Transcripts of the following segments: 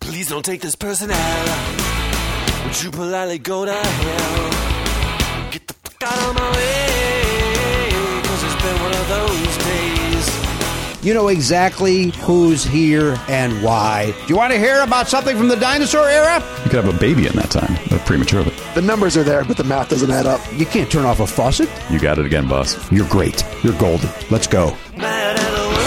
Please don't take this person out. Would you politely go to hell? Get the fuck out of my way. Cause it's been one of those days. You know exactly who's here and why. Do you want to hear about something from the dinosaur era? You could have a baby in that time, uh, prematurely. The numbers are there, but the math doesn't add up. You can't turn off a faucet. You got it again, boss. You're great. You're golden. Let's go. Mad at the world.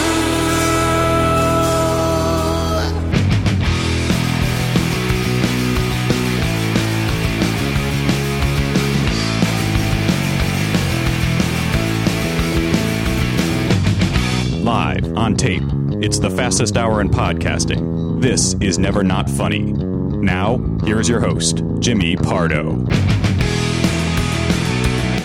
Live, on tape. It's the fastest hour in podcasting. This is Never Not Funny. Now, here is your host, Jimmy Pardo.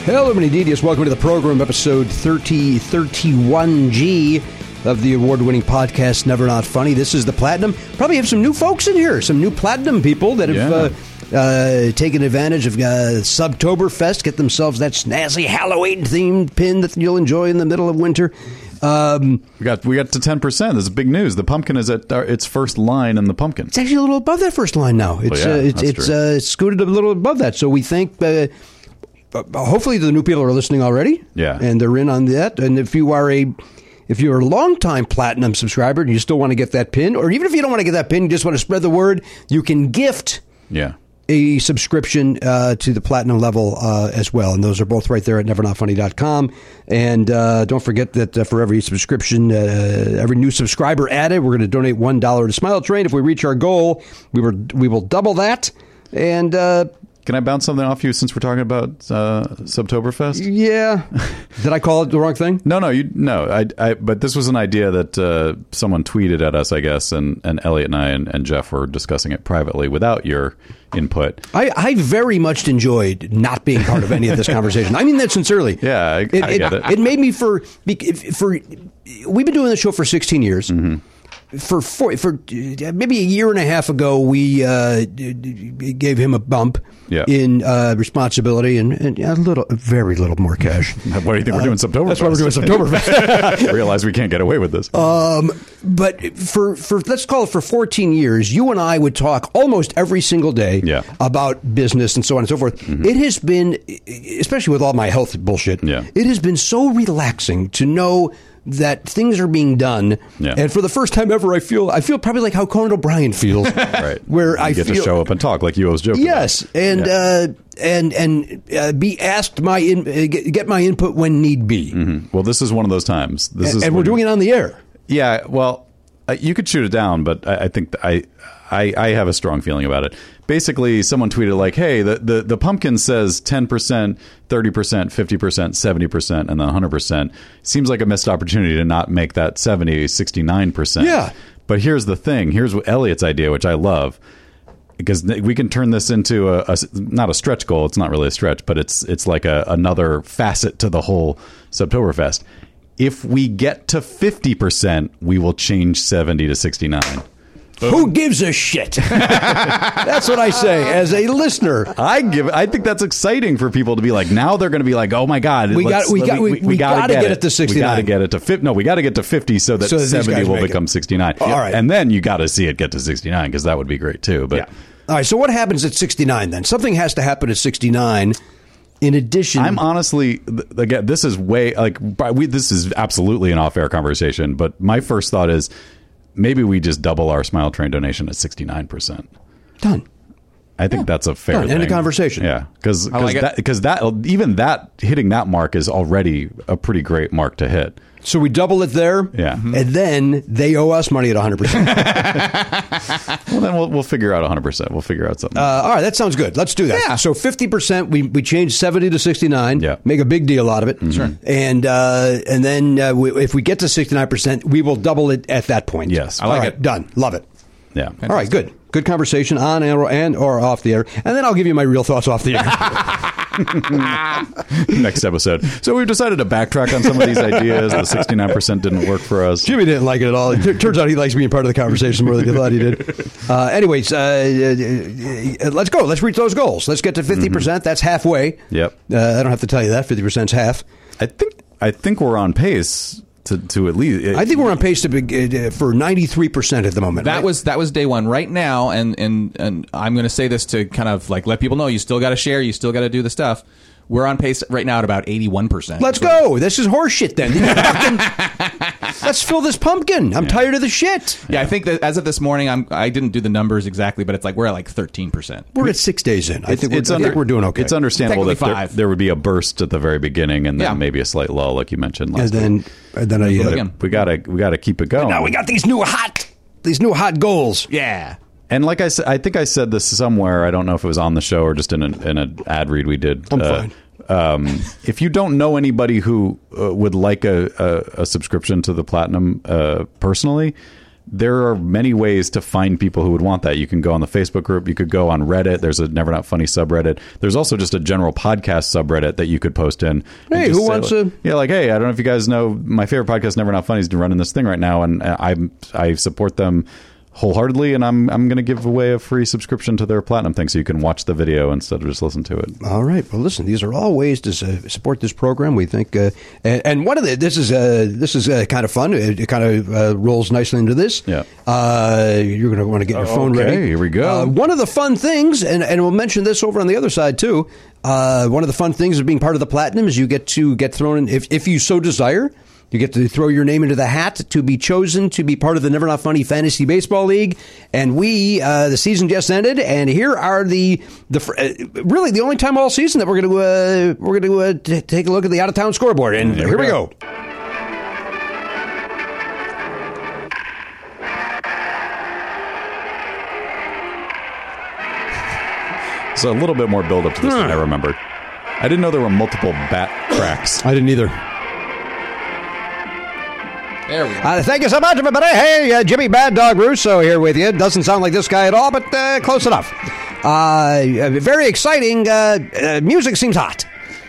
Hello, everybody. Devious. Welcome to the program, episode 3031G of the award winning podcast Never Not Funny. This is the Platinum. Probably have some new folks in here, some new Platinum people that have. Yeah. Uh, uh, taken advantage of uh, Subtoberfest, get themselves that snazzy Halloween themed pin that you'll enjoy in the middle of winter. Um, We got we got to ten percent. This is big news. The pumpkin is at our, its first line in the pumpkin. it's actually a little above that first line now. It's Oh, yeah, uh, it's that's it's true. uh, scooted a little above that. So we think. Uh, uh, hopefully, the new people are listening already. Yeah. and they're in on that. And if you are a if you're a longtime platinum subscriber and you still want to get that pin, or even if you don't want to get that pin, you just want to spread the word, you can gift Yeah. a subscription uh, to the platinum level uh, as well. And those are both right there at nevernotfunny.com. And uh, don't forget that uh, for every subscription, uh, every new subscriber added, we're going to donate $1 to Smile Train. If we reach our goal, we, were, we will double that. And uh, Can I bounce something off you since we're talking about uh, Subtoberfest? yeah, did I call it the wrong thing? No, no, you no. I, I but this was an idea that uh, someone tweeted at us, I guess, and, and Elliot and I and, and Jeff were discussing it privately without your input. I, I very much enjoyed not being part of any of this conversation. I mean that sincerely. Yeah, I- I get it. It made me for bec- for we've been doing this show for 16 years. Mm-hmm. For four, for uh, maybe a year and a half ago, we uh, d- d- gave him a bump Yeah. in uh, responsibility and, and a little, very little more cash. What do you think we're doing Subtoberfest? Uh, That's why we're doing September. I realize we can't get away with this. Uh, Um, but for for let's call it for 14 years you and i would talk almost every single day Yeah. Mm-hmm. about business and so on and so forth it has been especially with all my health bullshit Yeah. it has been so relaxing to know that things are being done Yeah. and for the first time ever i feel i feel probably like how conan o'brien feels right. where you i get feel to show up and talk like you always joke. about. Yes, and Yeah. uh, and and uh, be asked my in, uh, get get my input when need be, Mm-hmm. Well, this is one of those times. Mm. This is and we're when- doing it on the air. Yeah, well, uh, you could shoot it down, but I, I think th- I, I I have a strong feeling about it. Basically, someone tweeted like, "Hey, the the, the pumpkin says ten percent, thirty percent, fifty percent, seventy percent, and then hundred percent. Seems like a missed opportunity to not make that 70, 69 percent." Yeah. But here's the thing. Here's what Elliot's idea, which I love. Because th- we can turn this into a, a s- not a stretch goal. It's not really a stretch, but it's it's like a, another facet to the whole Septoberfest. If we get to fifty percent, we will change seventy to sixty nine. Who gives a shit? That's what I say as a listener. I give. I think that's exciting for people to be like. Now they're going to be like, "Oh my god, We let's- got- we let- got- we- we gotta gotta get it to We got to 69. get it to fifty. No, we got to get to fifty so that So that these seventy guys will make it. become sixty nine. All right. and then you got to see it get to sixty nine because that would be great too. But All right, so what happens at 69 then? Something has to happen at 69 in addition. I'm honestly th- again. This is way like by- we. This is absolutely an off-air conversation. But my first thought is maybe we just double our Smile Train donation at sixty nine percent. done. I think that's a fair Done. End thing. of conversation. Yeah, because like it. because that even that hitting that mark is already a pretty great mark to hit. So we double it there. Yeah. And then they owe us money at 100%. Well, then we'll we'll figure out one hundred percent. We'll figure out something. uh, all right, that sounds good. Let's do that. Yeah. So 50%, we, we change 70 to 69, Yeah. make a big deal out of it. Sure. And, uh, and then uh, we, if we get to 69%, we will double it at that point. Yes. I All like right, it. Done. Love it. yeah. All right, good. Good conversation on air and or off the air. And then I'll give you my real thoughts off the air. Next episode. So we've decided to backtrack on some of these ideas. The sixty nine percent didn't work for us. Jimmy didn't like it at all. It tur- turns out he likes being part of the conversation more than he thought he did. Uh, anyways, uh, uh, uh, let's go. Let's reach those goals. Let's get to 50%. percent That's halfway. Yep. Uh, I don't have to tell you that. 50% is half. I think I think we're on pace to, to at least. I think we're on pace to be, uh, for 93% at the moment. That right? was that was day one. Right now, and and and I'm going to say this to kind of like let people know you still got to share, you still got to do the stuff. We're on pace right now at about 81. percent Let's go. This is horseshit then. These fucking- let's fill this pumpkin. I'm tired of the shit. Yeah, I think that as of this morning, I'm I didn't do the numbers exactly, but it's like we're at like 13 percent. We're at six days in. I think, we're, I think we're doing okay. It's understandable that Technically there, five. there would be a burst at the very beginning and then Yeah. maybe a slight lull, like you mentioned and last week. then, and then I. Uh, again. We gotta we gotta keep it going. now Uh, we got these new hot, these new hot goals. Yeah. And like I said, I think I said this somewhere. I don't know if it was on the show or just in an, in an ad read we did. I'm fine. Um, if you don't know anybody who uh, would like a, a, a subscription to the platinum uh, personally, there are many ways to find people who would want that. You can go on the Facebook group. You could go on Reddit. There's a Never Not Funny subreddit. There's also just a general podcast subreddit that you could post in. and Hey, just who say, wants like- a- yeah, like hey, I don't know if you guys know my favorite podcast, Never Not Funny, is running this thing right now, and I I support them wholeheartedly, and I'm I'm going to give away a free subscription to their platinum thing, so you can watch the video instead of just listen to it. All right. Well, listen, these are all ways to su- support this program. We think, uh, and, and one of the this is uh, this is uh, kind of fun. It, it kind of uh, rolls nicely into this. Yeah. Uh, you're going to want to get your phone Okay, ready. here we go. Uh, one of the fun things, and, and we'll mention this over on the other side too. Uh, one of the fun things of being part of the platinum is you get to get thrown in if if you so desire. You get to throw your name into the hat to be chosen to be part of the Never Not Funny Fantasy Baseball League, and we uh, the season just ended, and here are the the fr- uh, really the only time all season that we're going to uh, we're going to uh, t- take a look at the out of town scoreboard, and here, we go. So a little bit more build up to this than I remembered. I didn't know there were multiple bat cracks. I didn't either. There we go. Uh, thank you so much, everybody. Hey, uh, Jimmy Bad Dog Russo here with you. Doesn't sound like this guy at all, but uh, close enough. Uh, uh, very exciting. Uh, uh, music seems hot.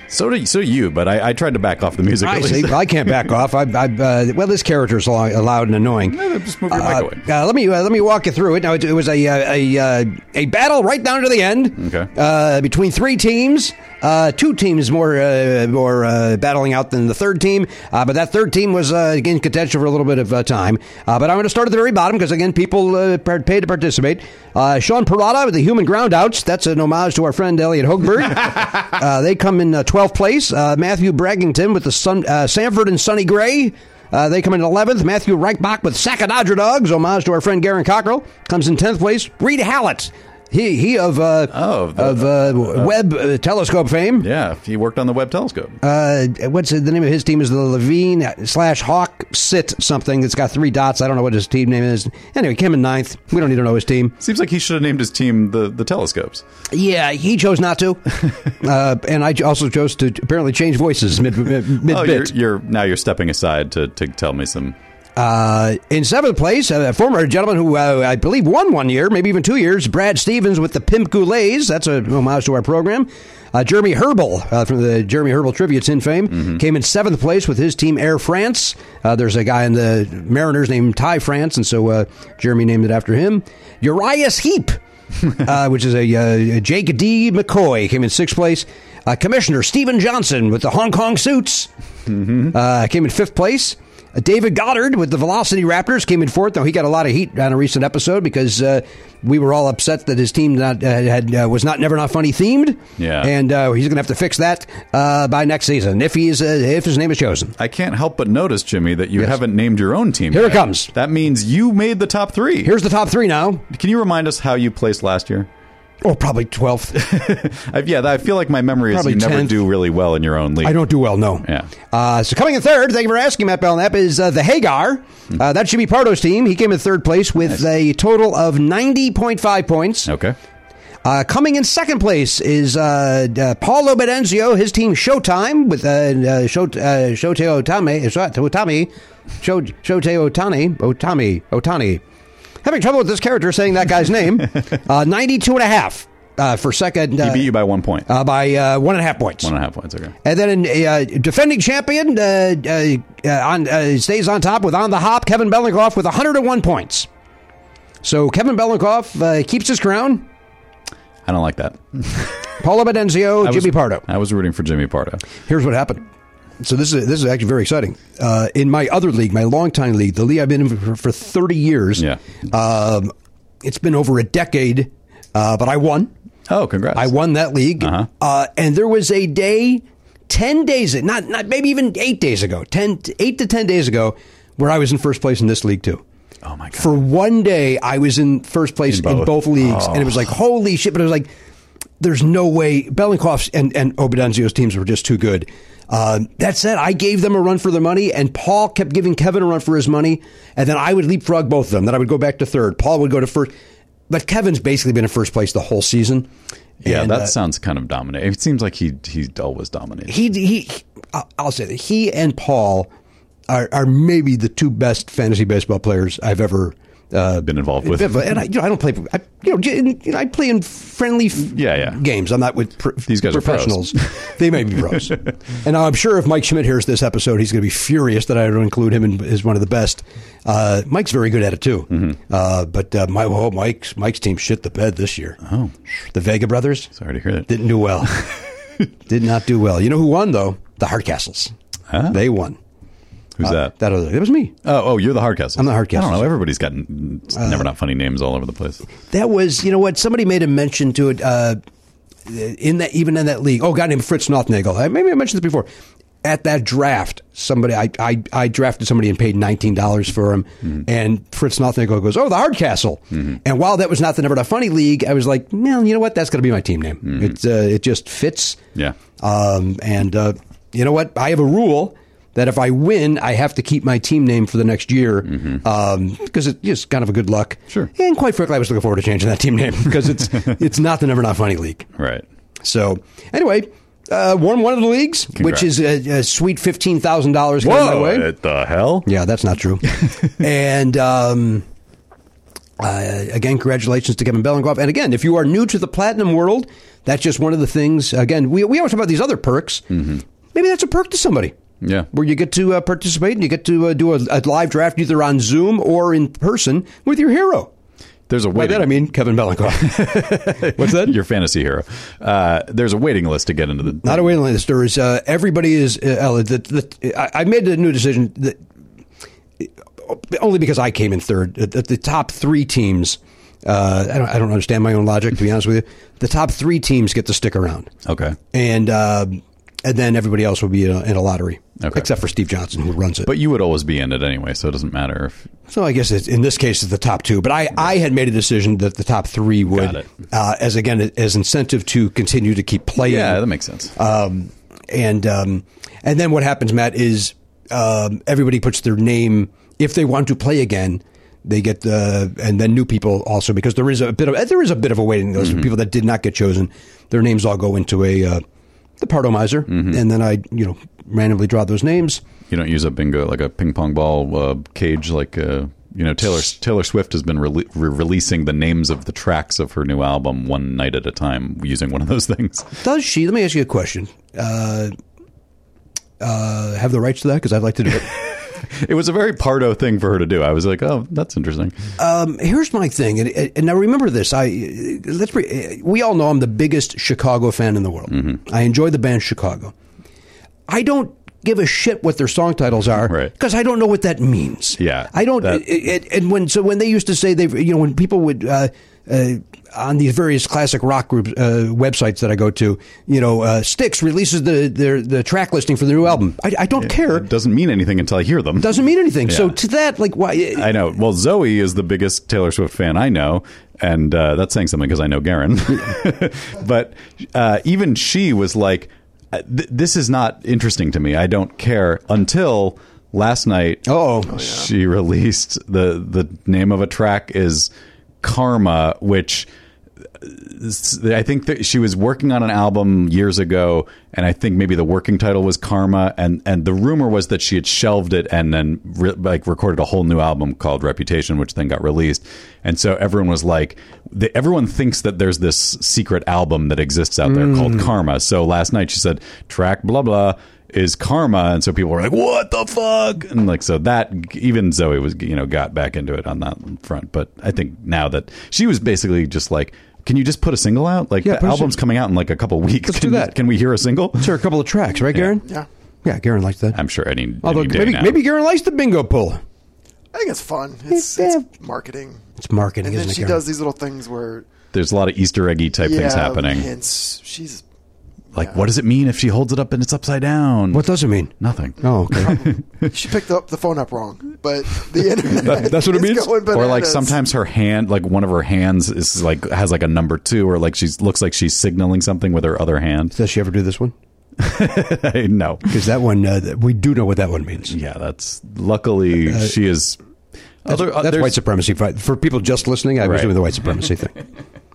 So do so you, but I, I tried to back off the music. I at least. see. Well, I can't back off. I, I, uh, well, this character is lo- loud and annoying. Just move your mic Uh, away. uh, let me uh, let me walk you through it. Now it, it was a uh, a uh, a battle right down to the end. Okay. Uh, between three teams, uh, two teams more uh, more uh, battling out than the third team. Uh, but that third team was uh, again contention for a little bit of uh, time. Uh, but I'm going to start at the very bottom because again, people uh, par- paid to participate. Uh, Sean Parada with the Human Groundouts. That's an homage to our friend Elliot Hogberg. Uh, they come in uh, 12th place. Uh, Matthew Braggington with the Sun, uh, Sanford and Sonny Gray. Uh, they come in 11th. Matthew Reichbach with Sacadadra Dogs, homage to our friend Garen Cockrell, comes in 10th place. Reed Hallett, he he of uh, Oh, the- of uh, Webb uh, Telescope fame. Yeah, he worked on the Webb telescope. Uh, what's the name of his team? Is the Levine slash Hawk Sit something that's got three dots? I don't know what his team name is. Anyway, came in ninth. We don't need to know his team. Seems like he should have named his team the the telescopes. Yeah, he chose not to, uh, and I also chose to apparently change voices mid mid, mid oh, you're, bit. you're now you're stepping aside to to tell me some. Uh, in seventh place, a former gentleman who uh, I believe won one year, maybe even two years, Brad Stevens with the Pimp Goulets. That's a homage to our program. Uh, Jeremy Herbal uh, from the Jeremy Herbal Tributes in fame came in seventh place with his team Air France. Uh, there's a guy in the Mariners named Ty France, and so uh, Jeremy named it after him. Urias Heap. uh, which is a uh, Jake D. McCoy came in sixth place. Uh, Commissioner Stephen Johnson with the Hong Kong suits uh, came in fifth place. Uh, David Goddard with the Velocity Raptors came in fourth. Though he got a lot of heat on a recent episode because uh, we were all upset that his team not, uh, had uh, was not never not funny themed. Yeah. and uh, he's going to have to fix that uh, by next season if he is uh, if his name is chosen. I can't help but notice, Jimmy, that you haven't named your own team. Here it yet. comes. That means you made the top three. Here's the top three now. Can you remind us how you placed last year? Oh, probably twelfth. I, yeah, I feel like my memory is Probably you never 10th. do really well in your own league. I don't do well. No. Yeah. Uh, so coming in third, thank you for asking, Matt Belknap, is uh, the Hagar. Hmm. Uh, that should be Pardo's team. He came in third place with a total of ninety point five points. Okay. Uh, coming in second place is uh, uh, Paulo Benenzio, his team Showtime with uh, uh, Shot, uh, Shotei Otame, Shot- Otami, Shot- Shotei Otani, Otami, Otani. Having trouble with this character saying that guy's name. uh, 92 and a half uh, for second He uh, beat you by one point. uh, by uh, one and a half points. one and a half points. Okay. And then uh, defending champion uh, uh, uh, on, uh, stays on top with on the hop Kevin Belenkoff with 101 points. So Kevin Belenkoff uh, keeps his crown. I don't like that. Paulo Benenzio, I was- Jimmy Pardo. I was rooting for Jimmy Pardo. Here's what happened. So this is this is actually very exciting. Uh, in my other league, my longtime league, the league I've been in for, for 30 years, Yeah. um, it's been over a decade, uh, but I won. Oh, congrats! I won that league, uh and there was a day, ten days, not not maybe even eight days ago, 10, eight to ten days ago, where I was in first place in this league too. Oh my God. For one day, I was in first place In in both, both. Oh. leagues, and it was like holy shit! But it was like, there's no way Belenkoff's and and Obadanzio's teams were just too good. Uh, that said, I gave them a run for their money, and Paul kept giving Kevin a run for his money, and then I would leapfrog both of them. Then I would go back to third. Paul would go to first, but Kevin's basically been in first place the whole season. Yeah, And, that uh, sounds kind of dominating. It seems like he he always dominated. he he. I'll- I'll say that he and Paul are are maybe the two best fantasy baseball players I've ever uh, Been involved with. And I, you know, I don't play. I, you know, j- you know, I play in friendly f- Yeah, yeah. games. I'm not with pr- These guys are pros. professionals. they may be pros. and I'm sure if Mike Schmidt hears this episode, he's going to be furious that I don't include him in, as one of the best. Uh, Mike's very good at it too. Mm-hmm. Uh, but uh, my oh, Mike's Mike's team shit the bed this year. Oh, the Vega brothers. Sorry to hear that. Didn't do well. Did not do well. You know who won though? The Hardcastles. They won. Who's that? That other. It was me. Uh, Oh, oh, you're the Uh, Hardcastle. I'm the I Hardcastles. don't know. Everybody's got n- n- never not funny names all over the place. That was. You know what? Somebody made a mention to it. Uh, in that, even in that league. Oh, a guy named Fritz Nothnagel. Uh, Maybe I mentioned this before. At that draft, somebody I, I, I drafted somebody and paid nineteen dollars for him, Mm-hmm. and Fritz Nothnagel goes, "Oh, the Hardcastle." And while that was not the Never Not Funny League, I was like, "Man, you know what? That's going to be my team name. It's uh, it just fits." Mm-hmm. Yeah. Um, and uh, you know what? I have a rule that if I win, I have to keep my team name for the next year um, because it's just kind of a good luck. Mm-hmm. Sure. And quite frankly, I was looking forward to changing that team name because it's it's not the Never Not Funny League. Right. So anyway, uh, won one of the leagues, Congrats. which is a, a sweet fifteen thousand dollars coming my way. Oh, what the hell? Yeah, that's not true. and um, uh, again, congratulations to Kevin Belenkoff. And again, if you are new to the platinum world, that's just one of the things. Again, we, we always talk about these other perks. Mm-hmm. Maybe that's a perk to somebody. Yeah. Where you get to uh, participate and you get to uh, do a, a live draft either on Zoom or in person with your hero. There's a By waiting. that I mean Kevin Belenkoff. what's that? Your fantasy hero. Uh, there's a waiting list to get into the. Not a waiting list. There is uh, everybody is. Uh, Ella, the, the, I, I made a new decision that uh, only because I came in third. The, the- the top three teams. Uh, I don't. I don't understand my own logic to be honest with you. The top three teams get to stick around, okay. and uh, and then everybody else will be in a, in a lottery, Okay. except for Steve Johnson who runs it. But you would always be in it anyway, so it doesn't matter if So I guess it's, in this case it's the top two, but I, I had made a decision that the top three Got would, it. uh, as again as incentive to continue to keep playing. Yeah, that makes sense. Um, and um, and then what happens, Matt, is um, everybody puts their name if they want to play again. They get the and then new people also because there is a bit of eh, there is a bit of a waiting list of people that did not get chosen. Their names all go into a uh, the pardomizer, and then I you know randomly draw those names. You don't use a bingo uh, like a ping pong ball uh, cage, like uh, you know Taylor Taylor Swift has been rele- re- releasing the names of the tracks of her new album one night at a time using one of those things. Does she? Let me ask you a question. Uh, uh, have the rights to that because I'd like to do it. It was a very Pardo thing for her to do. I was like, oh, that's interesting. Um, here's my thing, and, and now remember this. I let's re, we all know I'm the biggest Chicago fan in the world. Mm-hmm. I enjoy the band Chicago. I don't give a shit what their song titles are Right. because I don't know what that means. Yeah, I don't. that- and- and when so when they used to say they, you know, when people would. Uh, uh, on these various classic rock groups uh, websites that I go to, you know, uh, Styx releases the their the track listing for the new album. I, I don't care. It doesn't mean anything until I hear them. Doesn't mean anything. So Yeah. to that, like, why? I know. Well, Zoe is the biggest Taylor Swift fan I know, and uh, that's saying something because I know Garen. but uh, even she was like, "Uh, th- "This is not interesting to me. I don't care." Until last night, Uh-oh. Oh, yeah. she released the the name of a track is Karma, which. uh, I think that she was working on an album years ago, and I think maybe the working title was Karma, and and the rumor was that she had shelved it and then re- like recorded a whole new album called Reputation, which then got released, and so everyone was like, the, everyone thinks that there's this secret album that exists out Mm. there called Karma. So last night she said track blah blah is Karma, and so people were like, what the fuck, and like so that even Zoe was you know got back into it on that front, but I think now that she was basically just like. Can you just put a single out? Like Yeah, the put a album's sing- coming out in like a couple weeks. Let's can, do that. Can we hear a single? Sure, a couple of tracks, right, Garen? Yeah. Yeah, Garen likes that. I'm sure any, Although any day maybe now. maybe Garen likes the bingo pool. I think it's fun. It's, Yeah. it's marketing. It's marketing, And then isn't it? she Garen? does these little things where there's a lot of Easter eggy type things happening. Hints. She's Like, what does it mean if she holds it up and it's upside down? What does it mean? Nothing. Oh, okay. she picked up the phone up wrong, but the internet. that's what it is means? going Or like bananas. sometimes her hand, like one of her hands, is like has like a number two, or like she's looks like she's signaling something with her other hand. does she ever do this one? no, Because that one, uh, th- we do know what that one means. yeah, that's luckily she is. Other, uh, That's there's- white supremacy fight. For people just listening, I was Right. doing the white supremacy thing.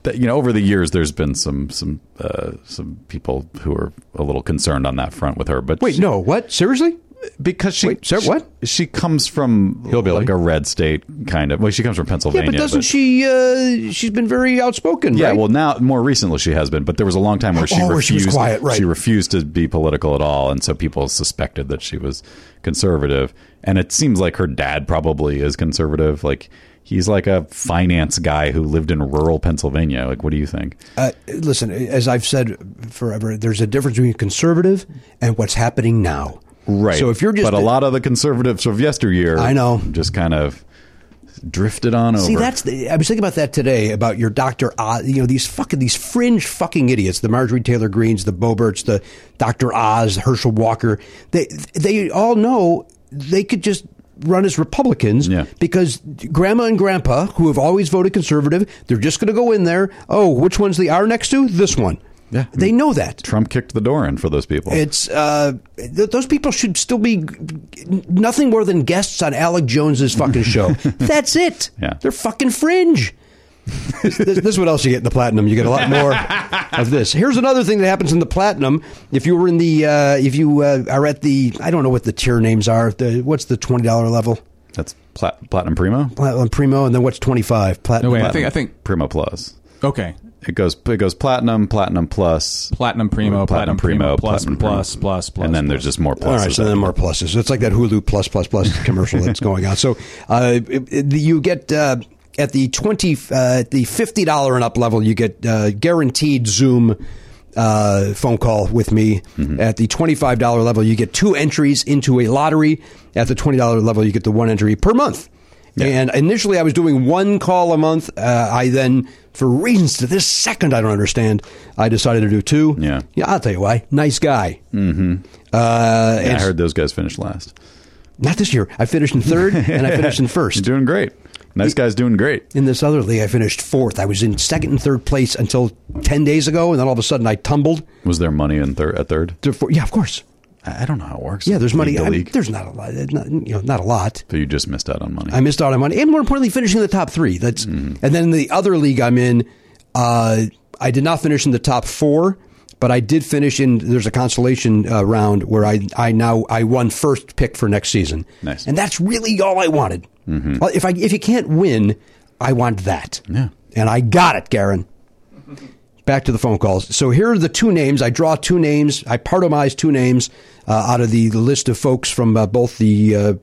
that, you know, over the years, there's been some some uh, some people who are a little concerned on that front with her. But Wait, she- no, what? Seriously? because she, Wait, sir, she- what? she comes from Hillbilly. like a red state kind of. Well, she comes from Yeah, Pennsylvania. but doesn't she? Uh, she's been very outspoken. Yeah, right? well, now more recently she has been, but there was a long time where she Oh, refused. where she was quiet, right. she refused to be political at all, and so people suspected that she was conservative. And it seems like her dad probably is conservative. Like he's like a finance guy who lived in rural Pennsylvania. Like, what do you think? Uh, listen, as I've said forever, there's a difference between conservative and what's happening now. Right. So if you're just but a lot of the conservatives of yesteryear, I know. just kind of drifted on See, over. that's the, I was thinking about that today about your Doctor Oz. You know these fucking these fringe fucking idiots, the Marjorie Taylor Greens, the Boberts, the Doctor Oz, Herschel Walker. They they all know they could just run as Republicans Yeah. because Grandma and Grandpa, who have always voted conservative, they're just going to go in there. Oh, which one's the R next to this one? Yeah. they know that. Trump kicked the door in for those people. It's uh, th- those people should still be nothing more than guests on Alec Jones's fucking show. That's it. Yeah. They're fucking fringe. this, this is what else you get in the platinum. You get a lot more of this. Here's another thing that happens in the platinum. If you were in the, uh, if you uh, are at the, I don't know what the tier names are. The, what's the twenty dollar level? that's plat- platinum primo, Platinum primo, and then what's twenty five? No Platinum. way. I think I think primo plus. okay. It goes it goes platinum, platinum plus, Platinum primo, platinum primo, plus, plus, plus, plus, and then plus. there's just more All pluses. right, so then more pluses. It's like that Hulu plus plus plus commercial that's going on. So uh, it- it- you get uh, at the twenty, uh, at the fifty dollar and up level, you get uh, guaranteed Zoom. Uh, phone call with me at the $25 level you get two entries into a lottery at the $20 level you get the one entry per month and initially, I was doing one call a month. Uh, I then, for reasons to this second I don't understand, I decided to do two. Yeah. yeah. I'll tell you why. Nice guy. Mm-hmm. Uh, Yeah, I and heard those guys finished last. not this year. I finished in third, and I finished in You're first. doing great. Nice guys doing great. In this other league, I finished fourth. I was in second and third place until ten days ago, and then all of a sudden, I tumbled. Was there money in thir- at third? To four. Yeah, of course. I I don't know how it works. Yeah, there's money. League to I- league. there's not a lot. Not, you know, not a lot. but you just missed out on money. I missed out on money, and more importantly, finishing in the top three. That's Mm-hmm. and then the other league I'm in, uh, I did not finish in the top four, but I did finish in. There's a consolation uh, round where I I now I won first pick for next season. Nice. Mm-hmm. and that's really all I wanted. Well, If I if you can't win, I want that. Yeah. and I got it, Garen. Back to the phone calls. So here are the two names. I draw two names. I partomize two names uh, out of the list of folks from uh, both the uh,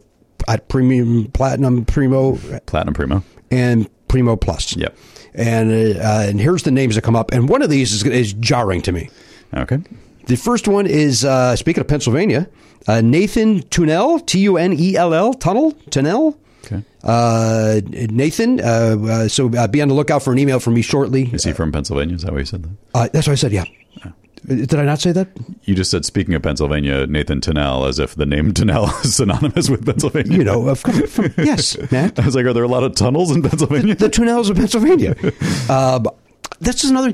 at premium, platinum, primo, platinum primo. and primo plus. Yep. And uh, uh, and here's the names that come up. And one of these is, is jarring to me. Okay. The first one is uh, speaking of Pennsylvania, uh, Nathan Tunnell, T U N E L L, Tunnel, Tunnell. Okay. Uh, Nathan, uh, uh, so uh, be on the lookout for an email from me shortly. Is he Oh. from Pennsylvania? Is that why you said that? Uh, that's what I said. Yeah. Uh, Did I not say that? You just said speaking of Pennsylvania, Nathan Tennell, as if the name Tennell is synonymous with Pennsylvania. You know, of course. From, yes, Matt. I was like, are there a lot of tunnels in Pennsylvania? The Tunnels of Pennsylvania. Um, this is another.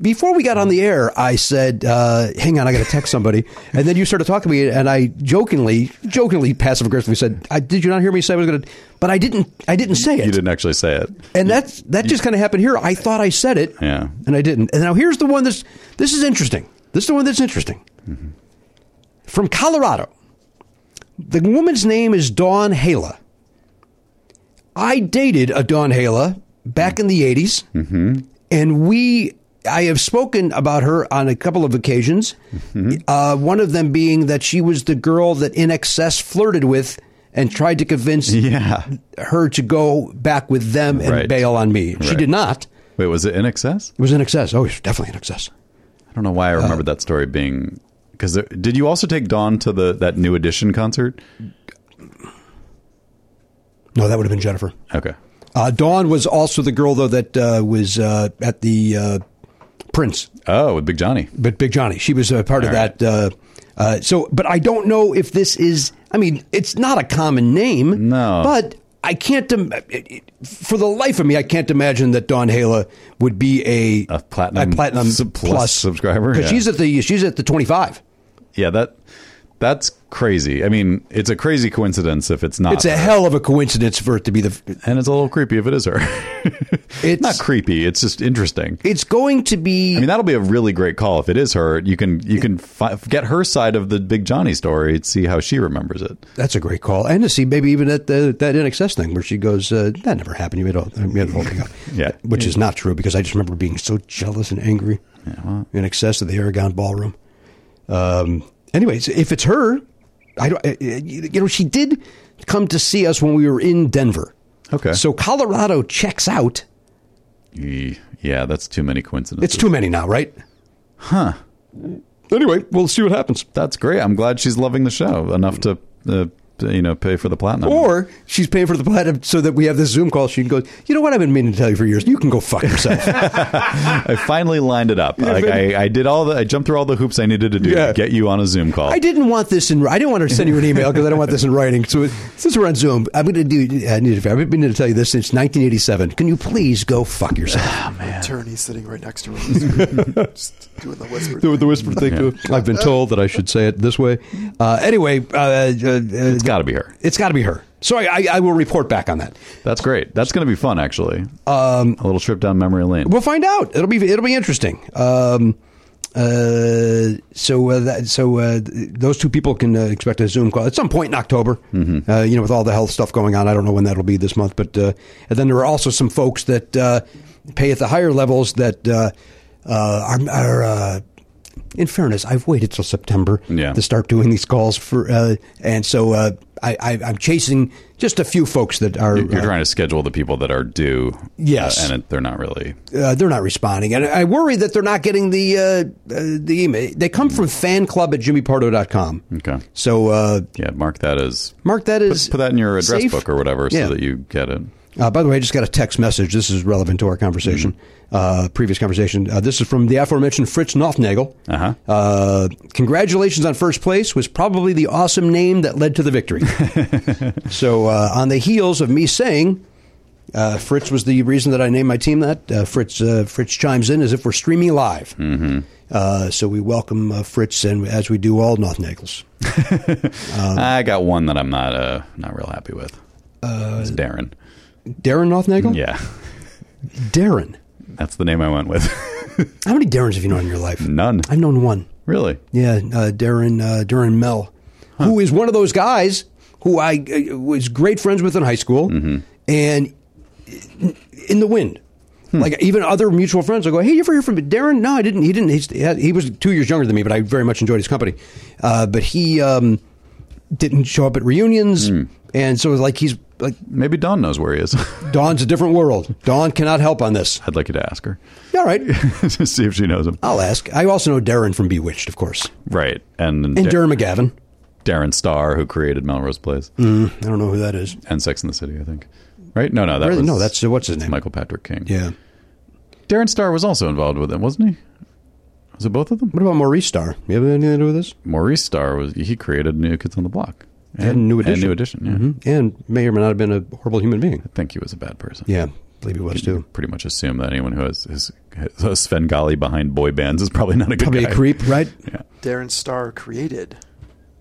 Before we got on the air, I said, uh, "Hang on, I got to text somebody." And then you started talking to me, and I jokingly, jokingly, passive aggressively said, I, "Did you not hear me say I was going to?" But I didn't. I didn't say it. you didn't actually say it. And that's that just kind of happened here. I thought I said it, Yeah. and I didn't. And now here's the one that's this is interesting. This is the one that's interesting. From Colorado, the woman's name is Dawn Hala. I dated a Dawn Hala back in the '80s, Mm-hmm. and we. I have spoken about her on a couple of occasions. Mm-hmm. Uh, one of them being that she was the girl that In Excess flirted with and tried to convince Yeah. her to go back with them and Right. bail on me. She Right. did not. Wait, was it in excess? It was in excess. Oh, it was definitely in excess. Uh, I don't know why I remember that story being because did you also take Dawn to the that new edition concert? No, that would have been Jennifer. Okay. Uh, Dawn was also the girl though that uh, was uh, at the uh, Prince, Oh, with Big Johnny. but Big Johnny. She was a part of All right. that. Uh, uh, so, but I don't know if this is. I mean, it's not a common name. No. but I can't. Im- it- it- for the life of me, I can't imagine that Dawn Hala would be a A platinum platinum sub- plus subscriber, because yeah. she's at the she's at the twenty five. Yeah, that that's crazy. I mean, it's a crazy coincidence if it's not. It's a hell of a coincidence for it to be the and it's a little creepy if it is her. It's- it's not creepy. It's just interesting. it's going to be. I mean, that'll be a really great call if it is her. You can you can fi- get her side of the Big Johnny story and see how she remembers it. that's a great call, and to see maybe even at the, that NXS thing where she goes, uh, "That never happened." You made all you made the whole thing up, Yeah. which is not true because I just remember being so jealous and angry in excess of the Aragon Ballroom. Um, anyways, if it's her, I don't. uh, You know, she did come to see us when we were in Denver. Okay. so Colorado checks out. Ye- Yeah, that's too many It's coincidences. too many now, right? Huh. Anyway, we'll see what happens. that's great. I'm glad she's loving the show enough to uh, you know pay for the platinum. Or she's paying for the platinum so that we have this Zoom call. She goes, you know what? I've been meaning to tell you for years. You can go fuck yourself. I finally lined it up. Like but- I, I did all the I jumped through all the hoops I needed to do Yeah. to get you on a Zoom call. I didn't want this in. I didn't want her to send you an email because I don't want this in writing. So since we're on Zoom, I'm going to do. I need. I've been meaning to tell you this since 1987. Can you please go fuck yourself? Attorney sitting right next to her, just doing the whisper. the whisper thing. I've been told that I should say it this way. Uh, anyway, uh, uh, It's got to be her. it's got to be her. So I, I, I will report back on that. That's great. That's going to be fun, actually. Um, a little trip down memory lane. We'll find out. It'll be it'll be interesting. Um, uh, so uh, that, so uh, th- those two people can uh, expect a Zoom call at some point in October. Mm-hmm. Uh, you know, with all the health stuff going on, I don't know when that'll be this month. But uh, and then there are also some folks that uh, pay at the higher levels that uh, uh, are. are uh, in fairness, I've waited till September Yeah. to start doing these calls for, uh, and so uh, I, I, I'm chasing just a few folks that are You're uh, trying to schedule the people that are due. Yes. uh, and it, they're not really. uh, they're not responding. And I worry that they're not getting the uh, uh, the email. They come from fan club at jimmypardo.com. Okay. So uh, Yeah, mark that as. mark that as. Put that in your address safe. book or whatever Yeah. so that you get it. Uh, by the way, I just got a text message. This is relevant to our conversation, Mm-hmm. uh, previous conversation. Uh, this is from the aforementioned Fritz Nothnagel. Uh-huh. Uh, Congratulations on first place was probably the awesome name that led to the victory. so, uh, on the heels of me saying. Uh, Fritz was the reason that I named my team that. Uh, Fritz uh, Fritz chimes in as if we're streaming live. Mm-hmm. Uh, so we welcome uh, Fritz, and as we do all Nothnagels. I got one that I'm not uh, not real happy with. Uh, it's Darren. Darren Nothnagel? Yeah, Darren. that's the name I went with. How many Darrens have you known in your life? None. I've known one. Really? Yeah, uh, Darren uh, Darren Mell, who is one of those guys who I uh, was great friends with in high school, and in the wind. Like even other mutual friends will go, "Hey, you ever hear from Darren?" No, I didn't. He didn't. He's, he had- he was two years younger than me, but I very much enjoyed his company. Uh, but he um, didn't show up at reunions, and so like he's like Maybe Don knows where he is. Dawn's a different world. Dawn cannot help on this. I'd like you to ask her All right, to see if she knows him. I'll ask. I also know Darren from Bewitched, of course, Right, and, and Da- Darren McGavin. Darren Starr, who created Melrose Place I don't know who that is. and Sex in the City, I think. Right? No, no, that Really? was No, that's, uh, what's his that's name? Michael Patrick King. Yeah. Darren Starr was also involved with it, wasn't he? Was it both of them? What about Maurice Star? You have anything to do with this? Maurice Starr was. He created New Kids on the Block And New Edition. Mm-hmm. And New Edition. Yeah, And may or may not have been a horrible human being. I think he was a bad person. Yeah, believe he was too. Pretty much assume that anyone who has his, his a Svengali behind boy bands is probably not a good Probably guy. a creep, right? Darren Starr created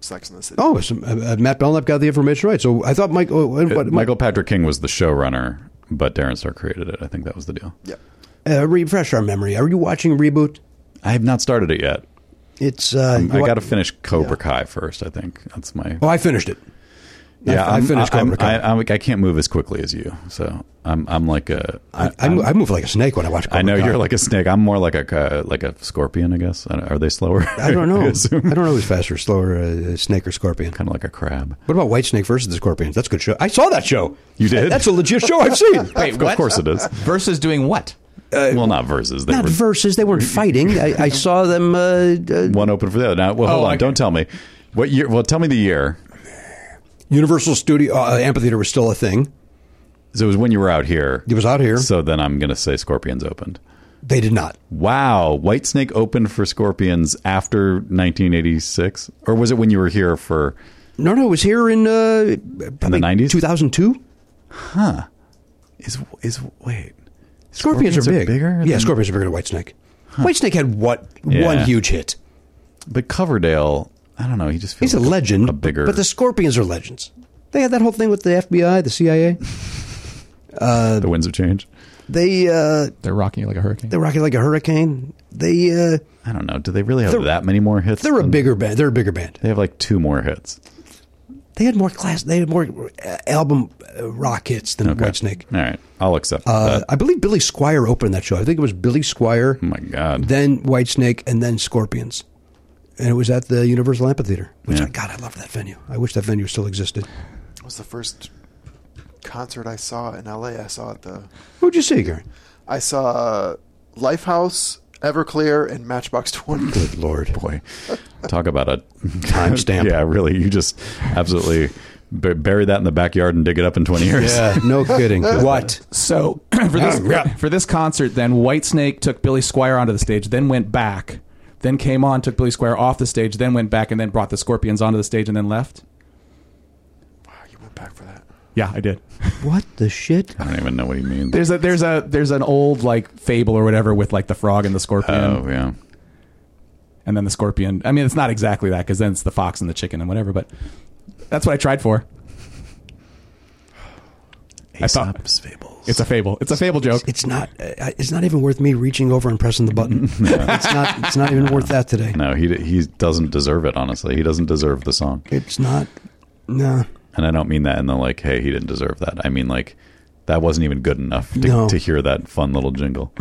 Sex in the City. Oh, so, uh, uh, Matt Belknap got the information right. So I thought Mike. Oh, what, Uh, what, Michael Patrick King was the showrunner, but Darren Star created it. I think that was the deal. yeah. Uh, refresh our memory. Are you watching Reboot? I have not started it yet. It's. Uh, Um, I you- got to finish Cobra Kai first. I think that's my. Oh, I finished it. yeah, I, I I'm- finished I'm- Cobra Kai. I, I'm- I can't move as quickly as you, so I'm I'm like a. I, I, I, move, I move like a snake when I watch. Cobra I know Kai. you're like a snake. I'm more like a uh, like a scorpion, I guess. I don't- Are they slower? I don't know. I, assume. don't know who's faster, slower, uh, snake or scorpion. kind of like a crab. What about White Snake versus the Scorpions? That's a good show. I saw that show. You did? That's a legit show I've seen. Wait, Of what? course it is. Versus doing what? well, not versus. They Uh, Not were versus. They weren't fighting. I, I saw them. Uh, uh, one open for the other. Now, well, hold Oh, on. okay. Don't tell me what year. Well, tell me the year. Universal Studio uh, Amphitheater was still a thing. So it was when you were out here. It was out here. So then I'm going to say Scorpions opened. They did not. Wow, Whitesnake opened for Scorpions after 1986, or was it when you were here for? No, no, it was here in uh, probably 90s? 2002. Is is wait? Scorpions, are big. bigger. yeah, than- Scorpions are bigger than Whitesnake. Whitesnake had what one Yeah. huge hit. But Coverdale, I don't know. He just feels He's a like legend. A bigger, but the Scorpions are legends. They had that whole thing with the FBI, the CIA. the winds of change. They uh, They're rocking you like a hurricane. they rock it like a hurricane. They uh, I don't know. Do they really have They're- that many more hits? they're a than- bigger band. They're a bigger band. They have like two more hits. They had more class. They had more uh, album uh, rock hits than Okay. Whitesnake. All right, I'll accept Uh, that. I believe Billy Squire opened that show. I think it was Billy Squire, Oh my god. then Whitesnake, and then Scorpions. And it was at the Universal Amphitheater, which Yeah. I God, I love that venue. I wish that venue still existed. It was the first concert I saw in LA. I saw at the Who'd you see, Gary? I saw uh, Lifehouse, Everclear, and Matchbox Twenty. Good Lord. boy talk about a Timestamp. yeah really you just absolutely b- bury that in the backyard and dig it up in 20 years Yeah, no kidding. what? So for this for this concert, then Whitesnake took Billy Squire onto the stage, then went back, then came on, took Billy Squire off the stage, then went back, and then brought the Scorpions onto the stage, and then left. wow, you went back for that. Yeah, I did. What the shit? i don't even know what he means There's a there's a there's an old like fable or whatever with like the frog and the scorpion, oh yeah and then the scorpion. I mean, it's not exactly that because then it's the fox and the chicken and whatever. But that's what I tried for. I thought- Aesop's fables It's a fable. It's a fable joke. It's not. Uh, it's not even worth me reaching over and pressing the button. It's not. It's not even worth that today. no he d- he doesn't deserve it honestly he doesn't deserve the song It's not. No. and i don't mean that in the like hey he didn't deserve that i mean like that wasn't even good enough to, No. to hear that fun little jingle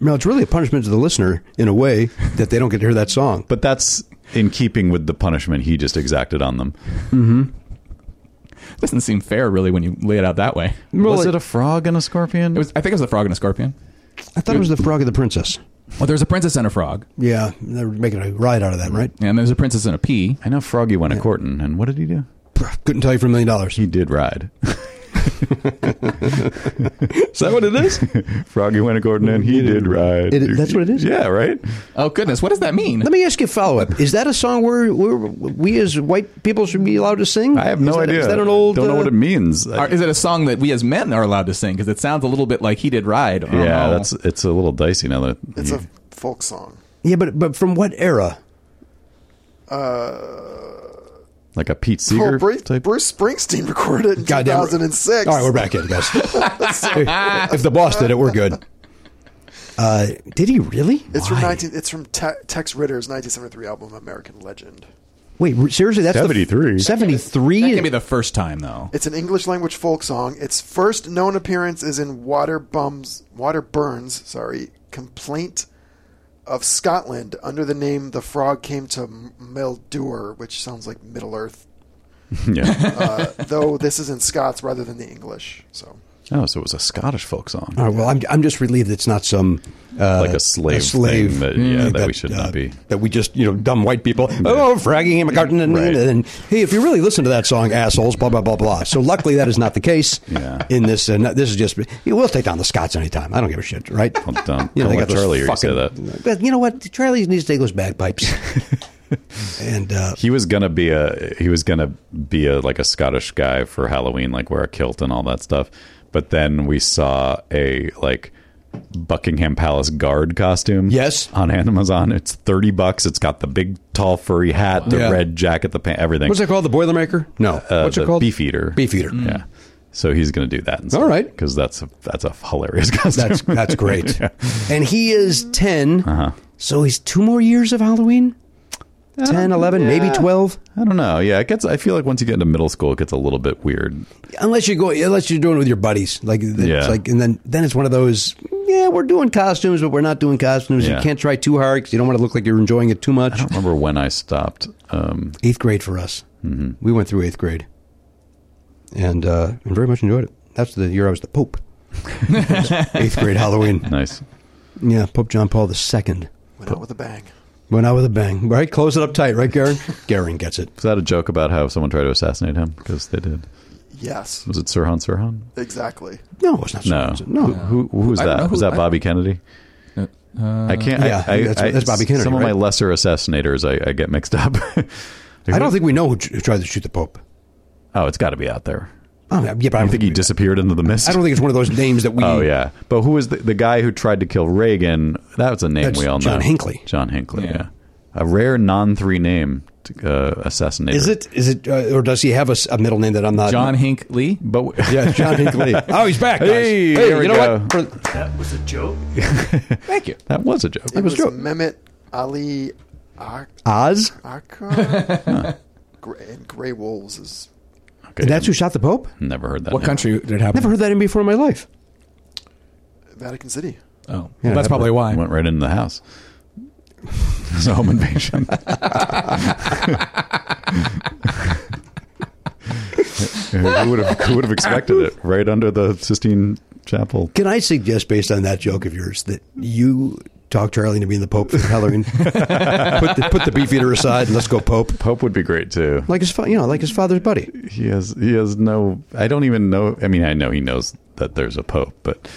No. It's really a punishment to the listener in a way that they don't get to hear that song. but that's in keeping with the punishment he just exacted on them doesn't seem fair really when you lay it out that way. was it a frog and a scorpion It was. I think it was the frog and a scorpion. I thought it was the Frog of the Princess. Well, there's a princess and a frog, Yeah, they're making a ride out of that, right? and there's a princess and a pea. i know froggy went a courtin and what did he do Couldn't tell you for a million dollars. he did ride Is that what it is? Froggy went according and he did ride. It- that's what it is? Yeah, right. Oh goodness, what does that mean? Let me ask you a follow up. Is that a song where, where we as white people should be allowed to sing? I have Is no that- idea. Is that an old? Don't know uh, what it means. Are- is it a song that we as men are allowed to sing? Because it sounds a little bit like he did ride. Oh, I don't yeah, know. that's it's a little dicey now that It's you- a folk song. Yeah, but but from what era? like a Pete Oh, Seeger Bruce, type. Bruce Springsteen recorded it in Goddamn. 2006. All right, we're back at it, guys. Ah, if, if the boss did it, we're good. Uh, did he really? It's Why? from 19. It's from Te- Tex Ritter's 1973 album American Legend. Wait, re- seriously? That's 73. Seventy That three. can be the first time though. It's an English language folk song. Its first known appearance is in Water Bums, Water Burns, sorry, Complaint of Scotland under the name The Frog Came to M- Meldur, which sounds like Middle Earth, yeah. uh, though this is in Scots rather than the English. So Oh, so it was a Scottish folk song, All right, well, I'm, I'm just relieved it's not some uh, like a slave, slave thing. That, yeah, that, we should uh, not be. That we just, you know, dumb white people, oh, fragging him, McCartan, and, Right. and, and hey, if you really listen to that song, assholes, blah, blah, blah, blah. So luckily that is not the case Yeah. in this. And this is just, we'll take down the Scots anytime. I don't give a shit, right? Well, dumb. You know, Don't they let got those Charlie hear you say fucking, that. But you know what? Charlie needs to take those bagpipes. and uh, He was gonna be a he was gonna be a like a Scottish guy for Halloween, like wear a kilt and all that stuff. But then we saw a like Buckingham Palace guard costume. Yes. on Amazon. It's thirty bucks. It's got the big tall furry hat, the Yeah. red jacket, the pants, everything. what's it called? The Boilermaker? No. Uh, what's it the called? Beefeater. Beefeater. Yeah. So he's going to do that. All right. Because that's a, that's a hilarious costume. That's that's great. And he is 10. Uh-huh. So he's two more years of Halloween? Uh, 10, 11, maybe 12? I don't know. Yeah, it gets. I feel like once you get into middle school, it gets a little bit weird. Unless you go unless you're doing it with your buddies. Like it's Yeah. like and then then it's one of those yeah, we're doing costumes but we're not doing costumes. You Yeah. can't try too hard cuz you don't want to look like you're enjoying it too much. I don't remember when I stopped. Um, 8th grade for us. Mm-hmm. We went through 8th grade. And uh and very much enjoyed it. That's the year I was the pope. 8th grade Halloween. nice. Yeah, Pope John Paul II. Went out with a bang. Went out with a bang, right? Close it up tight, right, Garen? Garen gets it. Is that a joke about how someone tried to assassinate him? Because they did. Yes, Was it Sirhan Sirhan? exactly. No, it's not. No. so- no. Who, who was I don't know that? Was who- that I- Bobby Kennedy? I can't. Yeah, I, I, that's- I- that's Bobby Kennedy, Some right? of my lesser assassinators, I, I get mixed up. I don't think we know who, who tried to shoot the Pope. Oh, it's got to be out there. I don't, yeah, but I, I think he disappeared into the mist. I don't think it's one of those names that we. Oh yeah, but who was the, the guy who tried to kill Reagan? That was a name That's we all know. John Hinckley. John Hinckley. Yeah, Yeah. a rare non-three name uh, assassinator. Is it? Is it? Uh, or does he have a, s- a middle name that I'm not? John Hink Lee. But w- Yeah, John Hinckley. oh, he's back. Guys. Hey, there you we know go. what? For- Thank you. that was a joke. It was, true. Mehmet Ali Ak- Oz. Akar Gray, and Gray Wolves is Okay, That's who shot the Pope. never heard that. What name. country did it happen? Never heard that name before in my life. Vatican City. Oh, Well, that's probably why. Went right into the house. It's a home invasion. who would have who would have expected it? Right under the Sistine Chapel. Can I suggest, based on that joke of yours, that you talk Charlie into being the Pope for Halloween? put, the, put the beef eater aside and let's go Pope. Pope would be great too. Like his, fa- you know, like his father's buddy. he has he has no i don't even know i mean i know he knows that there's a pope but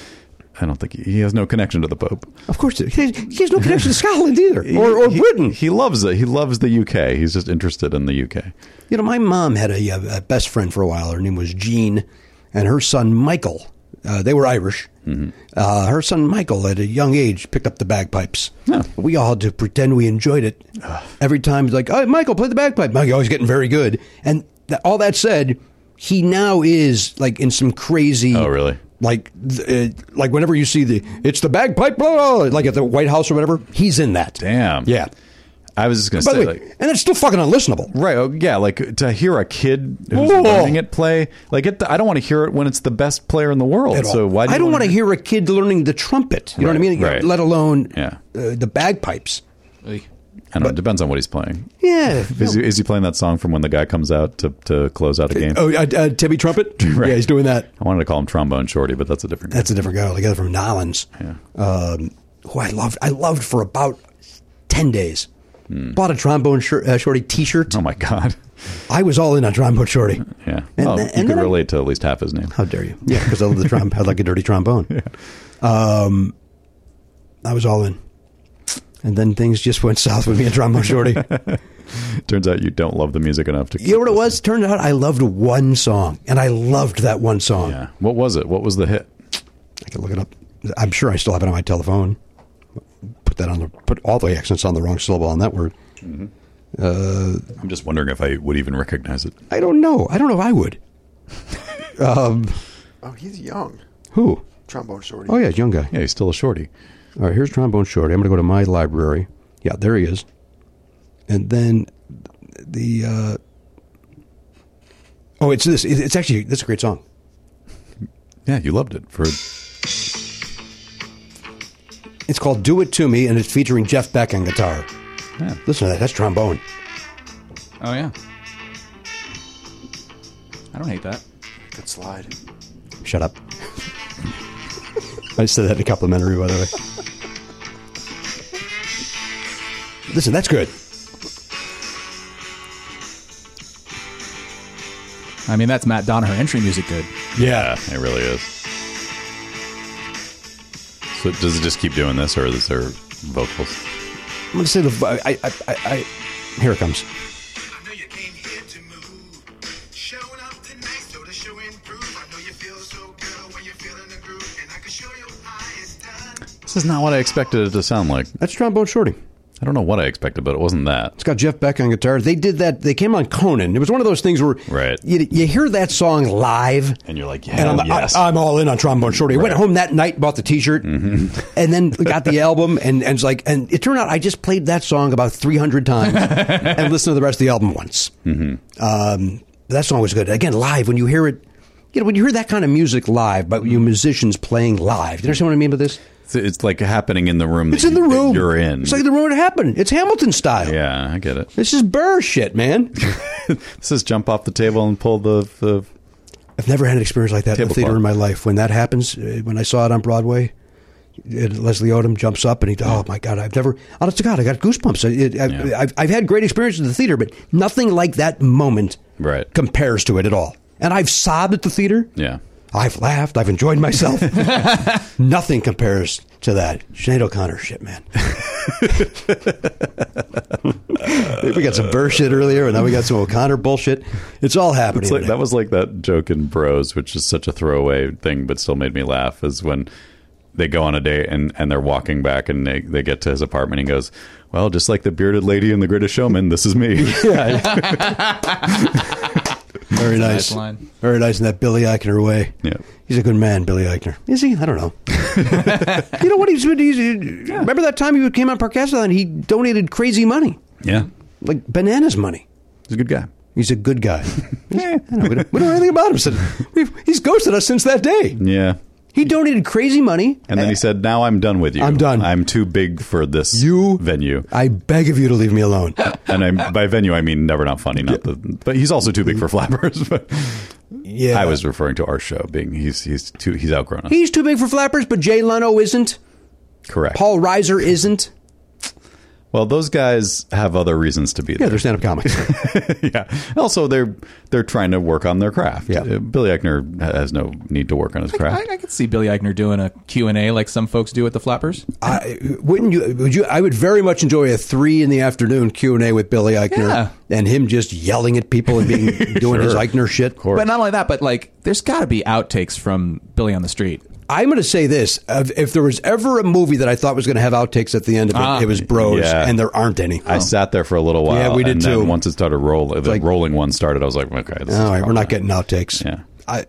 i don't think he, he has no connection to the pope Of course, he has, he has no connection to Scotland either, or, or He- Britain. he loves it he loves the uk he's just interested in the uk You know, my mom had a, uh, a best friend for a while. Her name was Jean, and her son Michael. Uh, they were Irish. Mm-hmm. Uh, her son Michael, at a young age, picked up the bagpipes. Huh. We all had to pretend we enjoyed it. Every time, it's like, "Oh, Michael, play the bagpipe." Michael always getting very good. And th- all that said, he now is like in some crazy. Oh, really? Like, th- uh, like whenever you see the, it's the bagpipe, blah, blah, blah, like at the White House or whatever. He's in that. damn Yeah. i was just gonna By say the way, like and it's still fucking unlistenable. Right, oh, yeah, like to hear a kid who's Whoa. learning it play, like it, I don't want to hear it when it's the best player in the world. at all. So why? Do I you don't wanna want to hear a kid learning the trumpet. You know what I Right, mean? right. Let alone Yeah. uh, the bagpipes. I don't know. It depends on what he's playing. Yeah. Is, he, is he playing that song from when the guy comes out to, to close out a game? oh, uh, uh, Tibby trumpet. Yeah, he's doing that. I wanted to call him Trombone Shorty, but that's a different. guy. That's a different guy altogether from Nolans, um, who I loved. I loved for about ten days. Hmm. Bought a trombone shir- uh, shorty T-shirt. oh my god. I was all in on trombone shorty. Yeah. And oh, then- and you could then I- relate to at least half his name. How dare you? Yeah, because I love the trombone. I like a dirty trombone. Um, I was all in, and then things just went south with me and trombone shorty. Turns out you don't love the music enough to. You know what it was? Turned out I loved one song, and I loved that one song. Yeah. What was it? What was the hit? I can look it up. I'm sure I still have it on my telephone. Put that on the put all the accents on the wrong syllable on that word. I'm just wondering if I would even recognize it. I don't know. I don't know if I would. Oh, he's young. Who? Trombone shorty. Oh yeah, young guy. Yeah, he's still a shorty. All right, here's trombone shorty. I'm going to go to my library. Yeah, there he is. And then the uh, oh, it's this. It's actually that's a great song. Yeah, you loved it for. It's called "Do It to Me" and it's featuring Jeff Beck on guitar. Yeah. Listen to that. That's trombone. Oh yeah. I don't hate that. Good slide. Shut up. I said that in a complimentary, by the way. Listen, that's good. I mean, that's Matt Donaher entry music good. Yeah, it really is. So does it just keep doing this, or is there vocals? I'm gonna say the. I. I. I. I here it comes. I know you came here to move. Showing up tonight, so the show improve. I know you feel so good when you're feeling the groove, and I can show you how it's done. This is not what I expected it to sound like. That's trombone shorty. I don't know what I expected, but it wasn't that. It's got Jeff Beck on guitar. They did that. They came on Conan. It was one of those things where Right. you, you hear that song live, And you're like, and I'm, "Hell yes." I, am all in on trombone shorty. I Went home that night, bought the T-shirt, Mm-hmm. and then got the album, and and it's like, and it turned out I just played that song about 300 times and listened to the rest of the album once. Mm-hmm. Um, that song was good. Again, live when you hear it, you know when you hear that kind of music live, but you musicians playing live. Do you understand what I mean by this? It's, it's like happening in the room. It's that in the you- that room. You're in. It's like the room it happened. It's Hamilton style. yeah, I get it. This is Burr shit, man. This is jump off the table and pull the. the I've never had an experience like that in the Tablecloth. theater in my life. When that happens, uh, when I saw it on Broadway, and Leslie Odom jumps up and he, oh my God, I've never, honest to God, I got goosebumps. It, I, Yeah. I've, I've had great experiences in the theater, but nothing like that moment Right. compares to it at all. And I've sobbed at the theater. Yeah. I've laughed. I've enjoyed myself. Nothing compares to that. Sinead O'Connor shit, man. we got some Burr shit earlier, and now we got some O'Connor bullshit. It's all happening. It's like today. that was like that joke in Bros, which is such a throwaway thing, but still made me laugh. Is when they go on a date and, and they're walking back and they, they get to his apartment. and He goes, "Well, just like the bearded lady in The Greatest Showman, this is me." Very nice. nice line. Very nice in that Billy Eichner way. Yeah. He's a good man, Billy Eichner. Is he? I don't know. you know what? He's, he's remember that time he came on Parkcastle and he donated crazy money, yeah, like bananas money. he's a good guy. He's a good guy. He's- I don't know, we, don't, we don't know anything about him. Since, we've, he's ghosted us since that day. Yeah. He donated crazy money. And then he said, "Now I'm done with you. Eh. I'm done. I'm too big for this You- venue." I beg of you to leave me alone. And I'm, by venue, I mean Never Not Funny. Not the, but he's also too big for flappers. But Yeah. I was referring to our show being he's he's too he's outgrown us. He's too big for flappers, but Jay Leno isn't. Correct. Paul Reiser isn't. Well, those guys have other reasons to be Yeah, there. they're stand up comics. yeah. Also, they're they're trying to work on their craft. Yeah. Uh, Billy Eichner ha- has no need to work on his I, craft. I could see Billy Eichner doing a Q&A like some folks do at the Flappers. I, wouldn't you? Would you? I would very much enjoy a three in the afternoon Q and A with Billy Eichner Yeah. and him just yelling at people and being doing his Eichner shit. Of course. But not only that, but like there's got to be outtakes from Billy on the Street. I'm going to say this: if if there was ever a movie that I thought was going to have outtakes at the end of it, Ah. it was Bros, Yeah. and there aren't any. Oh. I sat there for a little while. Yeah, we did and too. Then once it started rolling, the like- rolling one started. I was like, okay, this is All right, we're probably- not getting outtakes. Yeah. I.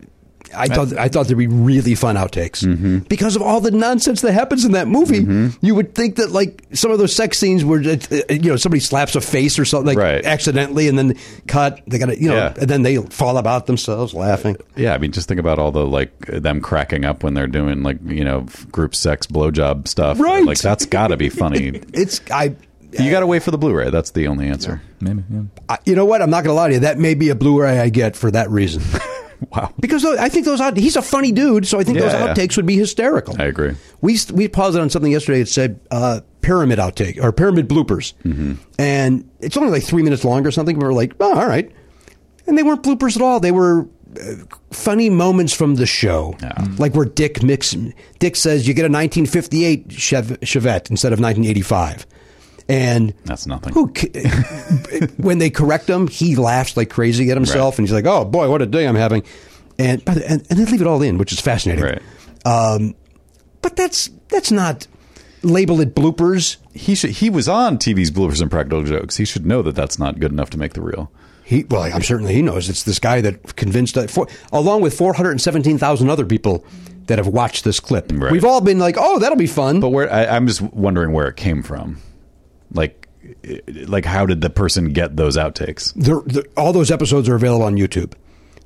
I thought I thought there'd be really fun outtakes Mm-hmm. because of all the nonsense that happens in that movie. You would think that like some of those sex scenes where uh, you know somebody slaps a face or something like Right. accidentally and then cut they got to you know Yeah. and then they fall about themselves laughing. Yeah, I mean, just think about all the like them cracking up when they're doing like you know f- group sex blowjob stuff. Right. Like that's got to be funny. It's I, you got to wait for the Blu-ray. That's the only answer. Maybe, yeah. I you know what I'm not going to lie to you that may be a Blu-ray I get for that reason Wow. because tho- I think those out, he's a funny dude so I think Yeah, those yeah. outtakes would be hysterical. I agree. We st- we paused on something yesterday. It said uh, pyramid outtake or pyramid bloopers, and it's only like three minutes long or something. But we're like, oh, all right, and they weren't bloopers at all. They were uh, funny moments from the show, like where Dick mix Dick says you get a 1958 Chev- Chevette instead of 1985, and That's nothing. who ca- when they correct him, he laughs like crazy at himself, Right. and he's like, "Oh boy, what a day I'm having," and by the- and, and they leave it all in, which is fascinating. Right. Um, but that's that's not label it bloopers. He should. He was on TV's bloopers and practical jokes. He should know that that's not good enough to make the reel. He well, I'm certainly he knows it's this guy that convinced for, along with 417,000 other people that have watched this clip. Right. We've all been like, "Oh, that'll be fun." But where I, I'm just wondering where it came from, like, like how did the person get those outtakes? They're- they're- all those episodes are available on YouTube.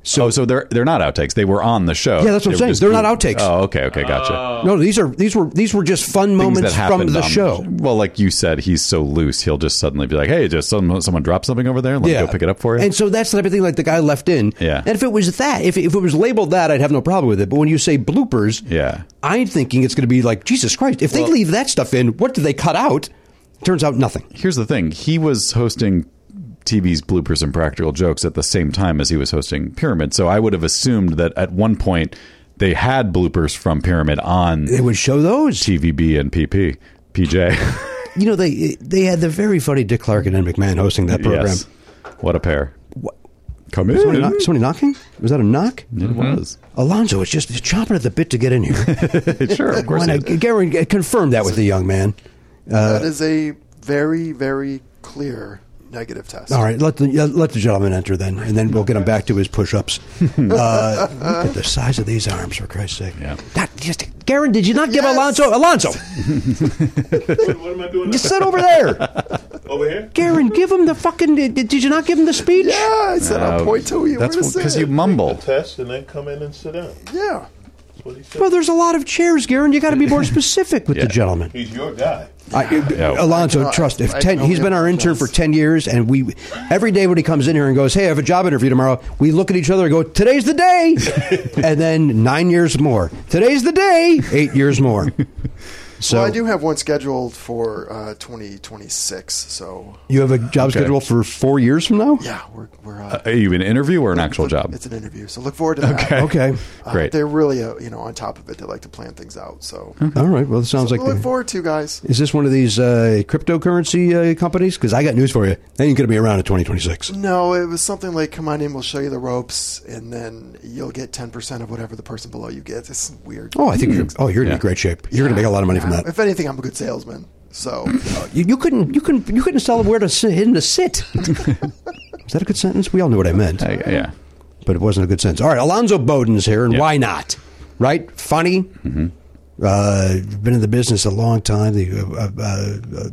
So, oh, so they're they're not outtakes. They were on the show. Yeah, that's what I'm They were saying. just- They're not outtakes. Oh, okay, okay, gotcha. No, these are these were these were just fun Things moments that from happened the on show. Well, like you said, he's so loose. He'll just suddenly be like, "Hey, just someone someone dropped something over there. Let me go pick it up for you." And so that's the type of thing like the guy left in. Yeah. And if it was that, if, if it was labeled that, I'd have no problem with it. But when you say bloopers, Yeah. I'm thinking it's going to be like Jesus Christ. If they leave that stuff in, what do they cut out? Turns out nothing. Here's the thing: he was hosting TV's bloopers and practical jokes at the same time as he was hosting Pyramid. So I would have assumed that at one point they had bloopers from Pyramid on They would show those. TVB and PP, PJ. You know, they they had the very funny Dick Clark and Ed McMahon hosting that program. Yes. What a pair. What- Come Somebody, in. knock, somebody knocking? Was that a knock? It was. Alonzo is just chomping at the bit to get in here. sure, of course. when I, it is. Gary confirmed that with the young man. that is a very, very clear negative test. All right, let the yeah, let the gentleman enter then, and then we'll get him back to his push-ups. uh, look at the size of these arms, for Christ's sake! Yeah. Not just, Garen, did you not give Yes. Alonso? Alonso, What am I doing? just sit over there. Over here? Garen, give him the fucking. Did, did you not give him the speech? Yeah, I said I'll Uh, point to you. That's because because you mumble. Test and then come in and sit down. Yeah. what he said. Well, there's a lot of chairs, Garen. You got to be more specific with the gentleman. He's your guy. I, uh, Alonzo, trust. If I ten, can he's been only our intern for apologize. ten years, and we every day when he comes in here and goes, "Hey, I have a job interview tomorrow," we look at each other and go, "Today's the day," and then nine years more. Today's the day. Eight years more. So well, I do have one scheduled for uh, 2026. So you have a job Okay. schedule for four years from now. yeah, we're we're uh, Are you an interview or an actual job? It's an interview, so look forward to that. um, Okay. Okay. Uh, Great. They're really uh, you know on top of it. They like to plan things out. So All right. Well, it Hmm. sounds like. look the- forward to guys. is this one of these uh, cryptocurrency uh, companies? Because I got news for you. They ain't going to be around in 2026. No, it was something like, "Come on in, we'll show you the ropes, and then you'll get ten percent of whatever the person below you gets." It's weird. Oh, I think you're. Oh, you're in Mm. Yeah. great shape. You're going to make a lot of money from that. If anything, I'm a good salesman. So You, you couldn't you couldn't you couldn't tell him where to sit him to sit. Is that a good sentence? We all knew what I meant, I- yeah. but it wasn't a good sentence. All right, Alonzo Bowden's here, and Yeah. why Mm-hmm. not? Right? Funny. Uh, been in the business a long time. The uh, uh, uh,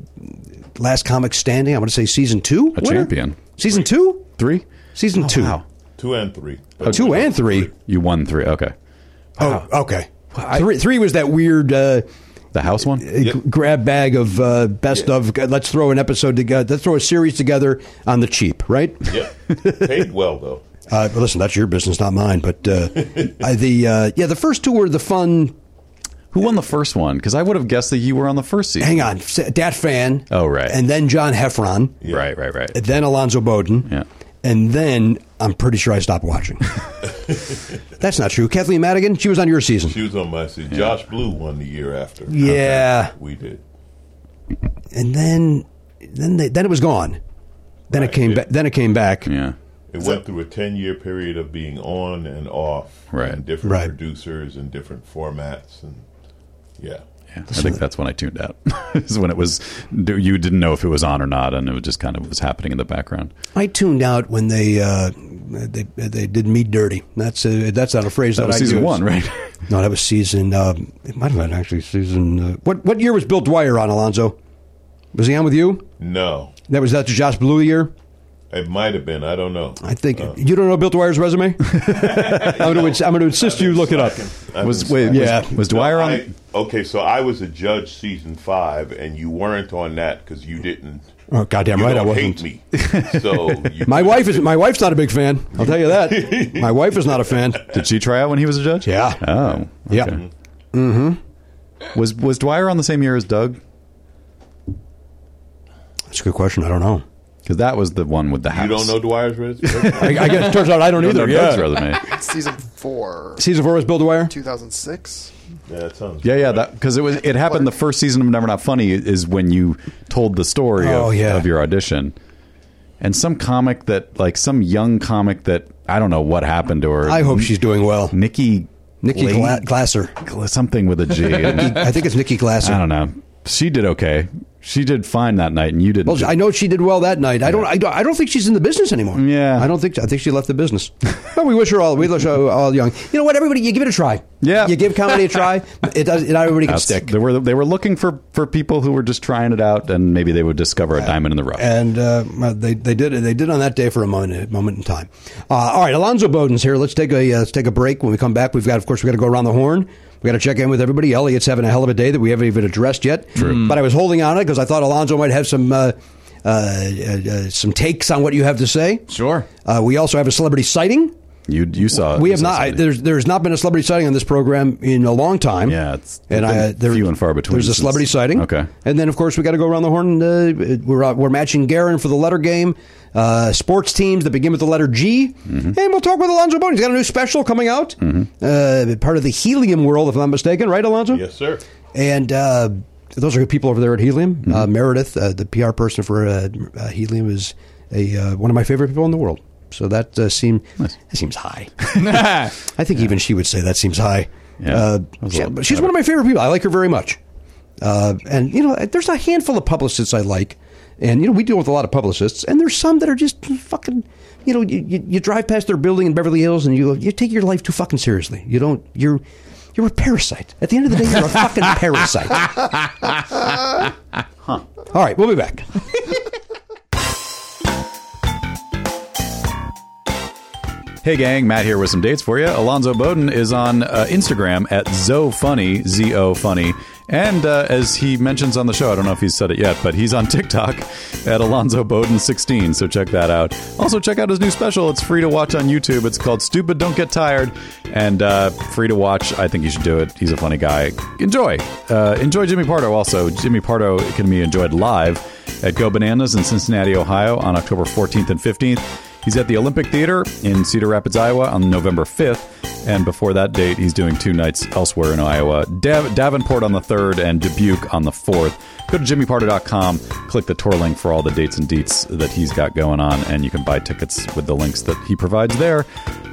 last comic standing. I want to say season two. A champion. Season two. Three? Season two. Oh, Wow. Two and three. Two and three. You won three. Okay. Oh, okay. three, three was that weird. Uh, The house one? g- grab bag of uh, best of. Let's throw an episode together. Let's throw a series together on the cheap, right? Yeah. Paid well though. Uh, but listen, that's your business, not mine. But uh, I, the uh, yeah, the first two were the fun. Who won the first one? Because I would have guessed that you were on the first season. Hang on, S- Dat Fan. Oh, right. And then John Heffron. Right, right, right. and Then Alonzo Bowden. Yeah. And then I'm pretty sure I stopped watching. that's not true. Kathleen Madigan, she was on your season. She was on my seat. Josh Blue won the year after. Yeah. We did. And then then they, then it was gone. Then it Right, came yeah. back. Then it came back. Yeah. It went through a 10 year period of being on and off. Right. And different Right. producers and different formats. And yeah. yeah. I think that's when I tuned out. is when it was, you didn't know if it was on or not, and it was just kind of was happening in the background. I tuned out when they uh, they they did me dirty. That's a, that's not a phrase that, That was I season use. one, right? No, that was season. Um, it might have been actually season. Uh, what what year was Bill Dwyer on Alonzo? Was he on with you? No. That was that the Josh Blue year. It might have been. I don't know. I think Uh. you don't know Bill Dwyer's resume. I'm going to I'm going to insist you look it up. I've was been wait, was- Yeah. was, Dwyer on? I- okay, so I was a judge season five, and you weren't on that because you didn't. Oh, goddamn you right, I don't wasn't. hate me. So you My wife is my wife's not a big fan. I'll tell you that. my wife is not a fan. did she try out when he was a judge? Yeah. Oh. Yeah. Mm-hmm. okay. Was was Dwyer on the same year as Doug? That's a good question. I don't know. Because that was the one with the house. You don't know Dwyer's resume. I, I guess it turns out I don't You either. don't know Doug's yeah. resume. it's season four, Season four was Bill Dwyer. 2006. Yeah, that sounds Yeah, yeah, right. that because it was it happened the first season of Never Not Funny is when you told the story Oh, of, yeah. of your audition, and some comic that like some young comic that I don't know what happened to her. I hope she's doing well. Nikki Nikki Glade- Gla- Glasser. Gla- something with a G. I I think it's Nikki Glasser. don't know. She did okay. She did fine that night, and you didn't. Well, I know she did well that night. I don't. I don't. I don't think she's in the business anymore. Yeah. I don't think. I think she left the business. but we wish her all. We wish her all young. You know what? Everybody, you give it a try. Yeah. You give comedy a try. It does. Not everybody can That's- stick. They were they were looking for for people who were just trying it out, and maybe they would discover a diamond in the rough. And uh, they they did they did on that day for a moment moment in time. Uh, all right, Alonzo Bowden's here. Let's take a uh, let's take a break. When we come back, we've got of course we got to go around the horn. We got to check in with everybody. Elliot's having a hell of a day that we haven't even addressed yet. True, but I was holding on it because I thought Alonzo might have some. Uh, uh, uh, uh, some takes on what you have to say. Sure. Uh, we also have a celebrity sighting. you you saw We you have saw not. I, somebody. there's there's not been a celebrity sighting on this program in a long time. Yeah, it's and been I, there, few and far between There's a since- celebrity sighting. Okay. and then of course we got to go around the horn. And, uh, we're uh, we're matching Garin for the letter game. Uh, sports teams that begin with the letter G, Mm-hmm. and we'll talk with Alonzo Bowden. He's got a new special coming out, uh, part of the Helium world, if I'm not mistaken, right, Alonzo? Yes, sir. And uh, those are good people over there at Helium. Uh, Meredith, uh, the PR person for uh, uh, Helium, is a uh, one of my favorite people in the world. So that uh, seemed that seems high. I think even she would say that seems high. Yeah. Uh, That was a she- lot but she's one of my favorite people. I like her very much. Uh, and you know, there's a handful of publicists I like, and you know, we deal with a lot of publicists, and there's some that are just fucking. You know, you, you, you drive past their building in Beverly Hills, and you you take your life too fucking seriously. You don't. You're you're a parasite. At the end of the day, you're a fucking parasite. huh. All right, we'll be back. Hey, gang, Matt here with some dates for you. Alonzo Bowden is on uh, Instagram at zofunny, Z O funny. And uh, as he mentions on the show, I don't know if he's said it yet, but he's on TikTok at Alonzo Bowden 16. So check that out. Also, check out his new special. It's free to watch on YouTube. It's called Stupid Don't Get Tired and uh, free to watch. I think you should do it. He's a funny guy. Enjoy. Uh, enjoy Jimmy Pardo also. Jimmy Pardo can be enjoyed live at Go Bananas in Cincinnati, Ohio on October 14th and 15th. He's at the Olympic Theater in Cedar Rapids, Iowa on November 5th. And before that date, he's doing two nights elsewhere in Iowa Dav- Davenport on the 3rd and Dubuque on the 4th. Go to jimmyparter.com, click the tour link for all the dates and deets that he's got going on, and you can buy tickets with the links that he provides there.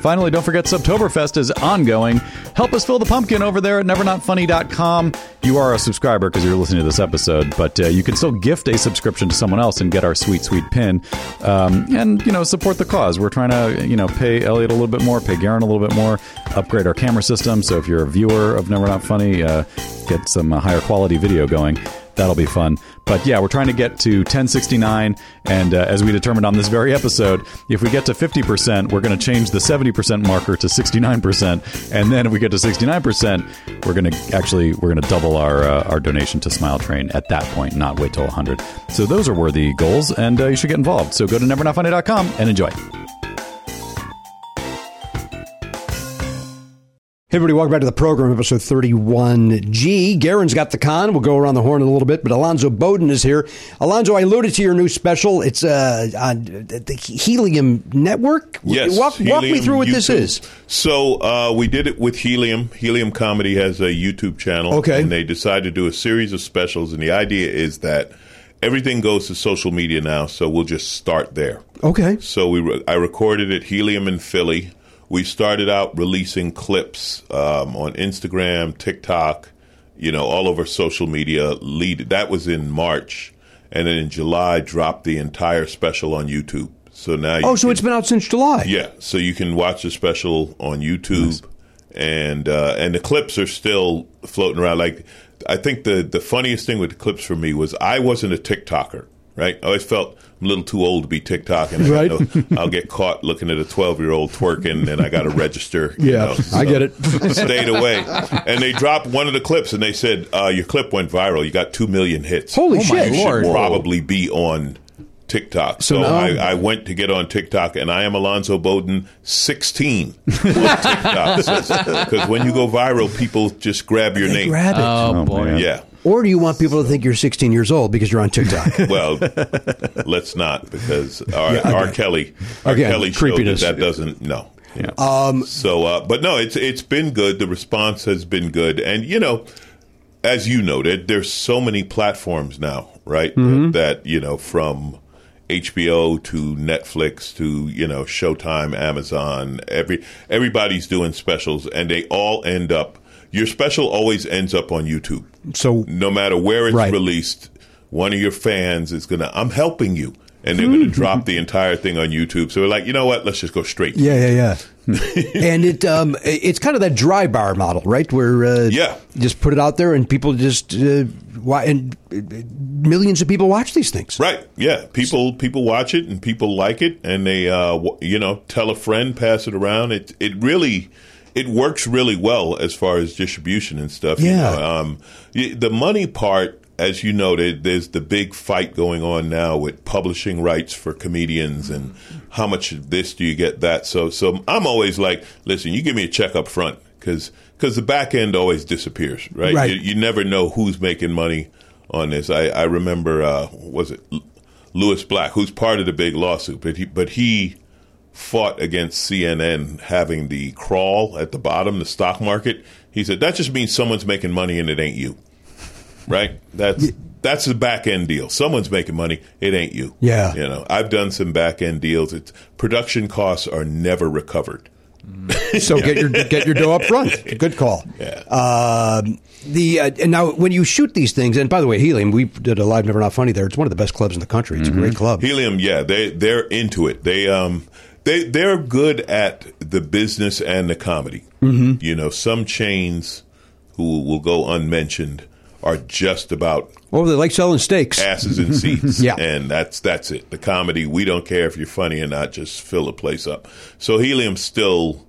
Finally, don't forget Subtoberfest is ongoing. Help us fill the pumpkin over there at nevernotfunny.com. You are a subscriber because you're listening to this episode, but uh, you can still gift a subscription to someone else and get our sweet, sweet pin. Um, and, you know, support the cause. We're trying to, you know, pay Elliot a little bit more, pay Garen a little bit more, upgrade our camera system. So if you're a viewer of Never Not Funny, uh, get some uh, higher quality video going. That'll be fun. But yeah, we're trying to get to 1069. And uh, as we determined on this very episode, if we get to 50%, we're going to change the 70% marker to 69%. And then if we get to 69%, we're going to actually, we're going to double our, uh, our donation to Smile Train at that point, not wait till 100. So those are worthy goals and uh, you should get involved. So go to nevernotfunny.com and enjoy. Hey, everybody, welcome back to the program, episode 31G. Garen's got the con. We'll go around the horn in a little bit, but Alonzo Bowden is here. Alonzo, I alluded to your new special. It's uh, on the Helium Network. Yes. Walk, walk me Helium through what this YouTube. is. So uh, we did it with Helium. Helium Comedy has a YouTube channel. Okay. And they decided to do a series of specials, and the idea is that everything goes to social media now, so we'll just start there. Okay. So we re- I recorded at Helium in Philly. We started out releasing clips um, on Instagram, TikTok, you know, all over social media. Lead that was in March, and then in July dropped the entire special on YouTube. So now, you Oh, so can- it's been out since July. yeah, so you can watch the special on YouTube, and uh, and the clips are still floating around. Like, I think the the funniest thing with the clips for me was I wasn't a TikToker, right? I always felt I'm a little too old to be TikTok, and I got no- I'll get caught looking at a 12 year old twerking, and I got to register. you know, so- stayed away. And they dropped one of the clips, and they said, uh, "Your clip went viral. You got two million hits. Holy Oh, my shit. You should Lord. probably be on." TikTok. So, now- I, I went to get on TikTok, and I am Alonzo Bowden, sixteen on TikTok. Because when you go viral, people just grab your name. Grab it. Oh, boy. yeah. or do you want people to think you're 16 years old because you're on TikTok? Well, let's not because R. R. Kelly, R. Again, Kelly showed that creepiness. that doesn't no. Um, so, uh, but no, it's it's been good. The response has been good, and you know, as you noted, there's so many platforms now, right? Mm-hmm. That you know, from HBO to Netflix to you know Showtime, Amazon, every everybody's doing specials, and they all end up. Your special always ends up on YouTube so no matter where it's Right. released, one of your fans is gonna. I'm helping you, and they're Mm-hmm. gonna drop the entire thing on YouTube. So we're like, you know what? Let's just go straight. Yeah, yeah, yeah. and it um, it's kind of that dry bar model, right? Where uh, Yeah. just put it out there and people just uh, why and uh, millions of people watch these things. Right. Yeah. People people watch it and people like it, and they uh, w- you know tell a friend, pass it around. It it really it works really well as far as distribution and stuff. you Yeah. know. um, y- the money part, as you noted, there's the big fight going on now with publishing rights for comedians and how much of this do you get that. So so I'm always like, listen, you give me a check up front because the back end always disappears, right? Right. You- you never know who's making money on this. I, I remember uh, was it L- Lewis Black, who's part of the big lawsuit, but he but he fought against CNN having the crawl at the bottom, the stock market. He said that just means someone's making money and it ain't you, right? That's that's the back end deal. Someone's making money, it ain't you. Yeah. you know. I've done some back end deals. It's production costs are never recovered. So get your get your dough up front. Good call. Um, the uh, and now when you shoot these things, and by the way, Helium, we did a live Never Not Funny there. It's one of the best clubs in the country. It's a great club. Helium, yeah, they they're into it. They um they they're good at the business and the comedy. Mm-hmm. You know, some chains who will go unmentioned are just about Oh, they like selling steaks. asses in seats. Yeah. And that's that's it. The comedy, we don't care if you're funny or not, just fill the place up. So Helium still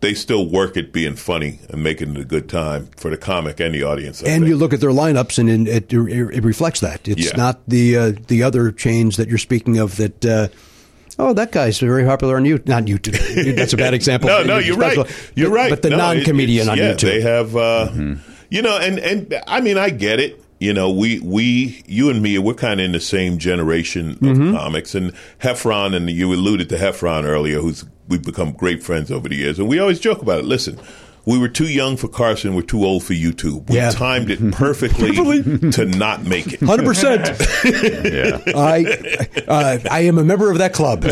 they still work at being funny and making it a good time for the comic and the audience. I And think. you look at their lineups, and it, it, it reflects that. It's Yeah. not the uh, the other chains that you're speaking of that. Uh, oh, that guy's very popular on YouTube. Not YouTube. That's a bad example. No, no, you're right. You're but, right. But the No, it- non-comedian it's- on yeah, YouTube. Mm-hmm. They have, uh, you know, and and I mean, I get it. You know, we we you and me, we're kind of in the same generation of Mm-hmm. comics. And Heffron, and you alluded to Heffron earlier, who's we've become great friends over the years, and we always joke about it. Listen. We were too young for Carson. We're too old for YouTube. We Yeah. timed it perfectly to not make it. Hundred percent. Yeah. I, uh, I am a member of that club.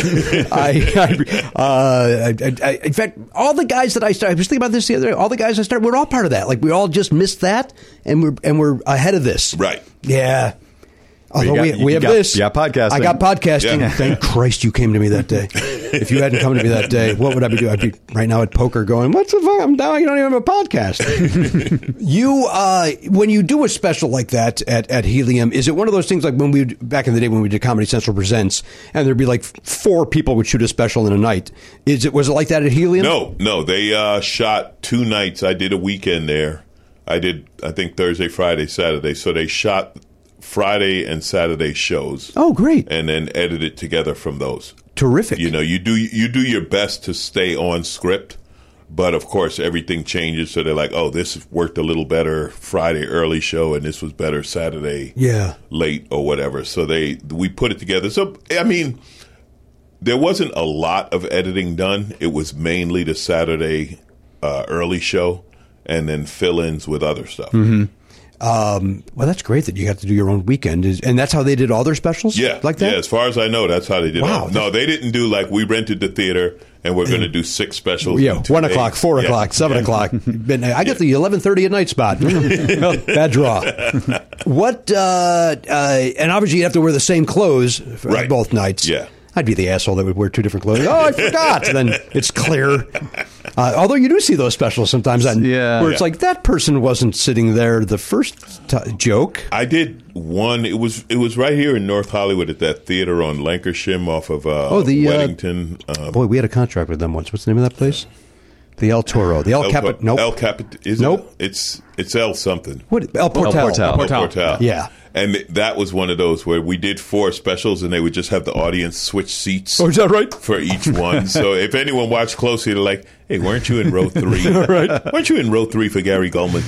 I, I, uh, I, I, in fact, all the guys that I started, I was thinking about this the other day. All the guys I started, we're all part of that. Like we all just missed that, and we're and we're ahead of this. Right. Yeah. Although got- we, you we have got- this. you got podcasting. I got podcasting. Yeah. Thank Christ you came to me that day. If you hadn't come to me that day, what would I be doing? I'd be right now at poker going, What's the fuck? I'm now I don't even have a podcast. you uh, when you do a special like that at, at Helium, is it one of those things like when we back in the day when we did Comedy Central Presents and there'd be like four people would shoot a special in a night. Is it was it like that at Helium? No, no, they uh, shot two nights. I did a weekend there. I did, I think Thursday, Friday, Saturday. So they shot Friday and Saturday shows, Oh great. and then edited together from those. Terrific. You know, you do you do your best to stay on script, but of course everything changes. So they're like, oh, this worked a little better Friday early show, and this was better Saturday yeah. late or whatever. So they we put it together. So I mean, there wasn't a lot of editing done. It was mainly the Saturday uh, early show and then fill-ins with other stuff. Mm-hmm. Um, well, that's great that you got to do your own weekend, Is- and that's how they did all their specials. Yeah, like that. Yeah, as far as I know, that's how they did. Wow. it. No, they didn't do like we rented the theater and we're going to do six specials. Yeah, in two one days. o'clock, four Yeah. o'clock, seven Yeah. o'clock. midnight. I got the eleven thirty at night spot. Bad draw. What? Uh, uh, and obviously, you have to wear the same clothes for Right. both nights. Yeah. I'd be the asshole that would wear two different clothes. Oh, I forgot. then it's clear. Uh, although you do see those specials sometimes, on, Yeah. where it's Yeah. like that person wasn't sitting there the first t- joke. I did one. It was it was right here in North Hollywood at that theater on Lancashire off of uh, Oh, the, uh, Weddington. um, Boy, we had a contract with them once. What's the name of that place? The El Toro. The El, El Capi- Cap- Nope. El Capit. Is Nope. It? It's it's El something. what? El Portal. Portal. El Portal. Yeah. And th- that was one of those where we did four specials and they would just have the audience switch seats Oh, is that right? for each one. so if anyone watched closely, they're like, hey, weren't you in row three? right. Weren't you in row three for Gary Goldman?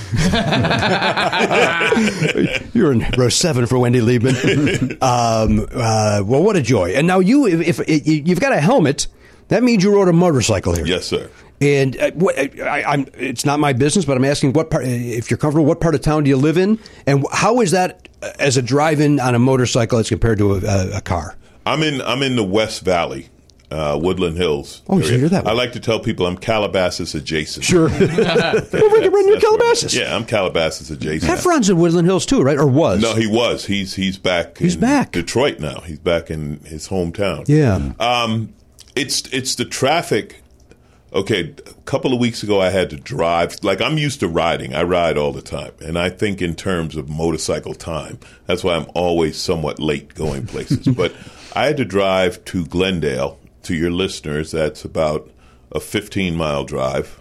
You're in row seven for Wendy Liebman. um, uh, well, what a joy! And now you, if, if you- you've got a helmet, that means you rode a motorcycle here. yes, sir. And uh, what, I, I'm, it's not my business, but I'm asking what part, if you're comfortable, what part of town do you live in, and how is that uh, as a drive-in on a motorcycle as compared to a, a, a car? I'm in I'm in the West Valley, uh, Woodland Hills. Oh, so area. you're that way. I like to tell people I'm Calabasas adjacent. Sure. well, we're, we're near Calabasas. Yeah, I'm Calabasas adjacent. Heffron's in Woodland Hills too, right? Or was? No, he was. He's he's back. He's in back. Detroit now. He's back in his hometown. yeah. Um, it's it's the traffic. Okay, a couple of weeks ago, I had to drive. Like I'm used to riding. I ride all the time, and I think in terms of motorcycle time. That's why I'm always somewhat late going places. but I had to drive to Glendale. To your listeners, that's about a 15 mile drive.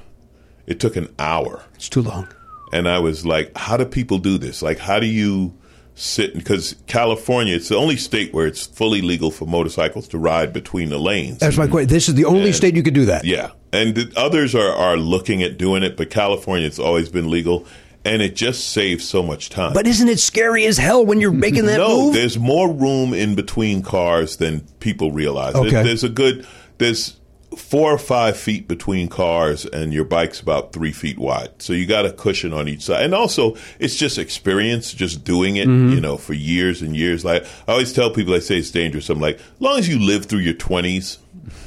It took an hour it's too long. and I was like, how do people do this? Like, how do you sit? Because California, it's the only state where it's fully legal for motorcycles to ride between the lanes. That's my question. This is the only state you could do that. Mm-hmm. yeah, and the others are are looking at doing it, but California, it's always been legal, and it just saves so much time. But isn't it scary as hell when you're making that no, move? there's more room in between cars than people realize. Okay. There- There's a good there's four or five feet between cars, and your bike's about three feet wide. So you got a cushion on each side, and also it's just experience, just doing it, Mm-hmm. you know, for years and years. Like I always tell people, I say it's dangerous. I'm like, as long as you live through your twenties.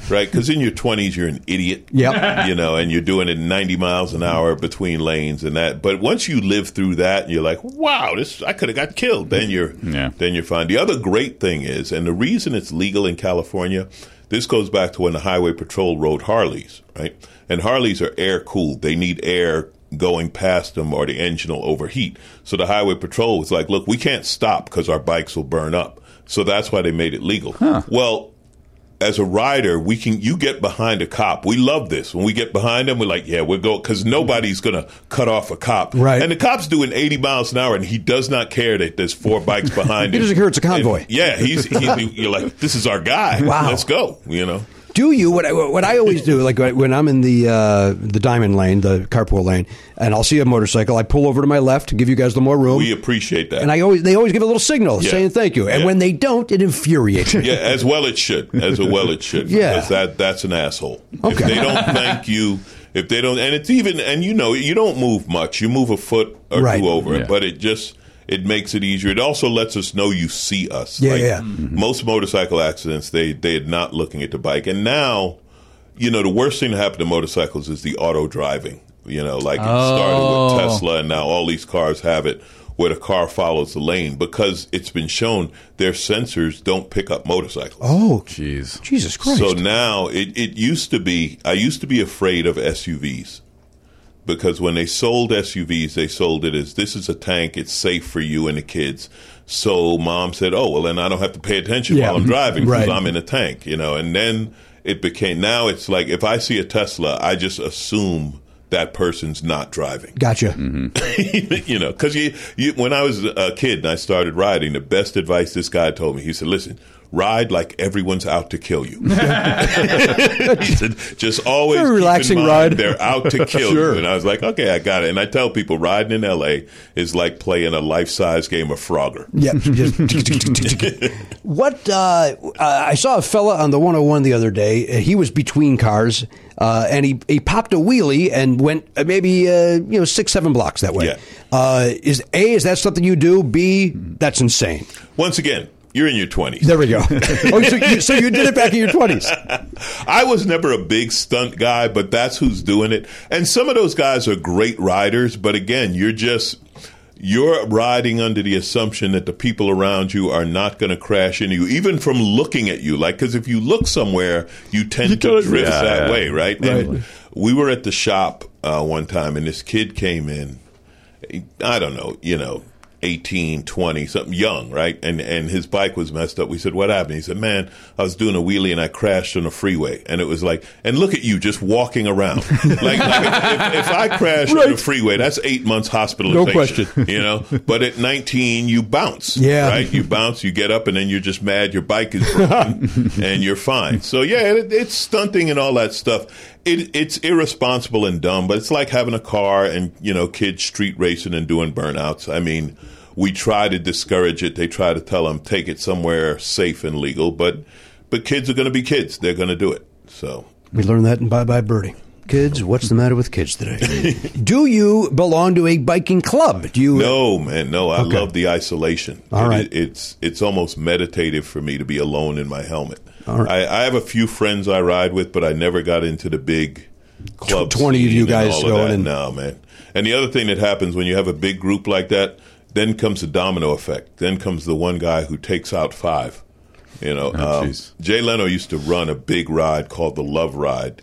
Right, because in your twenties you're an idiot. Yep. you know, and you're doing it 90 miles an hour between lanes and that. But once you live through that, you're like, wow, this I could have got killed. Then you're Yeah. then you're fine. The other great thing is, and the reason it's legal in California, this goes back to when the Highway Patrol rode Harleys, right? And Harleys are air cooled. They need air going past them or the engine will overheat. So the highway patrol was like, look, we can't stop because our bikes will burn up. So that's why they made it legal. Well, as a rider, we can you get behind a cop. We love this. When we get behind them, we're like, yeah, we're going because nobody's gonna cut off a cop. Right. And the cop's doing eighty miles an hour, and he does not care that there's four bikes behind him. He doesn't care it's a convoy. And, yeah, he's, he's you're like, this is our guy. Wow. Let's go. You know. do you what I, what I always do like when I'm in the uh, the diamond lane the carpool lane and I'll see a motorcycle I pull over to my left give you guys a little more room We appreciate that. and I always they always give a little signal Yeah. saying thank you and Yeah. when they don't it infuriates me yeah, as well it should. As well it should. Yeah. Because that that's an asshole. If Okay. they don't thank you, if they don't, and it's even, and you know, you don't move much. You move a foot or Right. two over, Yeah. but it just it makes it easier. It also lets us know you see us. Yeah, yeah. Mm-hmm. Most motorcycle accidents, they they are not looking at the bike, and now. You know, the worst thing to happen to motorcycles is the auto driving. You know, like it started with Oh. Tesla. Tesla, and now all these cars have it where the car follows the lane because it's been shown their sensors don't pick up motorcycles. oh Jeez. Jesus Christ So now it, it used to be, I used to be afraid of SUVs because when they sold SUVs, they sold it as this is a tank, it's safe for you and the kids. So mom said, oh, well, then I don't have to pay attention Yeah, while I'm driving because right. I'm in a tank, you know. And then it became, now it's like if I see a Tesla, I just assume that person's not driving. gotcha Mm-hmm. you know, because you, you, when I was a kid and I started riding, the best advice this guy told me, he said, listen, ride like everyone's out to kill you. he said, just always Very keep in relaxing mind ride. They're out to kill Sure. you. And I was like, okay, I got it. And I tell people riding in L.A. is like playing a life-size game of Frogger. Yeah. just tick, tick, tick, tick, tick. what uh, uh, I saw a fella on the 101 the other day. uh, He was between cars, uh, and he, he popped a wheelie and went uh, maybe uh, you know six seven blocks that way. Yeah. Uh, is a is that something you do? B that's insane. Once again, you're in your 20s. There we go. oh, so, you, so you did it back in your twenties. I was never a big stunt guy, but that's who's doing it. And some of those guys are great riders, but again, you're just you're riding under the assumption that the people around you are not going to crash into you, even from looking at you. Like, because if you look somewhere, you tend to drift Yeah, that yeah. way, right? And we were at the shop uh, one time, and this kid came in. I don't know, you know, 18, 20, something young, right? And and his bike was messed up. We said, "What happened?" He said, "Man, I was doing a wheelie and I crashed on the freeway." And it was like, "And look at you just walking around." like, like if, if, if I crash on the freeway, that's 8 months hospitalization. No question. You know, but at 19 you bounce, Yeah. right? You bounce, you get up and then you're just mad your bike is broken and you're fine. So yeah, it, it's stunting and all that stuff. It, it's irresponsible and dumb, but it's like having a car and, you know, kids street racing and doing burnouts. I mean, we try to discourage it. They try to tell them take it somewhere safe and legal, but but kids are going to be kids. They're going to do it. So We learned that in Bye Bye Birdie. Kids, what's the matter with kids today? do you belong to a biking club? Do you? No, man, no. I love the isolation. All It- right. it's it's almost meditative for me to be alone in my helmet. I, I have a few friends I ride with, but I never got into the big club. Tw- 20 of you scene and guys all of going that. and- no, man. And the other thing that happens when you have a big group like that, then comes the domino effect. Then comes the one guy who takes out five. You know, Oh, um, jeez. Jay Leno used to run a big ride called the Love Ride,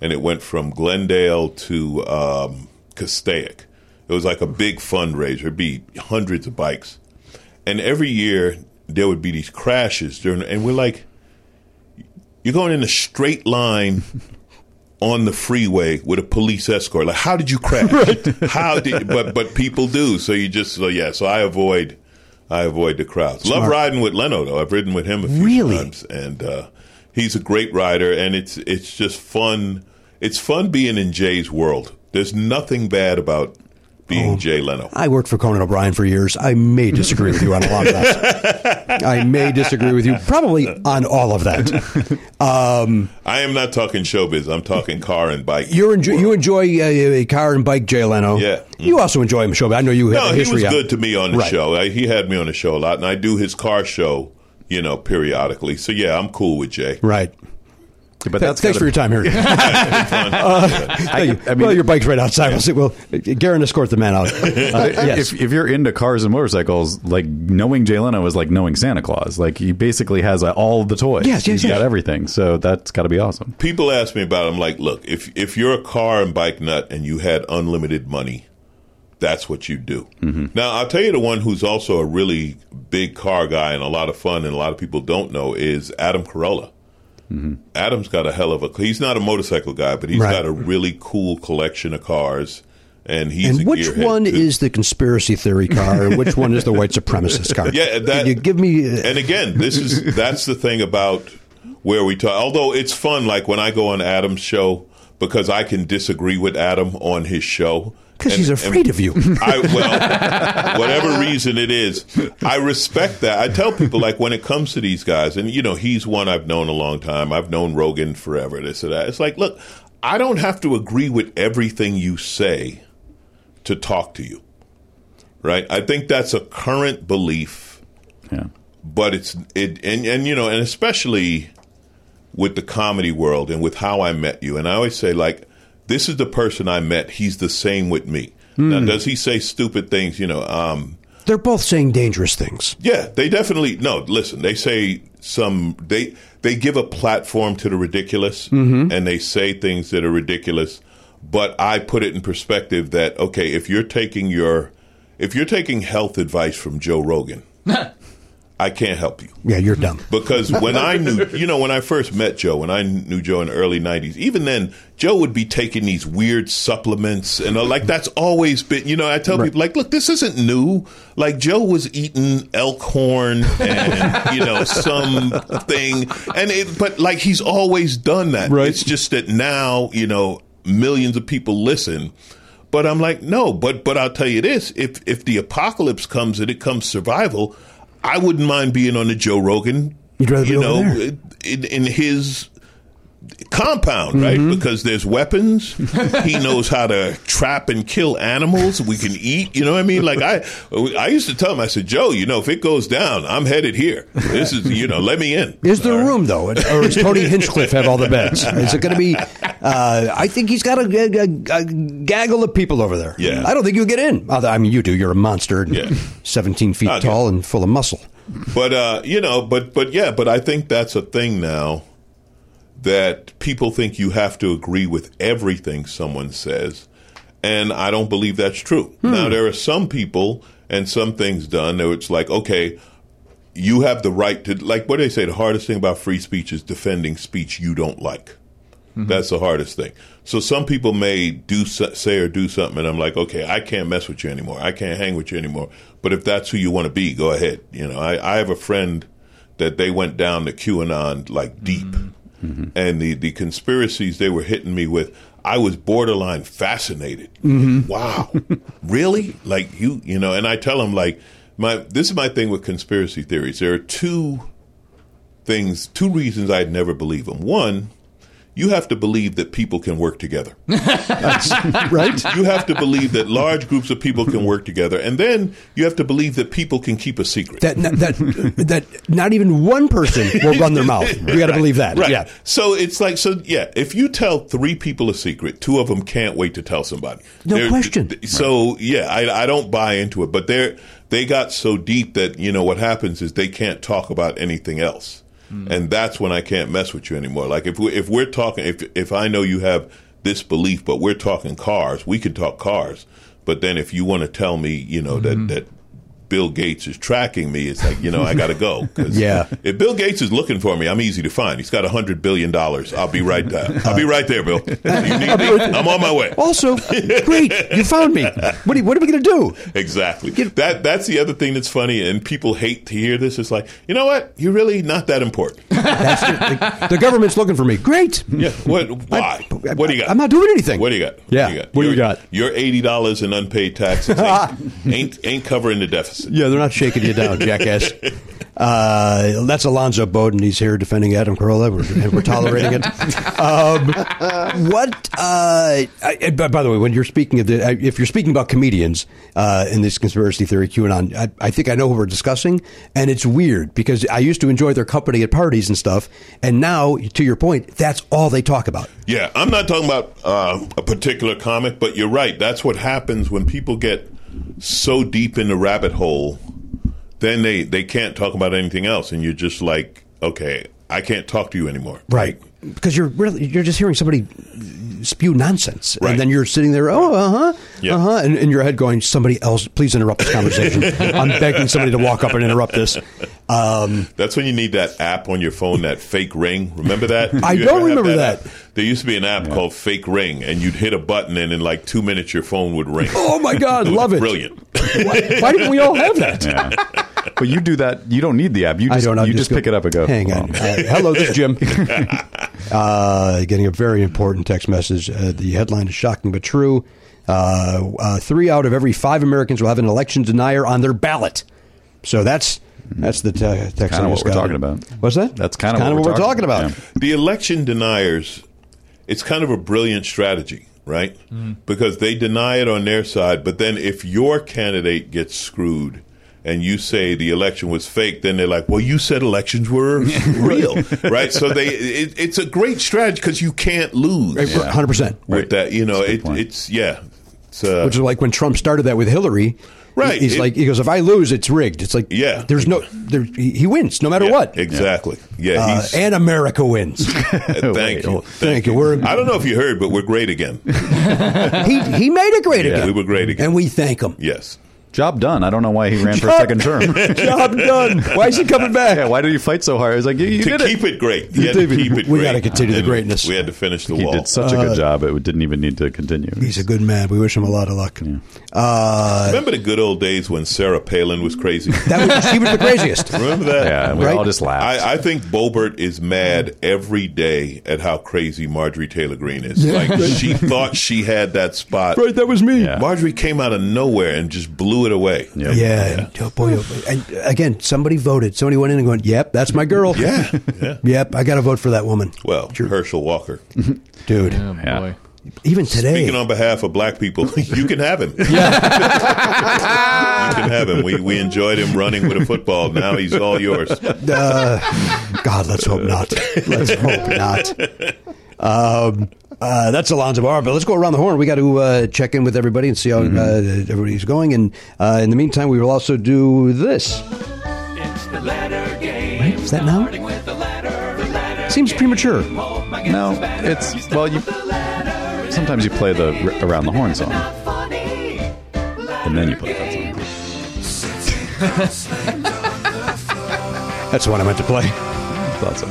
and it went from Glendale to um, Castaic. It was like a big fundraiser. It'd be hundreds of bikes, and every year there would be these crashes during. And we're like, you're going in a straight line on the freeway with a police escort. Like, how did you crash? How did? But but people do. So you just so yeah. So I avoid, I avoid the crowds. Love riding with Leno though. I've ridden with him a few Really? times, and uh, he's a great rider. And it's it's just fun. It's fun being in Jay's world. There's nothing bad about being Jay Leno. I worked for Conan O'Brien for years. I may disagree with you on a lot of that. I may disagree with you probably on all of that. Um, I am not talking showbiz. I'm talking car and bike. you're enjoy, you enjoy uh, uh, car and bike, Jay Leno. Yeah. You also enjoy him, show. I know you have No, a he history. was on- good to me on the Right. show. I, he had me on the show a lot, and I do his car show, you know, periodically. So yeah, I'm cool with Jay. Right. But Th- that's thanks gotta- for your time here. I, I mean, well, your bike's right outside. We'll see. Well, Garen escort the man out. Uh, yes. if, if you're into cars and motorcycles, like knowing Jay Leno is like knowing Santa Claus. Like he basically has uh, all the toys. Yes, yes, He's got yes. everything. So that's got to be awesome. People ask me about. It. I'm like, look, if if you're a car and bike nut and you had unlimited money, that's what you do. Mm-hmm. Now, I'll tell you the one who's also a really big car guy and a lot of fun, and a lot of people don't know is Adam Carolla. Adam's got a hell of a. He's not a motorcycle guy, but he's Mm-hmm. Right. got a really cool collection of cars, and he's a and which gearhead, one too. is the conspiracy theory car, and which one is the white supremacist car? Yeah, that- Can you give me. uh, and again, this is that's the thing about where we talk. Although it's fun, like when I go on Adam's show because I can disagree with Adam on his show 'Cause And- he's afraid of you. I, well, whatever reason it is, I respect that. I tell people like when it comes to these guys, and you know, he's one I've known a long time. I've known Rogan forever. This and that. It's like, look, I don't have to agree with everything you say to talk to you. Right? I think that's a current belief Yeah. but it's it and and you know and especially with the comedy world and with how I met you and I always say like this is the person I met he's the same with me now does he say stupid things you know um They're both saying dangerous things. yeah they definitely no listen they say some they they give a platform to the ridiculous and they say things that are ridiculous but I put it in perspective that okay if you're taking your if you're taking health advice from Joe Rogan I can't help you Yeah, you're dumb. because when I knew, you know, when I first met Joe, when I knew Joe in the early '90s, even then, Joe would be taking these weird supplements, and uh, like that's always been, you know. I tell people, like, look, this isn't new. Like Joe was eating elk horn and you know something, and it, but like he's always done that. Right. It's just that now, you know, millions of people listen. But I'm like, no, but but I'll tell you this: if if the apocalypse comes and it comes survival, I wouldn't mind being on the Joe Rogan. You'd rather be you over know, there. in, in his compound, Mm-hmm. right? Because there's weapons. he knows how to trap and kill animals. We can eat. You know what I mean? Like I, I used to tell him, I said, Joe, you know, if it goes down, I'm headed here. This is, you know, let me in. Is there room though, or does Tony Hinchcliffe have all the beds? Is it going to be? Uh, I think he's got a, a, a gaggle of people over there. Yeah. I don't think you'll get in. Although, I mean, you do. You're a monster, and Yeah. seventeen feet Okay. tall and full of muscle. but uh, you know, but but yeah, but I think that's a thing now that people think you have to agree with everything someone says, and I don't believe that's true. Now there are some people and some things done where it's like, okay, you have the right to like what do they say? The hardest thing about free speech is defending speech you don't like. That's the hardest thing. So some people may do so- say or do something, and I'm like, okay, I can't mess with you anymore. I can't hang with you anymore. But if that's who you want to be, go ahead. You know, I, I have a friend that they went down to QAnon like deep, and the the conspiracies they were hitting me with. I was borderline fascinated. Wow, really? Like you, you know? And I tell them like my this is my thing with conspiracy theories. There are two things, two reasons I'd never believe them. One, you have to believe that people can work together. Right? You have to believe that large groups of people can work together, and then you have to believe that people can keep a secret. that that that not even one person will run their mouth. We got to believe that. Right. Yeah. So it's like so. Yeah. If you tell three people a secret, two of them can't wait to tell somebody. No question. th- So yeah, I, I don't buy into it. But they they got so deep that you know what happens is they can't talk about anything else, and that's when I can't mess with you anymore. Like if we if we're talking if if I know you have this belief, but we're talking cars, we can talk cars. But then if you want to tell me, you know that that. Bill Gates is tracking me. It's like you know I got to go. 'cause Yeah. if Bill Gates is looking for me, I'm easy to find. He's got hundred billion dollars. I'll be right there. I'll be right there, Bill. You need me? I'm on my way. Also, great, you found me. What are, what are we going to do? Exactly. That that's the other thing that's funny, and people hate to hear this. It's like, you know what? You're really not that important. That's the, the, the government's looking for me. Great. Yeah. What? Why? what do you got? I'm not doing anything. What do you got? Yeah. What do you got? What do you Your- got? Your eighty dollars in unpaid taxes ain't, ain't ain't covering the deficit. Yes. Yeah, they're not shaking you down, jackass. Uh, that's Alonzo Bowden. He's here defending Adam Carolla. We're, and we're tolerating it. Um, what? Uh, I, and by, by the way, when you're speaking of the, I- if you're speaking about comedians uh, in this conspiracy theory QAnon, I, I think I know who we're discussing, and it's weird because I used to enjoy their company at parties and stuff, and now, to your point, that's all they talk about. Yeah, I'm not talking about uh, a particular comic, but you're right. That's what happens when people get so deep in the rabbit hole, then they, they can't talk about anything else, and you're just like, okay, I can't talk to you anymore. because you're really you're just hearing somebody spew nonsense Right. and then you're sitting there oh uh-huh Yeah. uh-huh and in your head going somebody else please interrupt this conversation i'm begging somebody to walk up and interrupt this um, That's when you need that app on your phone, that fake ring. Remember that? I You don't ever have remember app? that. There used to be an app called Fake Ring, and you'd hit a button, and in like two minutes, your phone would ring. oh my god love it Brilliant. why, why didn't we all have that Yeah. but you do that. You don't need the app. You I just, don't know. you just, go- pick it up and go. Hang "Oh, on. Uh, hello, this is Jim. uh, getting a very important text message. Uh, the headline is shocking but true. Uh, uh, three out of every five Americans will have an election denier on their ballot. So that's that's the te- text. I kinda what just we're got. talking about. What's that? That's kinda It's what what, we're we're talking talking about. yeah. the election deniers it's kind of a brilliant strategy right Mm. because they deny it on their side but then if your candidate gets screwed and you say the election was fake then they're like well you said elections were real right so they it, it's a great strategy because you can't lose Right, 100%. with that you know That's a good it, point. it's yeah it's uh, Which is like when Trump started that with Hillary. Right. He's It- like, he goes, if I lose, it's rigged. It's like, Yeah. there's no, there, he he wins no matter yeah, what. exactly yeah, Uh, he's, and America wins. thank you Thank you. We're, I don't know if you heard but we're great again he, he made it great again. we were great again And we thank him. yes Job done. I don't know why he ran for a Job- second term. Job done. Why is he coming back? yeah, why did he fight so hard? He's like, you, you to did keep it. it, great. You had David, to keep it we great. gotta continue the And greatness. We had to finish the He wall. did such a good job. It didn't even need to continue. Uh, He's a good man. We wish him a lot of luck. Uh, Remember the good old days when Sarah Palin was crazy? that was, he was the craziest. Remember that? yeah, we Right? all just laughed. I, I think Bobert is mad every day at how crazy Marjorie Taylor Greene is. Like she thought she had that spot. Right, that was me. Yeah. Marjorie came out of nowhere and just blew it away. Yeah, and- oh boy, oh boy. And again, somebody voted. Somebody went in and going, "Yep, that's my girl. Yeah. yeah. yep, I got to vote for that woman." Well, Herschel Walker. Dude, Oh, Yeah. boy. even today, Speaking on behalf of black people, you can have him. you can have him. We, we enjoyed him running with a football. Now he's all yours. uh, God, let's hope not. Let's hope not. Um, uh, that's Alonzo Barr, but let's go around the horn. We got to uh, check in with everybody and see how Mm-hmm. uh, everybody's going. And uh, in the meantime, we will also do this. It's the letter game. Is that now? Starting with the letter, the letter Seems premature. Oh, my No, goodness, better. it's- start well, you- with the letter, Sometimes you play the r- around the horn song, funny. and then you play that Uh, song. That's the one I meant to play. Thought so.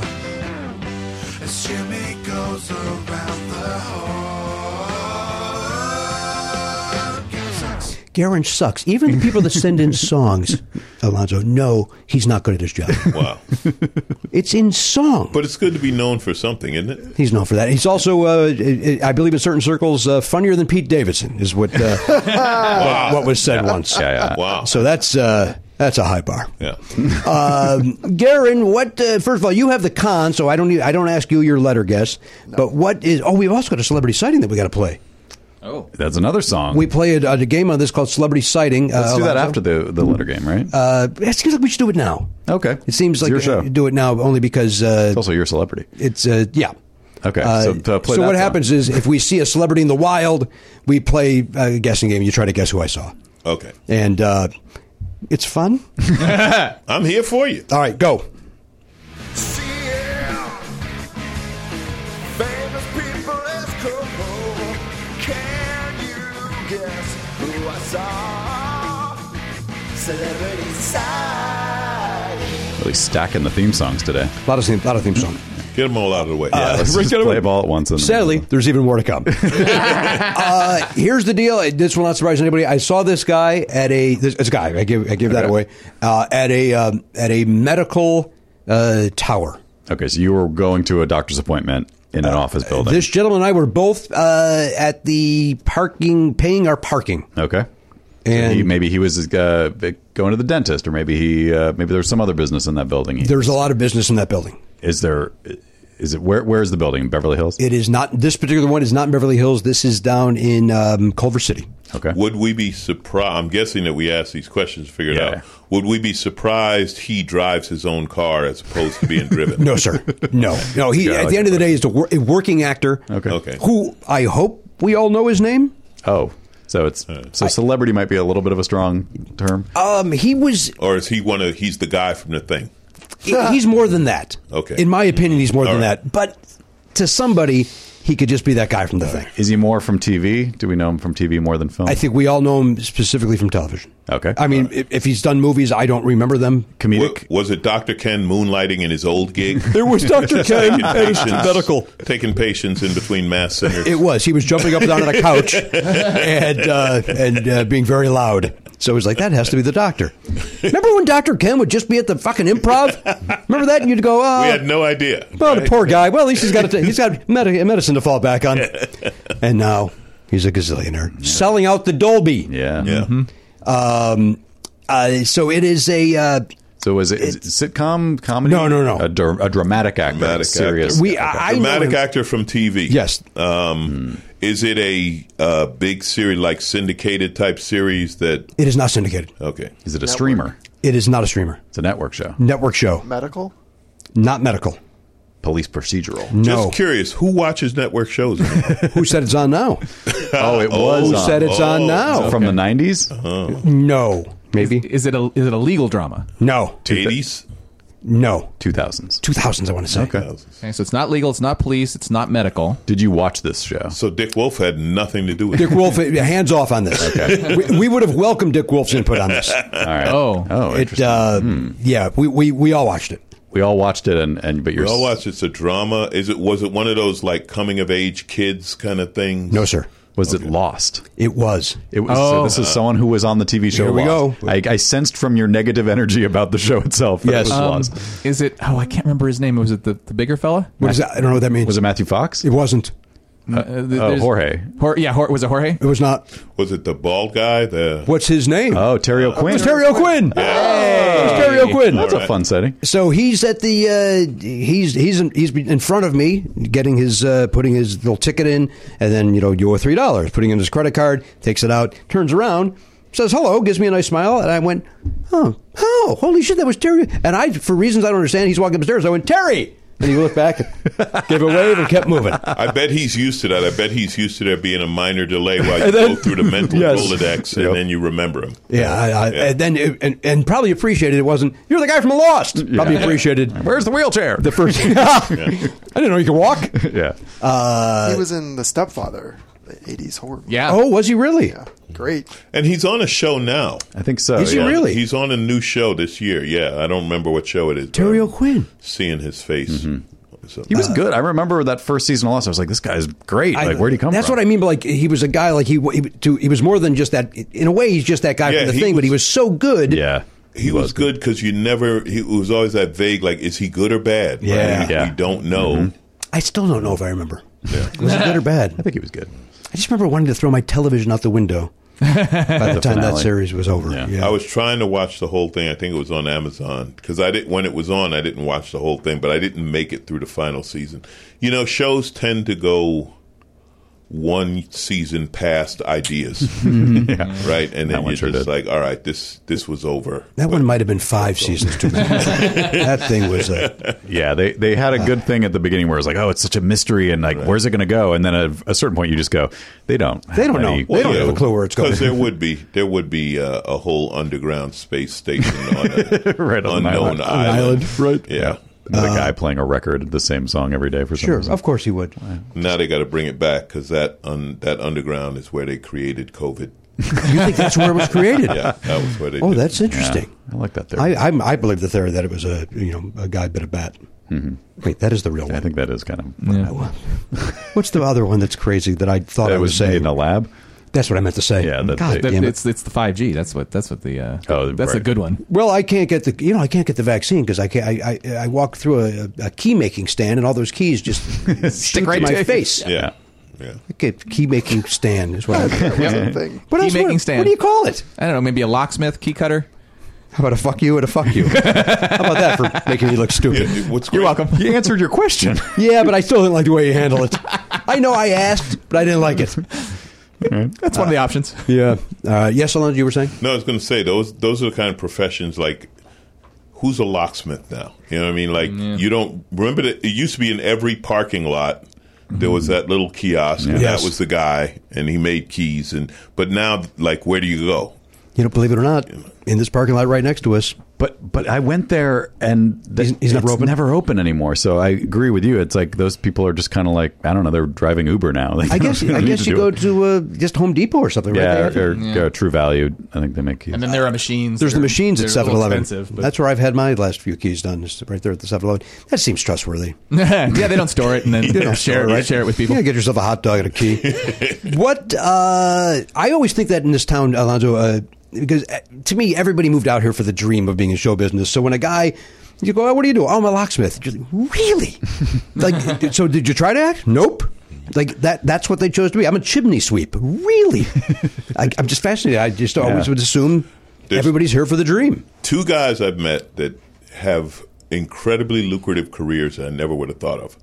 Garen sucks. Even the people that send in songs, Alonzo, no, he's not good at his job. Wow. It's in song. But it's good to be known for something, isn't it? He's known for that. He's also, uh, I I believe, in certain circles, uh, funnier than Pete Davidson is what uh, what, what was said once. Yeah, yeah. Wow. So that's uh, that's a high bar. Yeah. um, Garen, what? Uh, first of all, you have the con, so I don't need, I don't ask you your letter guess. But what is? Oh, we've also got a celebrity sighting that we got to play. Oh. That's another song. We play a, a game on this called Celebrity Sighting. Let's uh, do that Alonzo. after the the letter game, right? Uh, it seems like we should do it now. okay. It seems It's like your we show. should do it now only because uh, It's also your celebrity. it's uh, yeah. Okay, Uh, so, uh, play so that what song. happens is if we see a celebrity in the wild, we play a guessing game. You try to guess who I saw, Okay. and uh, it's fun. I'm here for you. All right, go. Famous people is cool. Can you guess who I saw? Celebrity side. Really stacking the theme songs today. A lot of theme, lot of theme song. Get them all out of the way. Yeah, let's Rick just Gentleman. play them all at once. And Sadly, there's even more to come. uh, here's the deal. This will not surprise anybody. I saw this guy at a this, it's a guy. I give I give that Okay. away uh, at a um, at a medical uh, tower. okay, so you were going to a doctor's appointment in an office building. uh, This gentleman and I were both uh, at the parking, paying our parking. okay. And he, maybe he was uh, going to the dentist, or maybe he uh, maybe there was some other business in that building. He, there's a lot of business in that building. is there is it where where is the building in Beverly Hills? It is not this particular one is not in Beverly Hills. This is down in um, Culver City. okay, Would we be surprised? I'm guessing that we asked these questions to figure it Yeah. out. Would we be surprised he drives his own car as opposed to being driven? No, sir. No, no. He Yeah, I at like the end of the day is a, wor- a working actor. okay, Okay. Who I hope we all know his name. Oh, so it's so celebrity might be a little bit of a strong term. Um, he was. Or is he one of? He's the guy from the thing. he- he's more than that. Okay. In my opinion, he's more All than right. that. But to somebody, he could just be that guy from the thing. Is he more from TV? Do we know him from TV more than film? I think we all know him specifically from television. Okay. I mean, if, if he's done movies, I don't remember them. comedic. Wa- was it Dr. Ken moonlighting in his old gig? There was Dr. Ken Taking patients- Taking patients in between mass centers. It was. He was jumping up and down on a couch and uh, and uh, being very loud. So it was like, that has to be the doctor. Remember when Dr. Ken would just be at the fucking improv? Remember that? And you'd go, oh, we had no idea. well, the right? poor guy. Well, at least he's got, a he's got medi- medicine to fall back on. And now he's a gazillionaire. Selling out the Dolby. yeah. Yeah. Mm-hmm. Um, uh, so it is a. Uh, So is it is it sitcom comedy? No, no, no. A, dr- a dramatic actor. Dramatic serious. actor. we, I, I know Dramatic him- actor from TV. Yes. Um, Is it a uh, big series, like syndicated type series that. It is not syndicated. Okay. Is it a streamer? It is not a streamer. It's a network show. Network show. Medical? Not medical. Police procedural. No. Just curious, who watches network shows? anymore? Who said it's on now? Oh, it was. Who on. said it's on Oh, now? from the nineties? No. Maybe? Is it a is it a legal drama? No. 80s? No. Two thousands. 2000s, I want to say. Okay. Okay, so it's not legal. It's not police. It's not medical. Did you watch this show? So Dick Wolf had nothing to do with Dick it. Wolf, uh, hands off on this. Okay. We, we would have welcomed Dick Wolf's input on this. All right. Oh. oh, It, interesting. uh, Yeah, we, we, we all watched it. we all watched it, and, and but you're We all watched it's a drama. Is it was it one of those like coming of age kids kind of things? No, sir. was it Lost? It was. It was. so this is someone who was on the TV show. Oh, Here we Lost. go. I, I sensed from your negative energy about the show itself. That Yes. it was, Um, Lost. Is it? Oh, I can't remember his name. Was it the, the bigger fella? What is that? I don't know what that means. was it Matthew Fox? it wasn't. Uh, th- Oh, there's- Jorge. Jor- yeah, Jor- was it Jorge? It was not. Was it the bald guy? The What's his name? Oh, Terry O'Quinn. It's Terry O'Quinn. It's Terry O'Quinn. That's a fun setting. So he's at the uh, he's he's in, he's in front of me, getting his uh, putting his little ticket in, and then you know you owe three dollars, putting in his credit card, takes it out, turns around, says hello, gives me a nice smile, and I went, oh oh holy shit that was Terry, and I for reasons I don't understand he's walking upstairs, I went Terry, and he looked back, gave a wave, and kept moving. I bet he's used to that. I bet he's used to there being a minor delay while you then- go through the mental Yes. Rolodex and Yep. then you remember him. Yeah, I, I, and then it, and, and probably appreciated it wasn't you're the guy from Lost, probably appreciated Where's the wheelchair? the first. I didn't know you could walk. yeah. Uh, he was in The Stepfather, the 80s horror movie. Yeah. Oh, was he really? Yeah, Great. And he's on a show now. I think so. Is he yeah. really? He's on a new show this year. Yeah, I don't remember what show it is. but Terry I'm O'Quinn. Seeing his face. So- He was good. I remember that first season of Lost. I was like, this guy's great. Uh, I- like, where'd he come That's from? what I mean. But like, he was a guy. Like he he, to, he was more than just that. In a way, he's just that guy Yeah, from the he thing. but he was- was so good. Yeah. he was good because you never. He was always that vague. Like, is he good or bad? right? Yeah. We- Yeah. we don't know. I still don't know if I remember. Was it good or bad? I think he was good. I just remember wanting to throw my television out the window by the, time that finale. series was over. Yeah. Yeah. I was trying to watch the whole thing. I think it was on Amazon because I didn't when it was on. I didn't watch the whole thing, but I didn't make it through the final season. You know, shows tend to go one season past ideas, right? And That then one you're sure just did. like, all right, this this was over. that one might have been five seasons too many. that thing was uh, a Yeah, they they had a good thing at the beginning where it was like, oh, it's such a mystery, and like, where's it going to go? And then at a certain point, you just go, they don't. They don't know. They don't have a clue where it's going. Because there would be there would be uh, a whole underground space station on a Right on an unknown island. An island. right? Yeah. The guy playing a record, the same song every day for some Sure, reason. of course he would. Now they got to bring it back because that un, that underground is where they created COVID. You think that's where it was created? Yeah, that was where they. Oh, did that's it. Yeah. interesting. I like that I, theory. I, I'm, I believe the theory that it was a you know a guy bit a bat. Mm-hmm. Wait, that is the real one. think that is kind of. What's the other one that's crazy that I thought I That was, was made saying? in a lab. That's what I meant to say. Yeah, that God they- damn That- it. it's it's the five G. That's what that's what the uh, Oh, that's a right. good one. well, I can't get the you know I can't get the vaccine because I can't. I, I I walk through a, a key making stand and all those keys just stick right to my to you. face. Yeah. Okay, key making stand is what I That was a thing. What else? making what, stand. What do you call it? I don't know, maybe a locksmith, key cutter. How about a fuck you and a fuck you? How about that for making me look stupid? Yeah, what's You're welcome. You answered your question. Yeah, but I still didn't like the way you handle it. I know I asked, but I didn't like it. That's one of the options. Yeah. Uh, yes, Alonzo, you were saying? No, I was going to say those those are the kind of professions like who's a locksmith now? You know what I mean? Like you don't remember that it used to be in every parking lot. There was that little kiosk, and Yes. that was the guy, and he made keys. And but now, like, where do you go? You know, believe it or not, in this parking lot right next to us, But but I went there and th- He's- he's never it's open? never open anymore. So I agree with you. It's like those people are just kind of like I don't know. They're driving Uber now. They I guess don't I need guess you do go it. to uh, just Home Depot or something, yeah right? There. or, or uh, True Value. I think they make keys. And then there are machines. There's the They're- machines at they're a 7 little Eleven. expensive, but- That's where I've had my last few keys done, is right there at the 7 Eleven. That seems trustworthy. yeah, they don't store it and then don't share, store it, it, right? share it with people. Yeah, get yourself a hot dog and a key. what uh, I always think that in this town, Alonzo, uh, because uh, to me, everybody moved out here for the dream of being in show business. So when a guy, you go, oh, "What do you do?" Oh, I'm a locksmith. You're like, really? like, so did you try to act? Nope. Like that—that's what they chose to be. I'm a chimney sweep. Really? I, I'm just fascinated. I just always Yeah. would assume There's- everybody's here for the dream. Two guys I've met that have incredibly lucrative careers that I never would have thought of.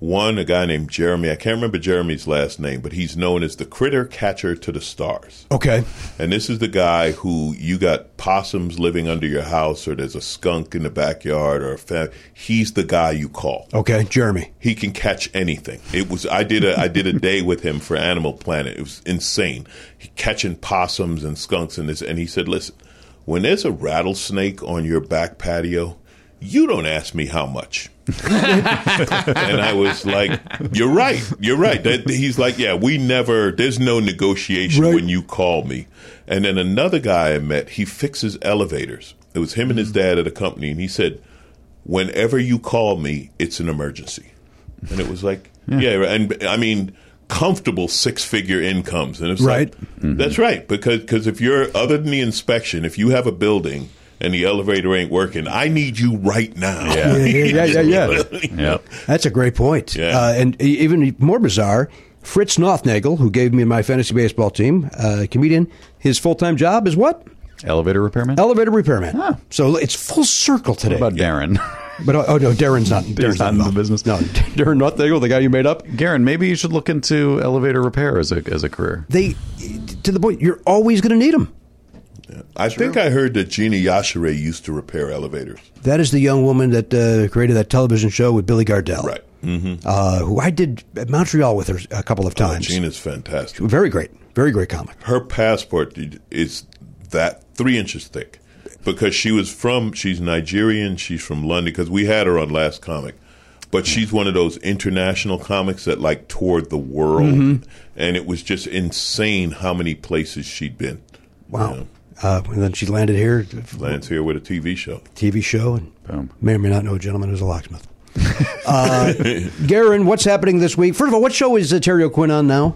One, a guy named Jeremy. I can't remember Jeremy's last name, but he's known as the critter catcher to the stars. Okay. And this is the guy who you got possums living under your house, or there's a skunk in the backyard, or a fa- he's the guy you call. Okay, Jeremy. He can catch anything. It was I did a I did a day with him for Animal Planet. It was insane. He catching possums and skunks and this, and he said, "Listen, when there's a rattlesnake on your back patio, you don't ask me how much." and I was like, "You're right. You're right." That, he's like, "Yeah, we never. There's no negotiation when you call me." And then another guy I met, he fixes elevators. It was him and his dad at a company, and he said, "Whenever you call me, it's an emergency." And it was like, "Yeah,", and I mean, comfortable six figure incomes, and it's Right. Like, Mm-hmm. That's right because because if you're other than the inspection, if you have a building. And the elevator ain't working. I need you right now. Yeah. Yeah, yeah, yeah, yeah, yeah. yeah. That's a great point. Yeah. Uh, and e- even more bizarre, Fritz Nothnagel, who gave me my fantasy baseball team, uh, comedian, his full time job is what? Elevator repairman. Elevator repairman. So it's full circle today. What about Darren? But oh, oh, no, Darren's not. Darren's Darren's not in the involved. business. No, Darren Nothnagel, the guy you made up. Darren, maybe you should look into elevator repair as a as a career. They, to the point, you're always going to need them. I think I heard that Gina Yashere used to repair elevators. That is the young woman that uh, created that television show with Billy Gardell, Right. Mm-hmm. Uh, who I did at Montreal with her a couple of Oh, times. Gina's fantastic. very great, very great comic. Her passport is that three inches thick because she was from, she's Nigerian, she's from London, because we had her on Last Comic. But she's one of those international comics that like toured the world. Mm-hmm. And it was just insane how many places she'd been. Wow. Uh, and then she landed here, Lands here with a TV show. TV show, and may or may not know a gentleman who's a locksmith. uh, Garen, what's happening this week? First of all, what show is uh, Terry O'Quinn on now?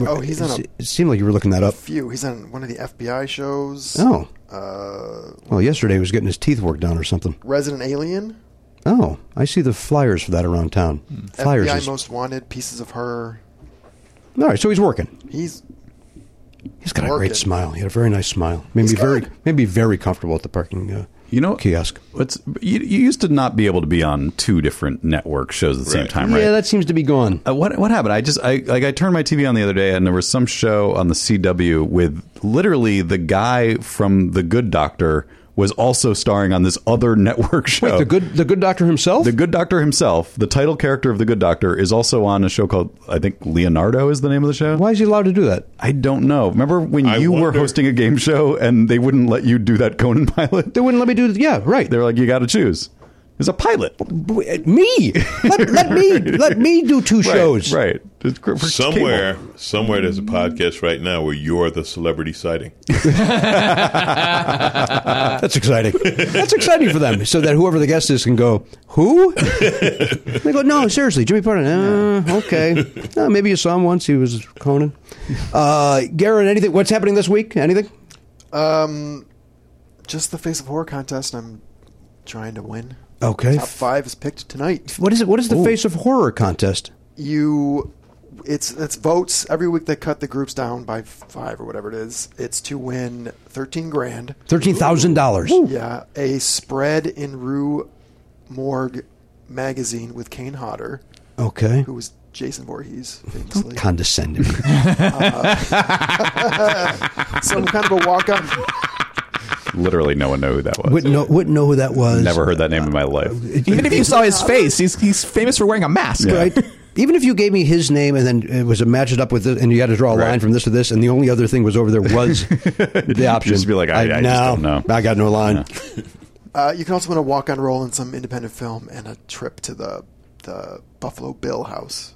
Oh, he's on a- It seemed like you were looking that up. Few. He's on one of the FBI shows. Oh, Uh, well, yesterday he was getting his teeth worked done or something. Resident Alien. Oh, I see the flyers for that around town. Hmm. Flyers. FBI is- Most Wanted. Pieces of Her. all right, so he's working. He's He's got a Working. great smile. He had a very nice smile. Made me very, made me very comfortable at the parking. Uh, You know, Kiosk. What's you, you used to not be able to be on two different network shows at the same Right. time, right? Yeah, that seems to be gone. Uh, what what happened? I just I like I turned my TV on the other day and there was some show on the CW with literally the guy from The Good Doctor was also starring on this other network show. Wait, the good, the good doctor himself. The Good Doctor himself, the title character of The Good Doctor, is also on a show called I think Leonardo is the name of the show. Why is he allowed to do that? I don't know. Remember when I you were wonder- hosting a game show and they wouldn't let you do that Conan pilot? They wouldn't let me do. Yeah, right. They're like, you got to choose. It's a pilot. uh, me let, let me let me do two shows Right. right. It's cr- for Somewhere, cable. somewhere there's a podcast right now where you're the celebrity sighting. that's exciting that's exciting for them so that whoever the guest is can go who they go no seriously jimmy Pardo uh, okay Uh, maybe you saw him once he was conan uh Garrett, anything what's happening this week anything um, just the face of horror contest. I'm trying to win. okay Top five is picked tonight. what is it what is the face of horror contest You it's it's votes every week. They cut the groups down by five or whatever it is. It's to win thirteen grand. Thirteen thousand dollars. Yeah, a spread in Rue Morgue magazine with Kane Hodder, Okay. who was Jason Voorhees famously. Oh, Condescending. Some kind of a walk on. Literally, no one know who that was. wouldn't know, wouldn't know who that was. Never heard that name in my life. Even if you saw his face, he's he's famous for wearing a mask. Right. Even if you gave me his name and then it was a match it up with this, and you had to draw a line Right. from this to this, and the only other thing was over there was the option. just be like, I- I just no, don't know. I got no line. Uh, you can also win a walk on role in some independent film and a trip to the the Buffalo Bill house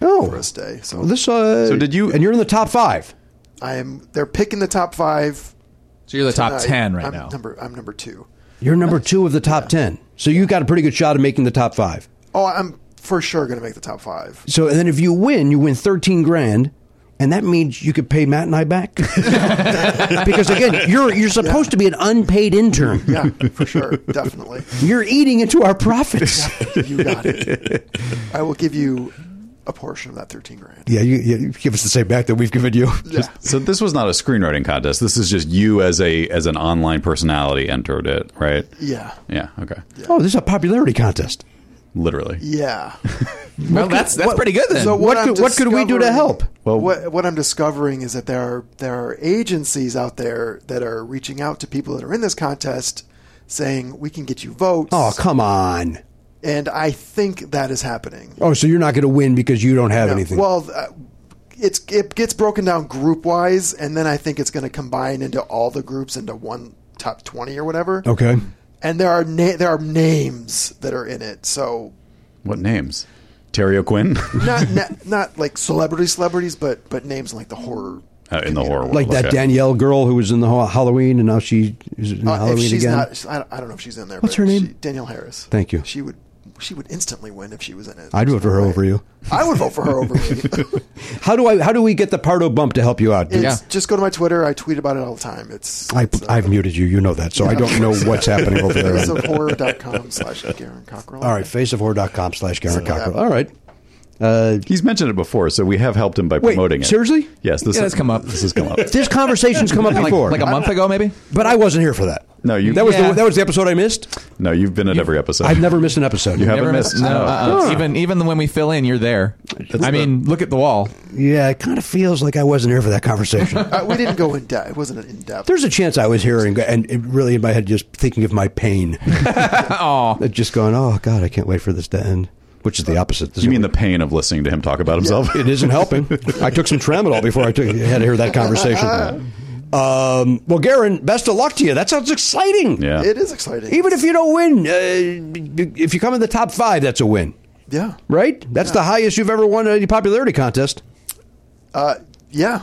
Oh, for a stay. So Well, this. Uh, So did you- And you're in the top five. I am. They're picking the top five. So you're the top tonight. ten right I'm now. Number I'm number two. You're number two of the top ten. So you got a pretty good shot of making the top five. Oh, I'm for sure going to make the top five. So and then if you win, you win thirteen grand, and that means you could pay Matt and I back. because again, you're you're supposed to be an unpaid intern. Yeah, for sure, definitely. You're eating into our profits. You got it. I will give you a portion of that thirteen grand. Yeah, you, you give us the same back that we've given you. So this was not a screenwriting contest. This is just you as a as an online personality entered it, right? Yeah, Yeah. Okay. Oh, this is a popularity contest. Literally. yeah. Well, that's that's what- pretty good then. So What I'm could- what could we do to discovering- help? Well- what what I'm discovering is that there are there are agencies out there that are reaching out to people that are in this contest, saying we can get you votes. Oh, come on. and I think that is happening. Oh, so you're not going to win because you don't have Yeah, anything. Well, uh, it's it gets broken down group wise, and then I think it's going to combine into all the groups into one top twenty or whatever. okay. And there are na- there are names that are in it, so What names? Terry O'Quinn not not, not like celebrity celebrities, but but names in, like the horror. Uh, in the horror world. Like that okay. Danielle girl who was in the ha- Halloween and now she is in Uh, if Halloween she's again. not, I don't- I don't know if she's in there. What's but her name? She, Danielle Harris. Thank you. She would she would instantly win if she was in it. I'd vote for her Right. over you. I would vote for her over me. How do I? How do we get the Pardo bump to help you out? It's, dude? Just go to my Twitter. I tweet about it all the time. It's I, it's, uh, I've muted you. You know that, so I don't know what's happening over there. faceofhorror.com slash Garen Cockrell. All right, faceofhorror.com slash Garen So, Cockrell. yeah. All right. He's mentioned it before, so we have helped him by promoting it. seriously? Yes. This Yeah, that's come up. This has come up. This conversation's come up like, before, like a month ago, maybe. but I wasn't here for that. No, you- That was Yeah. the, that was the episode I missed. No, you've been at every episode. I've never missed an episode. You haven't Never missed. miss- No, uh-uh. even even when we fill in, you're there. I mean, look at the wall. Yeah, it kind of feels like I wasn't here for that conversation. Uh, we didn't go in depth. It wasn't an in depth. There's a chance I was here and, and it really in my head just thinking of my pain. Oh, It just going, oh, God, I can't wait for this to end, which is the opposite. This You mean is- the pain of listening to him talk about himself? It isn't helping. I took some tramadol before I took, had to hear that conversation. Um, well, Garen, best of luck to you. That sounds exciting. Yeah. It is exciting. Even if you don't win, uh, if you come in the top five, that's a win, yeah, right? That's the highest you've ever won at any popularity contest. uh, yeah,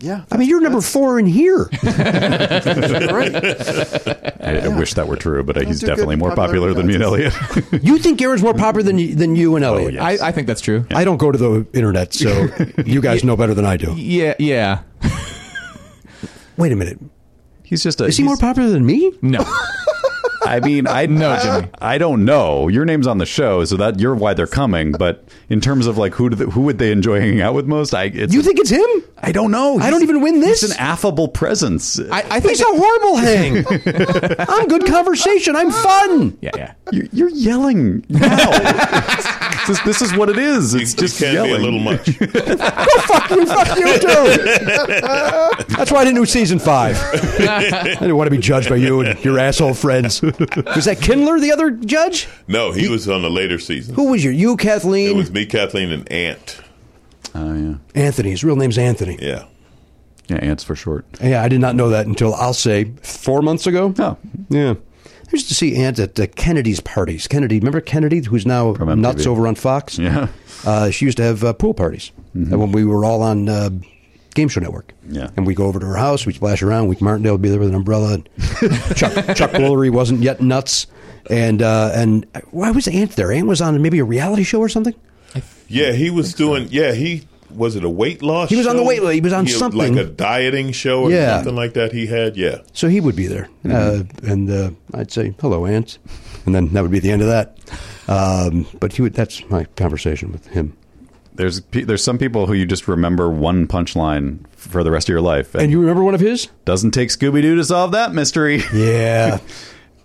yeah. I mean, you're number four in here. That's right. I, I wish that were true, but uh, he's do good definitely more popular popularity than me and Elliot. you think Garen's more popular than you, than you and Elliot? yeah. I, I think that's true. I don't go to the internet, so you guys know better than I do. Yeah, yeah. Wait a minute. he's just a. Is he more he's- popular than me? No, I mean, I No, Jimmy. I don't know. Your name's on the show, so that you're why they're coming. But in terms of like who do they, who would they enjoy hanging out with most? I it's, You think it's him? I don't know. I don't He's- even win this? He's an affable presence. I, I think He's a horrible hang. I'm good conversation. I'm fun. yeah, yeah. you're, you're yelling now. this, this is what it is. It's You just can yelling. be a little much. Go fuck you. Fuck you too. That's why I didn't do season five. I didn't want to be judged by you and your asshole friends. Was that Kindler the other judge? No, he was on the later season. Who was your you, It Kathleen? was me, Kathleen, and Ant. Oh yeah, Anthony. His real name's Anthony. Yeah. Yeah. yeah. Ants for short. I did not know that until I'll say four months ago. Oh. Yeah. I used to see Ant at uh, Kennedy's parties. Kennedy, remember Kennedy, who's now MTV. nuts over on Fox? Yeah. Mm-hmm. Uh, she used to have uh, pool parties uh, when we were all on uh, Game Show Network. Yeah. And we go over to her house, we splash around, Week Martindale would be there with an umbrella. And Chuck, Chuck Woolery wasn't yet nuts. And uh, and why was Ant there? Ant was on maybe a reality show or something? Yeah, he was doing. Yeah, he was it a weight loss. He was on the show? weight lo- he was on something. like a dieting show or Yeah. something like that. He had yeah. So he would be there. Mm-hmm. Uh, and uh, I'd say, hello, Ant. And then that would be the end of that. Um, but he would, that's my conversation with him. There's pe- there's some people who you just remember one punchline for the rest of your life, and, And you remember one of his? doesn't take Scooby Doo to solve that mystery. Yeah.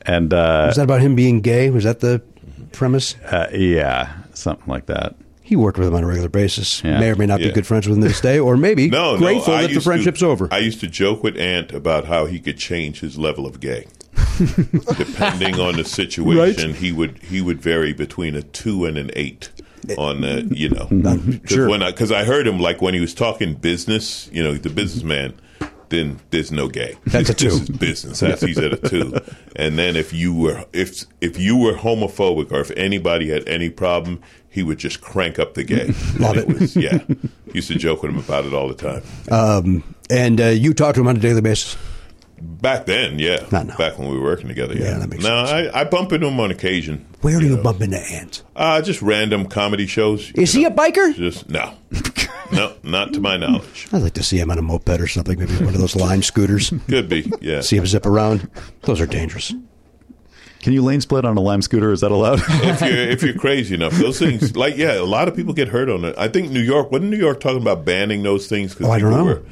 and uh, Was that about him being gay? Was that the premise? uh, yeah, something like that. He worked with him on a regular basis. Yeah. May or may not be Yeah. good friends with him to this day, or maybe No, grateful no, I that the used to- friendship's over. I used to joke with Ant about how he could change his level of gay. Depending on the situation, he would he would vary between a two and an eight on the you know Eh, mm, sure. because I, heard him like when he was talking business, you know, he's a businessman. Then there's no gay. That's a two. This is business. That's, he's at a two. And then if you were if if you were homophobic or if anybody had any problem, he would just crank up the gay. Love And it. Uh, was- yeah, used to joke with him about it all the time. and uh, you talk to him on a daily basis. Back then, yeah. Not now. Back when we were working together, yeah. Yeah, that makes no, sense. I, I bump into him on occasion. Where do you bump into Ant? Uh, just random comedy shows. Is you he a know. biker? Just no, no, not to my knowledge. I'd like to see him on a moped or something, maybe one of those line scooters. Could be, yeah. See him zip around. Those are dangerous. Can you lane split on a lime scooter? Is that allowed? if you're if you're crazy enough, those things like yeah, a lot of people get hurt on it. I think New York wasn't New York talking about banning those things because Oh, I don't people know. were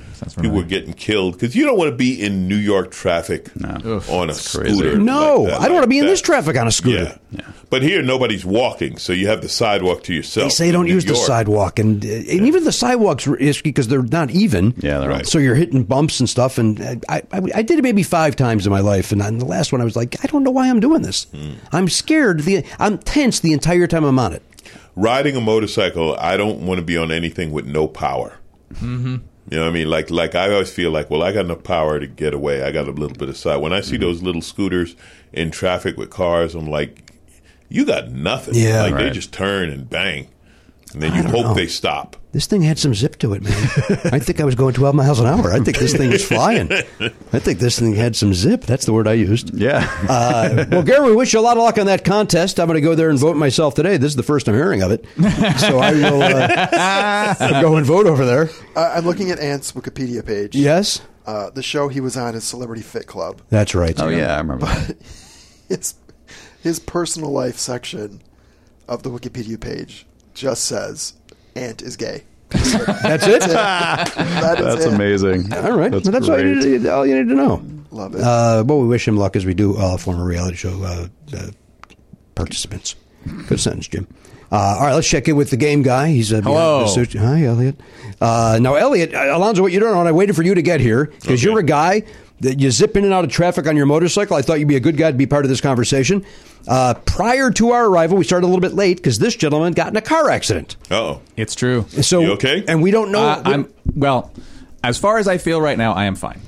people were getting killed because you don't want to be in New York traffic on a crazy. scooter. No, like that, I don't want to like be in that. this traffic on a scooter. Yeah. but here nobody's walking, so you have the sidewalk to yourself. They say don't In New use the York, sidewalk, and, uh, and even the sidewalks are risky because they're not even. Yeah, they're Right. So you're hitting bumps and stuff. And uh, I, I, I did it maybe five times in my life, and on the last one, I was like, I don't know why I'm doing this. Hmm. I'm scared. The I'm tense the entire time I'm on it. Riding a motorcycle, I don't want to be on anything with no power. You know what I mean? Like, like I always feel like, well, I got enough power to get away. I got a little bit of side. When I see those little scooters in traffic with cars, I'm like, you got nothing. Yeah. like they Right. just turn and bang, and then you don't hope know. they stop. This thing had some zip to it, man. I think I was going 12 miles an hour. I think this thing was flying. I think this thing had some zip. That's the word I used. yeah. Uh, well, Gary, we wish you a lot of luck on that contest. I'm going to go there and vote myself today. This is the first I'm hearing of it, so I will uh, go and vote over there. Uh, I'm looking at Ant's Wikipedia page. Yes, Uh, the show he was on is Celebrity Fit Club. that's right. oh yeah, I remember. that. His, his personal life section of the Wikipedia page just says Ant is gay. that's it. That is That's it. amazing. Oh. All right, that's, all, you great. need to, all you need to know. Love it. Uh, well, we wish him luck as we do all former reality show uh, uh, participants. Good sentence, Jim. Uh, all right, let's check in with the game guy. He's uh, Hello. behind the suit. Hi, Elliot. Uh, now, Elliot, uh, Alonzo, what you don't know, and I waited for you to get here because you're a guy that you zip in and out of traffic on your motorcycle. I thought you'd be a good guy to be part of this conversation. Uh, prior to our arrival, we started a little bit late because this gentleman got in a car accident. Oh, It's true. So, You okay? And we don't know. Uh, I'm well. As far as I feel right now, I am fine.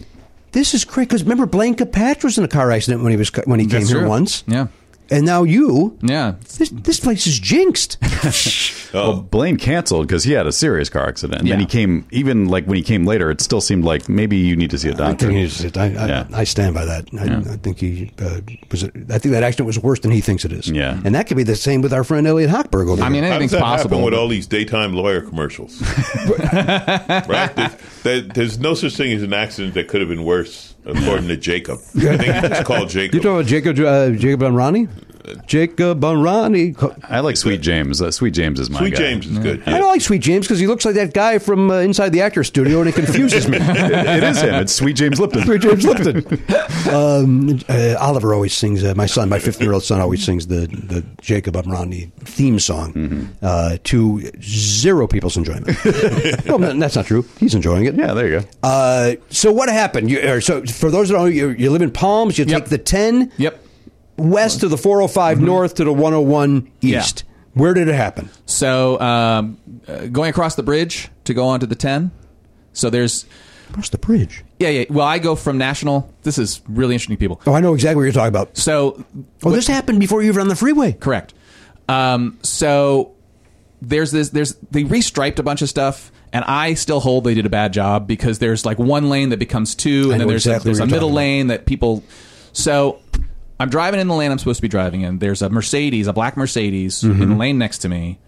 This is great because remember, Blaine Patch was in a car accident when he was when he came That's here true. once. Yeah. and now you. Yeah. This, this place is jinxed. Well, Blaine canceled because he had a serious car accident. And then he Yeah. came, even like when he came later, it still seemed like maybe you need to see a I, doctor. think he just- I, I, Yeah. I stand by that. I, I think he uh, was. I think that accident was worse than he thinks it is. Yeah. and that could be the same with our friend Elliot Hochberg over I mean, there. How does anything's that possible. happen with all these daytime lawyer commercials? right? There's, there, there's no such thing as an accident that could have been worse, according to Jacob. I think it's called you Jacob. talking about Jacob uh, Jacob Unrani? Jacob Unrani. Co- I like Sweet James. Uh, Sweet James is my Sweet guy. James is good. I yeah. don't like Sweet James because he looks like that guy from uh, Inside the Actors Studio, and it confuses me. it is him. It's Sweet James Lipton. Sweet James Lipton. um, uh, Oliver always sings. Uh, my son, my 15 year old son, always sings the the Jacob Umrani theme song Mm-hmm. uh, to zero people's enjoyment. well, no, that's not true. He's enjoying it. Yeah, there you go. Uh, so what happened? You, or so for those that don't know, you, you live in Palms. You Yep. take the 10 Yep. Mm-hmm. west to the 405 north to the 101 Yeah. east. Where did it happen? So um, uh, going across the bridge to go onto the ten. So there's Across the bridge. yeah yeah. Well, I go from national. This is really interesting, people. Oh, I know exactly what you're talking about. So Oh, this happened before you were on the freeway. Correct. Um, so there's this. There's they restriped a bunch of stuff, and I still hold they did a bad job because there's like one lane that becomes two, I and know then there's exactly a, there's what a you're middle talking about. lane that people. So I'm driving in the lane I'm supposed to be driving in. There's a Mercedes, a black Mercedes, Mm-hmm. in the lane next to me.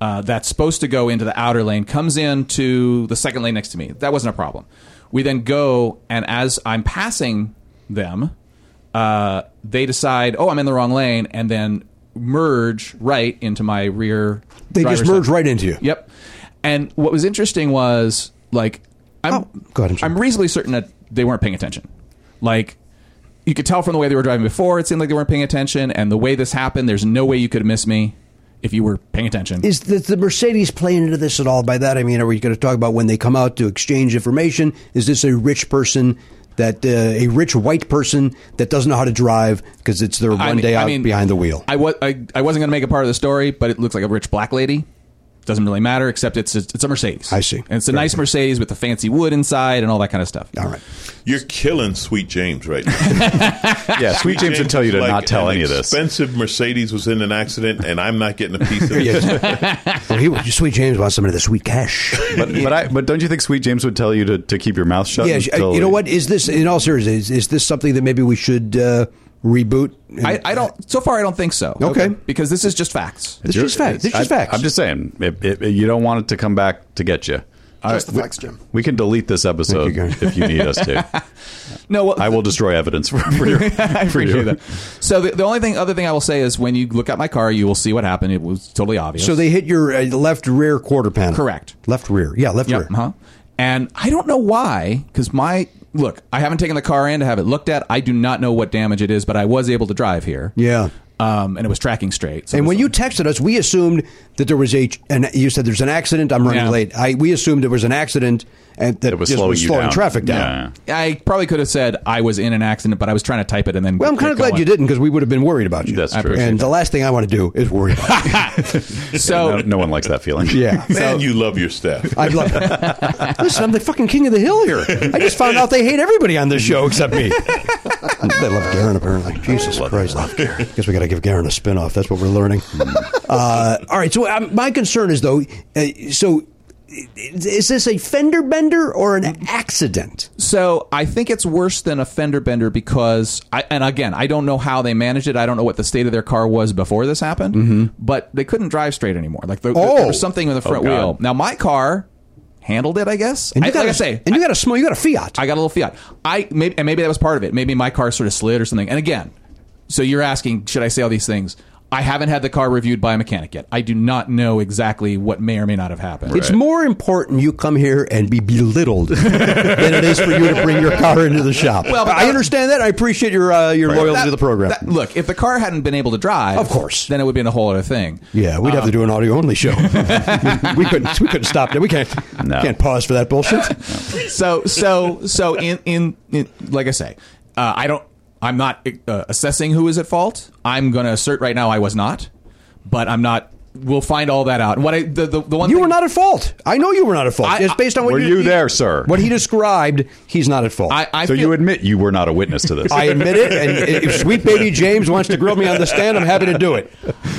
Uh, that's supposed to go into the outer lane comes into the second lane next to me. That wasn't a problem. We then go, and as I'm passing them, uh, they decide, oh, I'm in the wrong lane, and then merge right into my rear. They just driver's merged side. right into you. Yep. And what was interesting was like I'm Oh, go ahead, I'm sorry. I'm reasonably certain that they weren't paying attention. Like you could tell from the way they were driving before, it seemed like they weren't paying attention. And the way this happened, there's no way you could miss me if you were paying attention. Is the, the Mercedes playing into this at all? By that I mean, are we going to talk about when they come out to exchange information? Is this a rich person that uh, a rich white person that doesn't know how to drive because it's their one I mean- day I out mean, behind the wheel? I, wa- I, I wasn't going to make a part of the story, but it looks like a rich black lady. Doesn't really matter, except it's a, it's a Mercedes. I see. And it's a nice Mercedes with the fancy wood inside and all that kind of stuff. all right. You're killing Sweet James right now. Yeah, Sweet James would tell you to like not tell an any of this. Expensive Mercedes was in an accident, and I'm not getting a piece of it. Well, he, Sweet James wants some of the sweet cash. But but, I, but don't you think Sweet James would tell you to, to keep your mouth shut? Yeah, uh, until- you know what? Is this in all seriousness? Is, is this something that maybe we should uh, reboot? I, I don't. So far, I don't think so. Okay. Because this is just facts. This is facts. This I- is facts. I'm just saying, if, if, if you don't want it to come back to get you. Just I- the facts, Jim. We can delete this episode Gary. if you need us to. No, well, I will destroy evidence for, for your. I for appreciate you. that. So the, the only thing, other thing I will say is when you look at my car, you will see what happened. It was totally obvious. so they hit your uh, left rear quarter panel. Correct. Left rear. Yeah, left Yep. rear. Huh? And I don't know why, because my look, I haven't taken the car in to have it looked at. I do not know what damage it is, but I was able to drive here. Yeah. Um, and it was tracking straight. So And it was- when you texted us, we assumed that there was a and you said there's an accident. I'm running Yeah. late. I we assumed there was an accident and that It was just slowing was you slowing down. traffic down. Yeah. I probably could have said I was in an accident, but I was trying to type it and then. Well, I'm get kind of glad going. you didn't because we would have been worried about you. That's I true. appreciate And the last thing I want to do is worry about you. So No, no one likes that feeling. yeah. Man, you love your staff. I'd love Listen, I'm the fucking king of the hill here. I just found out they hate everybody on this show except me. they love Garen, apparently. Jesus Christ, love Garen. Guess we got to give Garen a spinoff. That's what we're learning. uh, all right, so um, my concern is, though, uh, so i- is this a fender bender or an accident? So I think it's worse than a fender bender because, I, and again, I don't know how they managed it. I don't know what the state of their car was before this happened, but they couldn't drive straight anymore. Like the, Mm-hmm. Oh. there was something with the front God. wheel. Now my car handled it, I guess. I, got like a, I say, and I, you got a small, you got a Fiat. I got a little Fiat. I maybe, and maybe that was part of it. Maybe my car sort of slid or something. And again, so you're asking, should I say all these things? I haven't had the car reviewed by a mechanic yet. I do not know exactly what may or may not have happened. It's more important you come here and be belittled than it is for you to bring your car into the shop. Well, but I that- understand that. I appreciate your uh, your loyalty to the program. that- look, if the car hadn't been able to drive, Of course. then it would be a whole other thing. Yeah, we'd have to do an audio only show. we couldn't. We couldn't stop that. We can't. No. Can't pause for that bullshit. So, so, so, in, in, in like I say, uh, I don't, I'm not uh, assessing who is at fault. I'm going to assert right now I was not, but I'm not. We'll find all that out. What I the the, the one You thing- were not at fault. I know you were not at fault. I- it's based on what Were you there, sir? What he described, he's not at fault. I, I so feel, you admit you were not a witness to this. I admit it. And if Sweet Baby James wants to grill me on the stand, I'm happy to do it.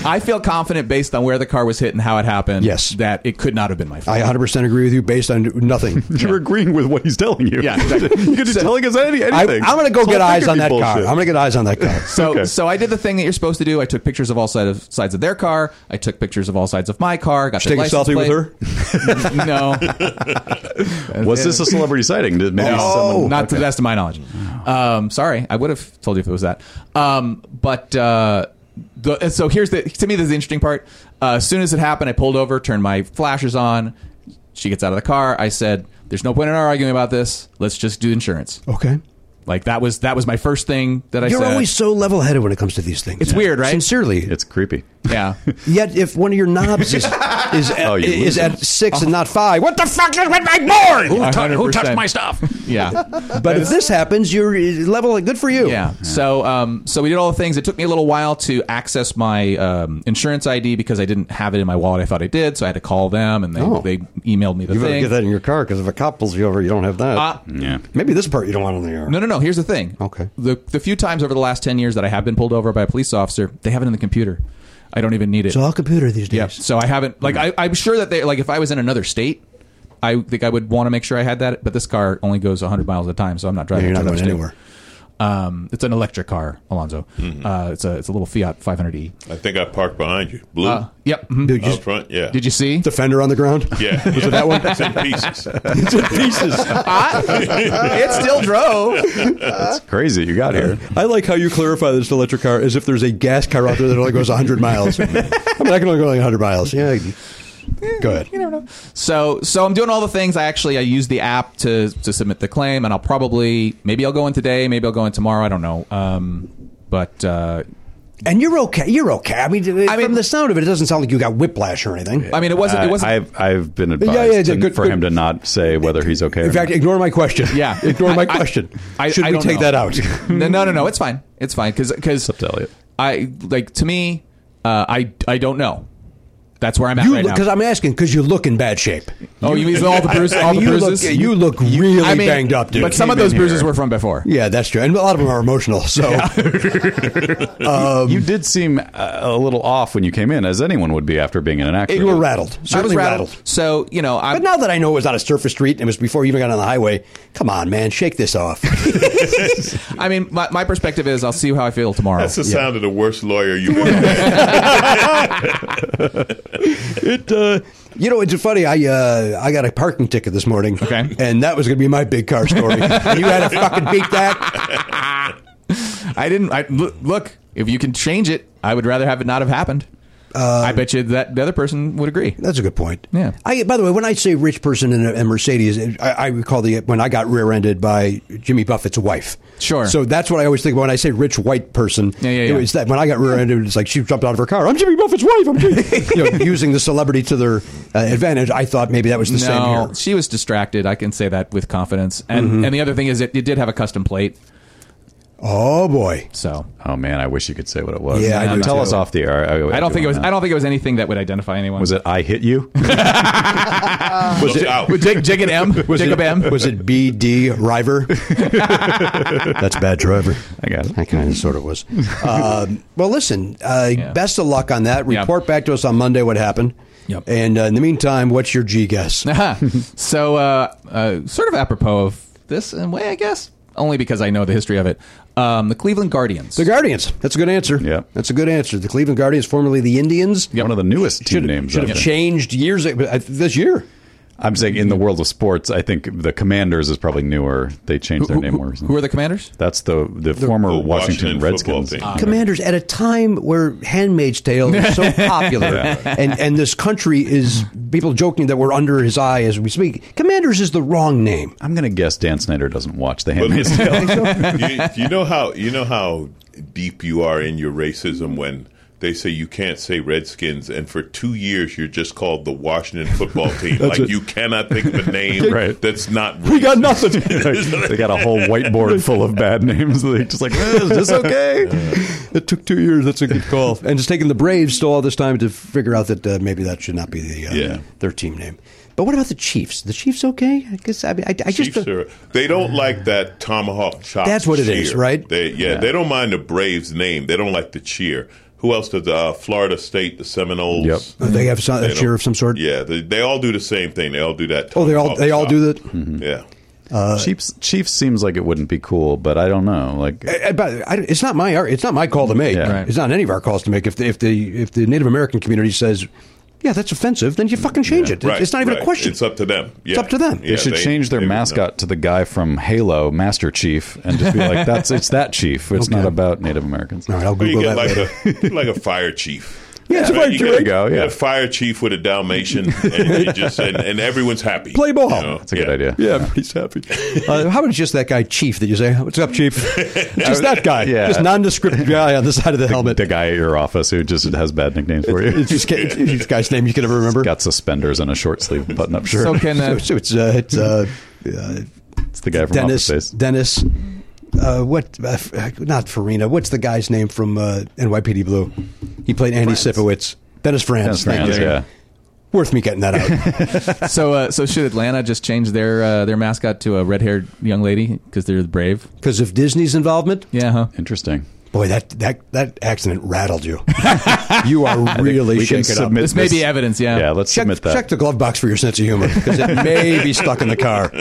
I feel confident based on where the car was hit and how it happened. Yes. that it could not have been my fault. I 100 percent agree with you based on nothing. You're agreing with what he's telling you. Yeah, exactly. you could be telling us any, I, am anything. going to go This get whole thing eyes could on be that car. bullshit. I'm going to get eyes on that car. So, Okay. so I did the thing that you're supposed to do. I took pictures of all side of, sides of their car. I took pictures of all sides of my car. Got Take a their license selfie with plate. her. no, Was this a celebrity sighting? Did maybe Oh. someone not to the best of my knowledge. Um, sorry, I would have told you if it was that. Um, but uh, the, and so here's the to me this is the interesting part. Uh, as soon as it happened, I pulled over, turned my flashes on. She gets out of the car. I said, "There's no point in our arguing about this. Let's just do insurance." Okay. Like that was that was my first thing that I You're said. always so level headed when it comes to these things. It's weird, right? Sincerely, It's creepy. yeah. Yet, if one of your knobs is is, Oh, you is lose at six and not five, what the fuck is with my board? Who, touched my stuff? Yeah. But if this happens, you're level. Good for you. Yeah. So um, so we did all the things. It took me a little while to access my um, insurance ID because I didn't have it in my wallet. I thought I did, so I had to call them, and they, Oh. they emailed me the You better thing. get that in your car because if a cop pulls you over, you don't have that. Uh, Yeah. Maybe this part you don't want on the air. no, no, no. Here's the thing. Okay. The the few times over the last ten years that I have been pulled over by a police officer, they have it in the computer. I don't even need it. It's all computer these days. yeah. So I haven't. Hmm. Like I, I'm sure that they like if I was in another state. I think I would want to make sure I had that, but this car only goes 100 miles at a time, so I'm not Yeah, driving. you're to not another going state. anywhere. Mm-hmm. Um, it's an electric car, Alonzo. Uh, it's a it's a little Fiat 500e. Hmm. I think I parked behind you. Blue. Uh, yep. mhm. Dude, up just front, yeah. Did you see? the fender on the ground. Yeah. yeah. that one? It's in pieces. it's in pieces. Uh, it still drove. It's crazy. You got here. I like how you clarify this electric car as if there's a gas car out there that only goes 100 miles. I mean, I can only go like 100 miles. Yeah. Good. You never know. So so I'm doing all the things. I actually I use the app to to submit the claim, and I'll probably maybe I'll go in today, maybe I'll go in tomorrow. I don't know. Um, but uh, And you're okay. You're okay. I mean, mean- from the sound of it, it doesn't sound like you got whiplash or anything. I mean, it wasn't. It wasn't. I, have I've been yeah, advised yeah, to- good- for good. him to not say whether he's okay. In or fact, not. ignore my question. Yeah. ignore my I- I- question. I- Should I we don't take know. that out? no, no, no, no. It's fine. It's fine because because up to Elliot. I like to me. Uh, I I don't know. That's where I'm at You right now. because I'm asking because you look in bad shape. oh, you mean all the bruises? I all mean, the you bruises? Look, you look really I mean, banged up, dude. But some of Came those in bruises here. were from before. yeah, that's true, and a lot of them are emotional. So you did seem uh, a little off when you came in, as anyone would be after being in an accident. you were rattled, I was certainly rattled. So you know, But I'm, now that I know it was on a surface street and it was before you even got on the highway, come on, man, shake this off. I mean, my, my perspective is I'll see how I feel tomorrow. That's the sound of the worst lawyer you've ever met. it, uh, you know, it's funny. I uh, I got a parking ticket this morning, Okay. and that was going to be my big car story. and you had to fucking beat that. I didn't. I look, look. If you can change it, I would rather have it not have happened. Uh, I bet you that the other person would agree. That's a good point. Yeah. I by the way, when I say rich person in a, in Mercedes, I, I recall the when I got rear-ended by Jimmy Buffett's wife. Sure. So that's what I always think about when I say rich white person. Yeah, yeah, It yeah. was that when I got rear-ended, it's like she jumped out of her car. I'm Jimmy Buffett's wife. I'm Jimmy. you know, using the celebrity to their uh, advantage. I thought maybe that was the same here. no, she was distracted. I can say that with confidence. And and the other thing is, it, it did have a custom plate. Oh boy. So Oh man, I wish you could say what it was. Uh, Yeah, I do tell too. us off the air. I don't think it was. want I that. don't think it was anything that would identify anyone. Was it? I hit you. Look out. Jig, Jig and M? Jacob it, M? Was it B D River? That's bad driver. I got it. I kind of sort of was. Um, well, listen. Uh, Yeah. Best of luck on that. Yeah. Report back to us on Monday what happened. Yep. And uh, in the meantime, what's your G guess? Aha. so, uh, uh, sort of apropos of this in a way, I guess, only because I know the history of it. Um, the Cleveland Guardians. The Guardians. That's a good answer. Yeah. That's a good answer. The Cleveland Guardians, formerly the Indians, One of the newest team should, names. should out have there. changed years uh, this year. I'm saying in the world of sports, I think the Commanders is probably newer. They changed their who, name more who, recently. who are the commanders? That's the the, former the Washington, Washington football Redskins. team. Commanders at a time where Handmaid's Tale is so popular, and and this country is people joking that we're under his eye as we speak. Commanders is the wrong name. I'm going to guess Dan Snyder doesn't watch The Handmaid's Tale. you, you know how you know how deep you are in your racism when they say you can't say Redskins, and for two years you're just called the Washington Football Team. like you cannot think of a name Right. that's not. we got racist. nothing. they got a whole whiteboard full of bad names. They're just like, eh, is this okay? It took two years. That's a good call. and it's taken the Braves still all this time to figure out that uh, maybe that should not be the uh, Yeah. their team name. But what about the Chiefs? The Chiefs okay? I guess I, mean, I, I just Chiefs are- they don't like that tomahawk chop. That's what it it is, is, right? They, yeah, they don't mind the Braves name. They don't like the cheer. Who else does uh, Florida State, the Seminoles? Yep. they have some, a They don't- cheer of some sort. Yeah, uh, they, they all do the same thing. They all do that. Oh, they all tomahawk they all chop. do that. Yeah. Uh, Chiefs Chiefs seems like it wouldn't be cool, but I don't know. Like, Uh, But I, it's not my ar- it's not my call to make. Yeah. Right. It's not any of our calls to make. If the, if the if the Native American community says, yeah, that's offensive, then you fucking change it. Right, it's not even right. a question. It's up to them. Yeah. up to them. They Yeah, they should change their they would know. mascot to the guy from Halo, Master Chief, and just be like, "That's it's that Chief. It's not about Native Americans." All right, I'll Or you Google get that. like later. a like a fire chief. Yeah, it's a Right? fire You chief. get a- There you go, you get yeah. a fire chief with a Dalmatian, and you just and, and everyone's happy. Play ball. That's a good idea. Yeah, he's happy. Uh, how about just that guy, Chief, that you say, What's up, Chief? just that guy. Yeah. Just nondescript guy on the side of the helmet. The guy at your office who just has bad nicknames for you. It's just- it's this guy's name you can never remember. got suspenders and a short sleeve button up shirt. So can So, uh, so it's, uh, it's uh, uh, it's the guy from Dennis. Office Space. Dennis. Uh, what? Uh, f- uh, not Farina. What's the guy's name from uh, NYPD Blue? He played Andy Sipowicz. Dennis Dennis Franz. Thank Franz, you. yeah. Worth me getting that out. so uh, so should Atlanta just change their uh, their mascot to a red haired young lady because they're the brave? Because of Disney's involvement, Yeah, huh? Interesting. boy, that that that accident rattled you. you are really we can shaken up. submit This may be evidence, yeah. Yeah, let's check, submit that. check the glove box for your sense of humor because it may be stuck in the car.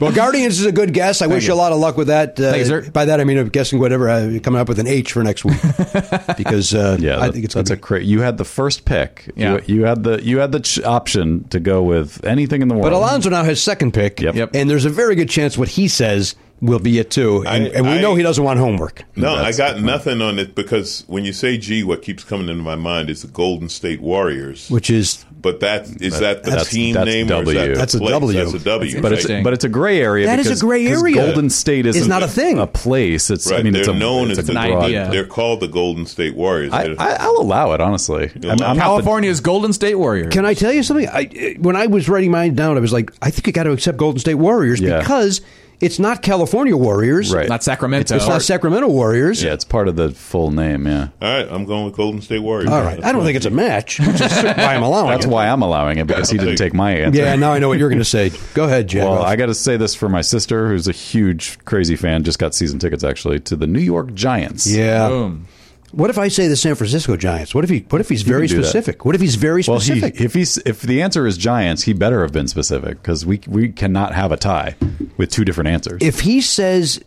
Well, Guardians is a good guess. I wish you a lot of luck with that. Uh, you, sir. By that, I mean I'm guessing whatever. Uh, coming up with an H for next week because uh, yeah, I that- think it's that's gonna a be- cra- you had the first pick. Yeah. You, you had the you had the ch- option to go with anything in the world. But Alonzo now has second pick, Yep. Yep. and there's a very good chance what he says will be it too. And, I- and we I- know he doesn't want homework. No, I got nothing on it because when you say "G," what keeps coming into my mind is the Golden State Warriors. Which is but that is that the That's- team that's name or is W. that the That's a place? W. That's a W. But it's Interesting. but it's a gray area. That is a because- gray 'cause area. Golden State is It's not a thing. A place. It's right. I mean they're it's a known it's as a the an broad- idea. They're called the Golden State Warriors. I, They're- I, I'll allow it honestly. I'm, I'm not the- California's Golden State Warriors. Can I tell you something? I, eh, when I was writing mine down, I was like, I think you got to accept Golden State Warriors Yeah. because it's not California Warriors. Right. Not Sacramento. It's not Sacramento Warriors. yeah, it's part of the full name. Yeah, all right, I'm going with Golden State Warriors. All right. I don't think it's a match, which is why I'm Oh, allowing that's it. why I'm allowing it because he didn't take my answer. Yeah, now I know what you're going to say. Go ahead, Jack. Well, I got to say this for my sister, who's a huge crazy fan. Just got season tickets actually to the New York Giants. yeah. Boom. What if I say the San Francisco Giants? What if he? What if he's very do that. specific? What if he's very Well, he, specific? if he's if the answer is Giants, he better have been specific because we we cannot have a tie with two different answers. if he says,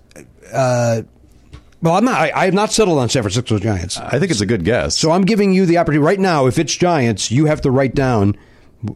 uh, well, I'm not. I, I have not settled on San Francisco Giants, I think it's a good guess. so I'm giving you the opportunity right now. If it's Giants, you have to write down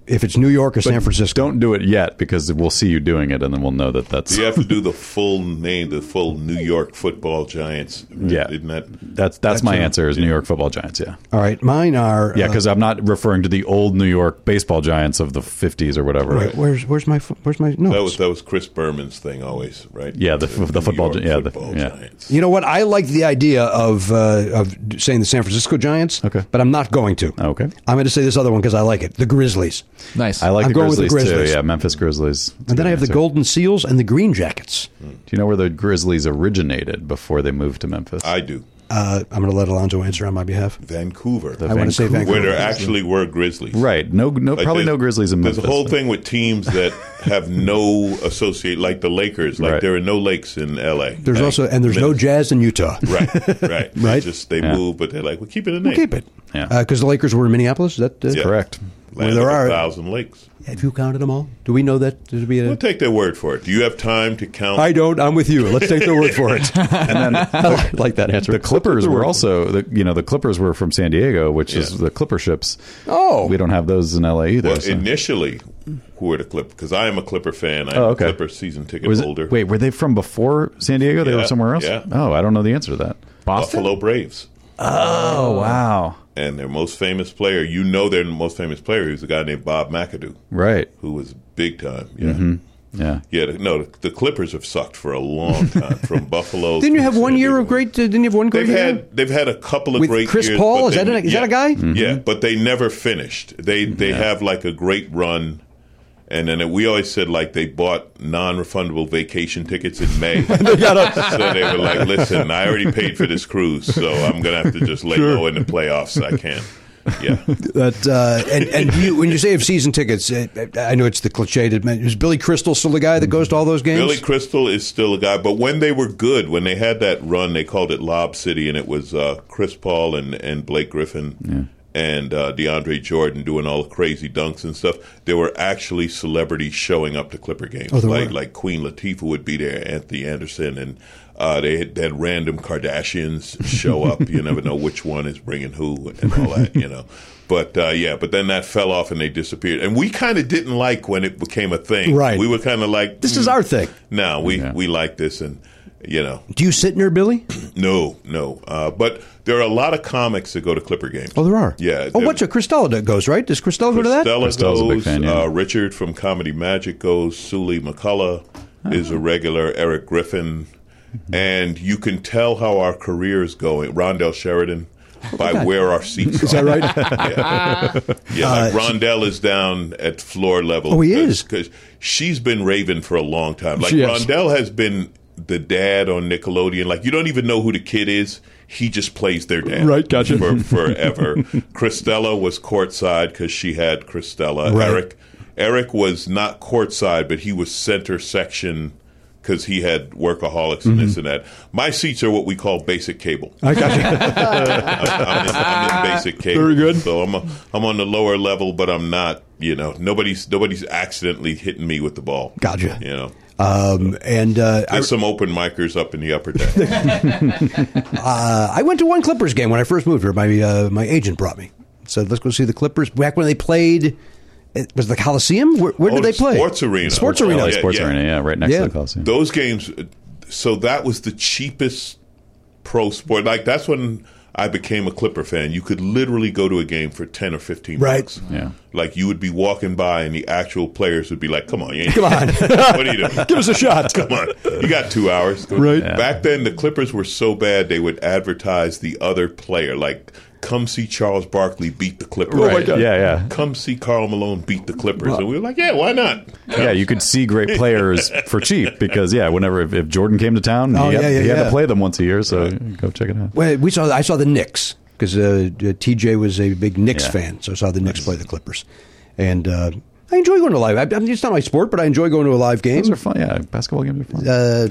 if it's New York or San Francisco. Don't do it yet because we'll see you doing it, and then we'll know that that's You have to do the full name, the full New York Football Giants. yeah. Isn't that? that's that's my answer is New York Football Giants. Yeah, All right, mine are. yeah, uh, because I'm not referring to the old New York baseball Giants of the 50s or whatever. wait, where's where's my fo- where's my That notes? was that was Chris Berman's thing always, right? Yeah, the- the New football York gi- yeah, the- football yeah. Giants. you know what? I like the idea of uh, of saying the San Francisco Giants. Okay. Oh. but I'm not going to. Okay. I'm going to say this other one because I like it. The Grizzlies, Nice. I like I'm the going with Grizzlies, the Grizzlies. too. Yeah, Memphis Grizzlies. That's a and then good I have the answer. Golden Seals and the Green Jackets. Do you know where the Grizzlies originated before they moved to Memphis? I do. Uh, I'm going to let Alonzo answer on my behalf. Vancouver. I want to say Vancouver. where Vancouver. there actually were Grizzlies. right. No. No. Like probably there's- no Grizzlies in Memphis. There's a whole thing with teams that have no associate, like the Lakers. Like Right. there are no lakes in L.A. There's Like, also and there's no jazz in Utah. right, right, They Right. Just they Yeah. move, but they're like, well, keep it a name. We'll keep it. Yeah. Because the Lakers were in Minneapolis. Is that uh, Yeah. Correct. Land there of are- a thousand lakes. Have you counted them all? Do we know that? Did we, uh, We'll take their word for it. Do you have time to count? I don't. I'm with you. Let's take their word for it. And then I like that answer. the Clippers were also the you know the Clippers were from San Diego, which is the Clipper ships. Oh. we don't have those in LA either. Well, so- initially, who were the Clippers? Because I am a Clipper fan. I'm Oh, okay. a Clipper season ticket Was it- holder. wait, were they from before San Diego? They Yeah, were somewhere else. yeah. Oh, I don't know the answer to that. Buffalo Braves. Oh wow, And their most famous player, you know their most famous player, he was a guy named Bob McAdoo, right? who was big time. Yeah. Mm-hmm. Yeah, Yeah, the- no, the Clippers have sucked for a long time from Buffalo. Didn't you to have San one year Diego. of great? Uh, didn't you have one great They've year? had they've had a couple of With great Chris years, Paul? but Is that an- is that a guy? Mm-hmm. Yeah, but they never finished. They they have like a great run, and then we always said like they bought non-refundable vacation tickets in May. so they were like, "Listen, I already paid for this cruise, so I'm gonna have to just lay low in the playoffs. I can." Yeah, That uh, and and do you, when you say of season tickets, uh, I know it's the cliche. To, is Billy Crystal still the guy that goes to all those games? Billy Crystal is still a guy, but when they were good, when they had that run, they called it Lob City, and it was uh, Chris Paul and, and Blake Griffin and uh, DeAndre Jordan doing all the crazy dunks and stuff. There were actually celebrities showing up to Clipper games, Oh, there like were. like Queen Latifah would be there, Anthony Anderson, and uh, they, had, they had random Kardashians show up. you never know which one is bringing who and all that, you know. But uh, yeah, but then that fell off and they disappeared. And we kind of didn't like when it became a thing. Right. We were kind of like, This is "Mm, our thing. no, we we like this, and you know, Do you sit near Billy? no, no. Uh, but there are a lot of comics that go to Clipper games. Oh, there are. Yeah. Oh, what's a Cristela that goes right? Does Cristela go to that? Stella Christelle's a big goes. fan, yeah. uh, Richard from Comedy Magic goes. Sully McCullough is Oh. a regular. Eric Griffin, and you can tell how our career is going. Rondell Sheridan. Oh, By where our seats is are. Is that right? Uh, Yeah, like Rondell is down at floor level. Oh, he is. because she's been raving for a long time. Like She has. Rondell has been the dad on Nickelodeon. Like you don't even know who the kid is. He just plays their dad. Right, gotcha. For, forever. Christella was courtside because she had Christella. Right. Eric, Eric was not courtside, but he was center section. Because he had workaholics and this and that. My seats are what we call basic cable. Mm-hmm. I got you. I'm in, I'm in basic cable. Very good. So I'm a, I'm on the lower level, but I'm not. You know, nobody's nobody's accidentally hitting me with the ball. Gotcha. You know, Um, and uh, I, there's some open micers up in the upper deck. uh, I went to one Clippers game when I first moved here. My uh, my agent brought me. Said, "Let's go see the Clippers." Back when they played, it was the Coliseum. Where, where Oh, did they the play? Sports Arena. Sports Oh, arena. LA yeah, Sports yeah. Arena. Yeah, right next Yeah. to the Coliseum. Those games, so that was the cheapest pro sport. Like that's when I became a Clipper fan. You could literally go to a game for ten or fifteen Right. bucks. Yeah. Like you would be walking by, and the actual players would be like, "Come on, you ain't Come on. what are you doing? Give us a shot. Come on, you got two hours. Go- Right. Yeah. Back then, the Clippers were so bad they would advertise the other player, like, "Come see Charles Barkley beat the Clippers." Oh my God. Yeah, yeah. Come see Carl Malone beat the Clippers, and we were like, "Yeah, why not?" Yeah, you could see great players for cheap because yeah, whenever if, if Jordan came to town, Oh, he, had, yeah, yeah, he had yeah. to play them once a year. So go check it out. Well, we saw. I saw the Knicks because uh, uh, TJ was a big Knicks Yeah. fan, so I saw the Knicks play the Clippers, and uh, I enjoy going to live. I, I mean, it's not my sport, but I enjoy going to a live game. Those are fun. Yeah, basketball games are fun. Uh,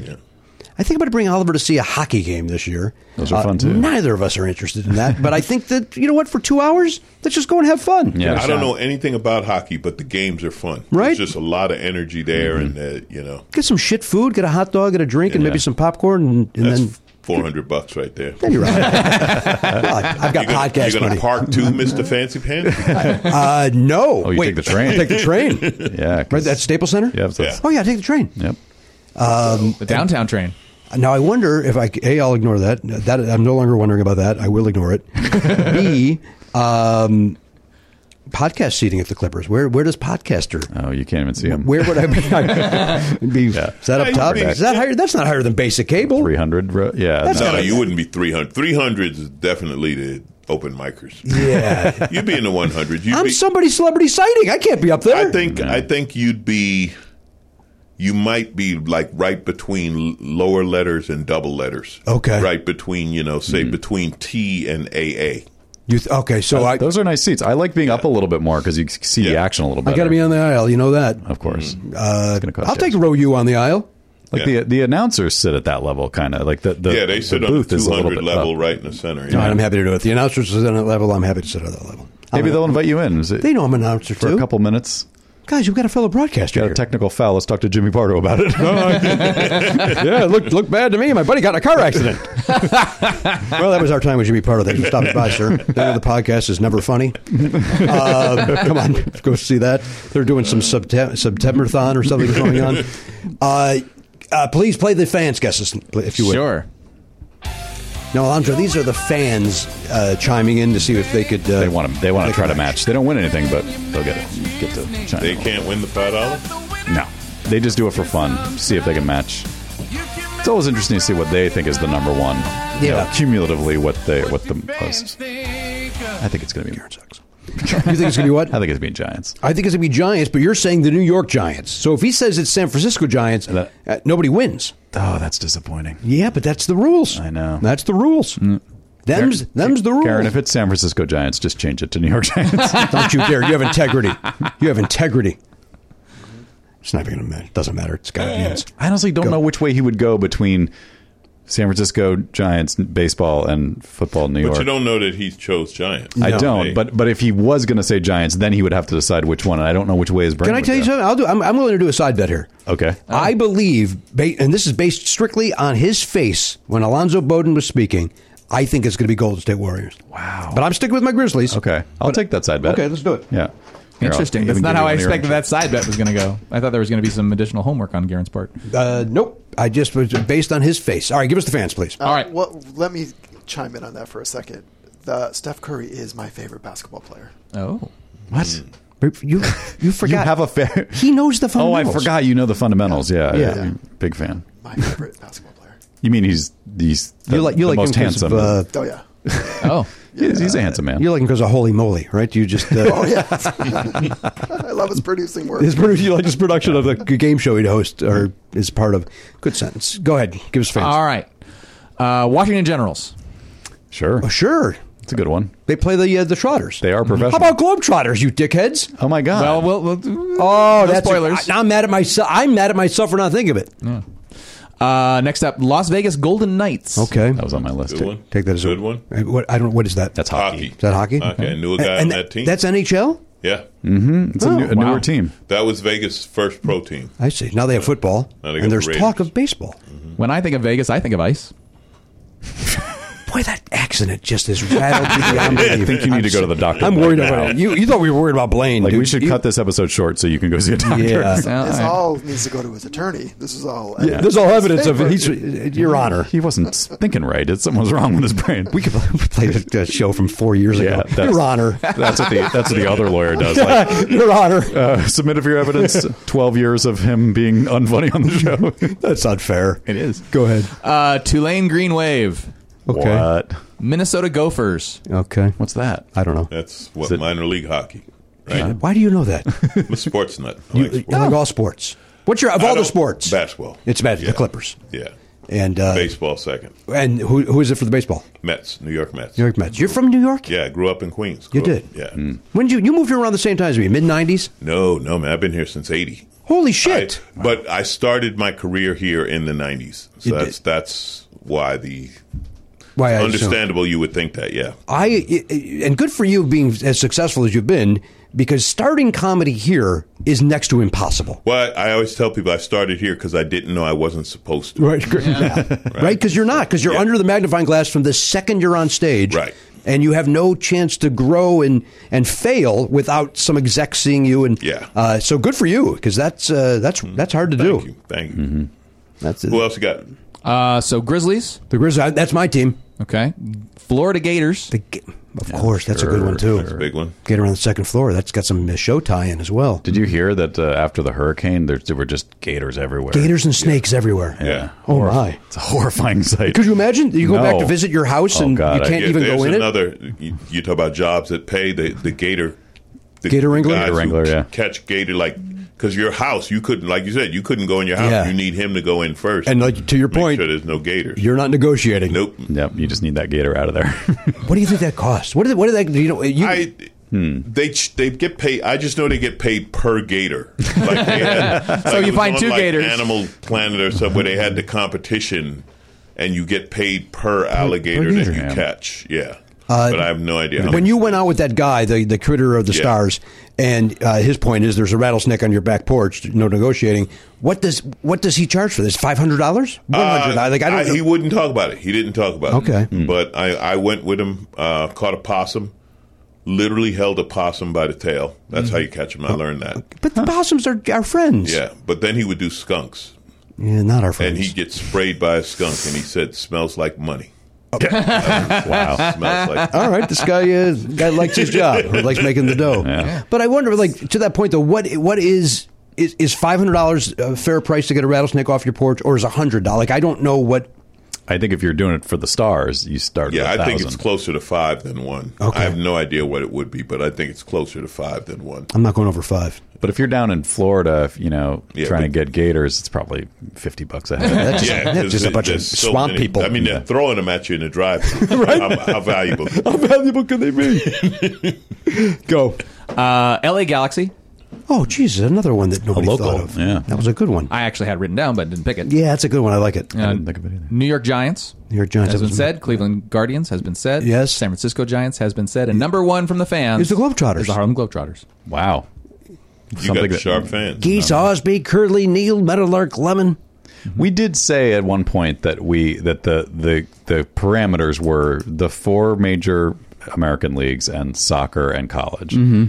I think I'm going to bring Oliver to see a hockey game this year. Those are Uh, fun, too. Neither of us are interested in that, but I think that you know what? For two hours, let's just go and have fun. Yeah. I don't know anything about hockey, but the games are fun. Right. Mm-hmm. There's just a lot of energy there, and uh, you know, Get some shit food, get a hot dog, get a drink, and maybe some popcorn, and, and that's then four hundred bucks right there. then you're out. God, I've got You're gonna, podcast you're gonna money. park too, Mister Fancy Pants. Uh, no. Oh, you Wait, take the train. take the train. Yeah, 'cause- Right, that's Staples Center. Yeah, that's- Yeah. Oh yeah, take the train. Yep. The downtown train. Now I wonder if I c- a I'll ignore that. That I'm no longer wondering about that. I will ignore it. B, um, podcast seating at the Clippers. Where where does podcaster? Oh, you can't even see them. Where would I be? I'd be Is that up Yeah, top? you'd be- Is that higher? That's not higher than basic cable. Three hundred. Yeah. That's No, not no, a- you wouldn't be 300. 300 is definitely the open micers. Yeah, You'd be in the 100. You'd I'm be, somebody celebrity sighting. I can't be up there. I think I think you'd be you might be like right between l- lower letters and double letters. Okay. Mm-hmm. Right between, you know, say between T and AA. you th- okay. So I Those are nice seats. I like being up a little bit more because you see the Yeah. action a little bit. I got to be on the aisle. You know that. Of course. Uh, gonna cost I'll you. take row U on the aisle. Like Yeah. the the announcers sit at that level, kind of like the, the yeah, they the sit on the booth is a little 200 bit level up. right in the center. All right, Yeah. I'm happy to do it. The announcers is on that level. I'm happy to sit at that level. Maybe they'll invite you in. Is it- They know I'm an announcer for too. a couple minutes. Guys, you've got a fellow broadcaster. Got here. a technical foul. Let's talk to Jimmy Pardo about it. yeah, it looked looked bad to me. My buddy got in a car accident. well, that was our time with Jimmy Pardo. Thanks for stopping by, sir. The name of the podcast is Never Funny. Uh, come on, go see that. They're doing some Septem- Septemberthon or something going on. Uh, uh, please play the fans' guesses, if you would. Sure. Now, Alonzo, these are the fans uh, chiming in to see if they could. Uh, they want to. They want to make try a to match. They don't win anything, but they'll get it. Get to China. They can't win the $5. No, they just do it for fun. See if they can match. It's always interesting to see what they think is the number one. You know, Yeah. cumulatively, what they what the most. I think it's going to be. You think it's going to be what? I think it's being Giants. I think it's going to be Giants, but you're saying the New York Giants. So if he says it's San Francisco Giants, That- uh, nobody wins. Oh, that's disappointing. Yeah, but that's the rules. I know. Mm. That's the rules. Them's them's the rules. Karen, if it's San Francisco Giants, just change it to New York Giants. Don't you dare. You have integrity. You have integrity. Mm-hmm. It's not even going to matter. It doesn't matter. It's got hands. I honestly don't Go. know which way he would go between San Francisco Giants n- baseball and football in New But York. you don't know that he chose Giants. I No. don't. But but if he was going to say Giants, then he would have to decide which one. And I don't know which way his brain. Can I would tell you go. something? I'll do, I'm, I'm willing to do a side bet here. Okay. Oh. I believe, ba- and this is based strictly on his face when Alonzo Bowden was speaking, I think it's going to be Golden State Warriors. Wow. But I'm sticking with my Grizzlies. Okay, I'll take that side bet. Okay, let's do it. Yeah. Here, I'll Interesting. That's even not give you how I one of your expected own. that side bet was going to go. I thought there was going to be some additional homework on Garen's part. Uh, nope. I just was based on his face. All right, give us the fans, please. Oh. All right. Uh, Well, let me chime in on that for a second. The Steph Curry is my favorite basketball player. Oh. What? You you You forgot? have a fair. he knows the Oh, I fundamentals. forgot. You know the fundamentals. Yeah. Yeah. yeah. Big fan. My favorite basketball player. You mean he's he's the, You like you the like most him 'cause handsome? Of, uh, Oh yeah. Oh. he's, he's a handsome man. you like him because of holy moly, right? You just uh, Oh yeah. I love his producing work. his produ- you like his production of the game show he hosts or is part of. Good sentence. Go ahead, give us fans. All right. Uh, Washington Generals. sure, Oh, sure, it's a good one. they play the uh, the Trotters. They are professional. How about Globetrotters, you dickheads? Oh my god. Well, we'll, we'll Oh, no that's spoilers. I, now I'm mad at myself. I'm mad at myself for not thinking of it. uh, next up, Las Vegas Golden Knights. Okay, that was on my list. Good one. take that as Good a one. Uh, What I don't. What is that? That's hockey. Hockey. is that hockey. Okay, I knew a guy and on tha- that team. That's NHL. yeah. It's a, Oh, new, a wow. newer team. That was Vegas' first pro team. I see. Now they have football, Now they and got the there's Raiders. talk of baseball. When I think of Vegas, I think of ice. boy, that accident just is rattled beyond I belief. think you need to go to the doctor. I'm worried right about now. you. You thought we were worried about Blaine? Like dude. we should You- cut this episode short so you can go see a doctor. Yeah. Well, This all right. all needs to go to his attorney. This is all. Yeah, There's all evidence of it. He's, Your Honor. He wasn't thinking right. It's something was wrong with his brain. We could play the, the show from four years Yeah, ago. that's- Your Honor. that's what the that's what the other lawyer does. Like, Your Honor. uh, submit for your evidence. Twelve years of him being unfunny on the show. That's not fair. it is. Go ahead. Uh, Tulane Green Wave, Okay. What? Minnesota Gophers. Okay. What's that? I don't know. Uh, That's what it- minor league hockey, right? Why do you know that? I'm a sports nut. I like you sports. like all sports. What's your of I all the don't- sports? Basketball. It's bad. Yeah. The Clippers Yeah. and uh, Baseball second. and who who is it for the baseball? Mets, New York Mets. New York Mets. You're from New York. Yeah, I grew up in Queens. You Grew up- did? Hmm. Yeah. When did you you moved here around the same time as me? Mid '90s. No, no, man. I've been here since 80. Holy I- shit! but I started my career here in the 90s. So You that's did. that's why the Why I assume. understandable you would think that, yeah. I and good for you being as successful as you've been because starting comedy here is next to impossible. Well, I always tell people I started here because I didn't know I wasn't supposed to. Right. Right. Because you're not. Because you're Yeah. under the magnifying glass from the second you're on stage. Right. And you have no chance to grow and and fail without some exec seeing you. And Yeah. Mm. Uh, so good for you because that's uh, that's that's hard to Thank do. you. Thank you. Mm-hmm. That's it. Who else you got? Uh, so Grizzlies. the Grizzlies. That's my team. Okay. Florida Gators. The, Ga- of course, that's a good one too. That's a big Oh, one. Get around the second floor. That's got some uh, show tie-in as well. Did you hear that uh, after the hurricane, there, there were just gators everywhere? Gators and snakes everywhere. Yeah. Oh my. It's a horrifying sight. Could you imagine? You go back No. to visit your house Oh, and God, you I- can't Yeah, even there's go in it. another, You, you talk about jobs that pay the, the gator. The Gator wrangler? guys Gator who wrangler, c- yeah. Catch gator, like, because your house, you couldn't, like you said, you couldn't go in your house. Yeah. You need him to go in first. And like, to your Make point, sure there's no gator. You're not negotiating. Nope. Yep, you just need that gator out of there. What do you think that costs? What did what did that you know? You, I they ch- they get paid. I just know they get paid per gator. Like they had, so you find two gators. Animal Planet or somewhere they had the competition, and you get paid per alligator gator. that you Yeah. catch. Yeah, Uh, but I have no idea. how when much- you went out with that guy, the the critter of the Yeah. stars, and uh, his point is there's a rattlesnake on your back porch. No negotiating. What does what does he charge for this? Five hundred dollars? One hundred? Uh, Like I don't. I- know. he wouldn't talk about it. He didn't talk about it. Okay. Hmm. But I, I went with him, uh, caught a possum, literally held a possum by the tail. That's Mm-hmm. how you catch him. I Oh, learned that. but the possums are our friends. Yeah. But then he would do skunks. Yeah, not our friends. and he gets sprayed by a skunk, and he said, "Smells like money." wow. Smells like all right, this guy is guy likes his job, or likes making the dough. But I wonder, like to that point though, what what is is, is five hundred dollars a fair price to get a rattlesnake off your porch, or is hundred dollars? Like I don't know what. I think if you're doing it for the stars, you start. yeah. with I think 1,000. it's closer to five than one. I have no idea what it would be, but I think it's closer to five than one. I'm not going over five. But if you're down in Florida, Uh, if, you know, Yeah, trying to but- get gators, it's probably fifty bucks a head. That's Yeah, just, that's 'cause just a it- bunch of there's so swamp many- people. I mean, they're throwing them at you in the drive. right? How, how valuable? valuable could they be? Go. Uh, LA Galaxy. oh, Jesus, another one that nobody local, thought of. yeah. that was a good one. I actually had it written down, but didn't pick it. Uh, yeah, that's a good one. I like it. I didn't think of it either. New York Giants New York Giants, has that been was- said. Cleveland Guardians has been said. Yes. San Francisco Giants has been said. And number one from the fans It's the Globetrotters. is the Harlem Globetrotters. Wow. You got that- sharp fans. Geese, Osby, Curly, Neal, Meadowlark, Lemon. We did say at one point that we that the the the parameters were the four major American leagues and soccer and college. Mm-hmm.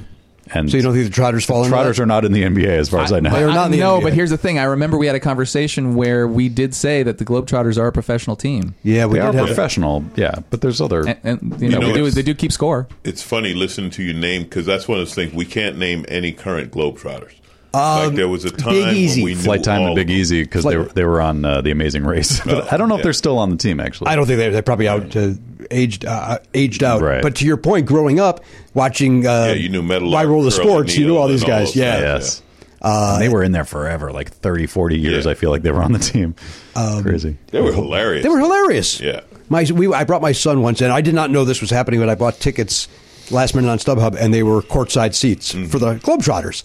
And So you don't think the Trotters fall in? Trotters are not in the NBA as far as I know. They're not in the no, NBA. but here's the thing. I remember we had a conversation where we did say that the Globetrotters are a professional team. Yeah, we they are did have. professional, yeah, but there's other. And, and you know, know, we do, it's- they do keep score. It's funny listening to you name because that's one of those things we can't name any current Globetrotters. like there was a time Um, Easy. when we knew Flight Time all and of Big them. Easy because they were, they were on uh, the Amazing Race. But I don't know if yeah. they're still on the team actually. I don't think they're, they're probably out uh, aged uh, aged out. Right. But to your point, growing up watching, uh, Yeah, you knew metal. Why roll the sports? You knew all these guys. yeah. Yes. And they were in there forever, like 30, 40 years. Yeah. I feel like they were on the team. Crazy. they were hilarious. They were hilarious. Yeah. My we I brought my son once, and I did not know this was happening, but I bought tickets last minute on StubHub, and they were courtside seats Mm-hmm. for the Globetrotters.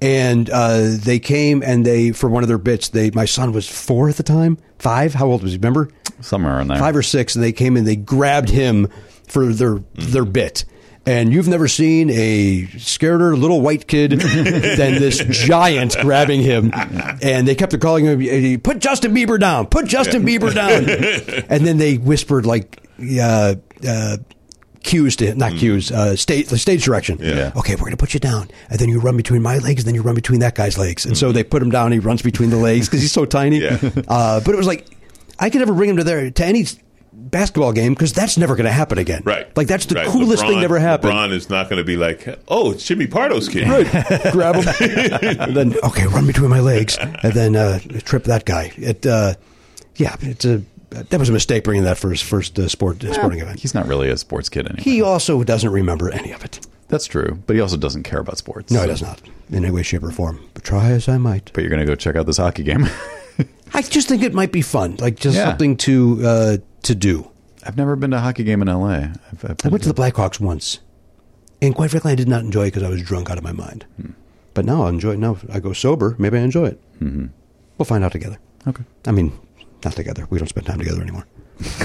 And uh, they came and they for one of their bits. They my son was four at the time, five. How old was he? Remember? Somewhere in there. five or six, and they came and they grabbed him for their their bit. and you've never seen a scareder little white kid than this giant grabbing him. And they kept calling him, "Put Justin Bieber down! Put Justin Bieber down!" and then they whispered like. Uh, uh, cues to Mm. not cues uh, stage the stage direction Yeah. okay we're gonna put you down and then you run between my legs and then you run between that guy's legs and Mm. so they put him down he runs between the legs because he's so tiny Yeah. uh, but it was like i could never bring him to there to any basketball game because that's never gonna happen again Right. like that's the Right. coolest thing LeBron- that ever happened LeBron is not going to be like, oh, it's Jimmy Pardo's kid. grab him and then okay run between my legs and then uh, trip that guy it uh, yeah it's a that was a mistake bringing that for his first uh, sport uh, sporting event He's not really a sports kid anymore. he also doesn't remember any of it That's true, but he also doesn't care about sports. No, it does not in any way, shape, or form. But try as I might, But you're going to go check out this hockey game. I just think it might be fun, like just Yeah. something to uh, to do. I've never been to a hockey game in LA. I've, I've I been went to the Blackhawks once, and quite frankly, I did not enjoy it because I was drunk out of my mind. But now I enjoy it. Now I go sober. Maybe I enjoy it. Mm-hmm. We'll find out together. Okay. I mean, not together. We don't spend time together anymore.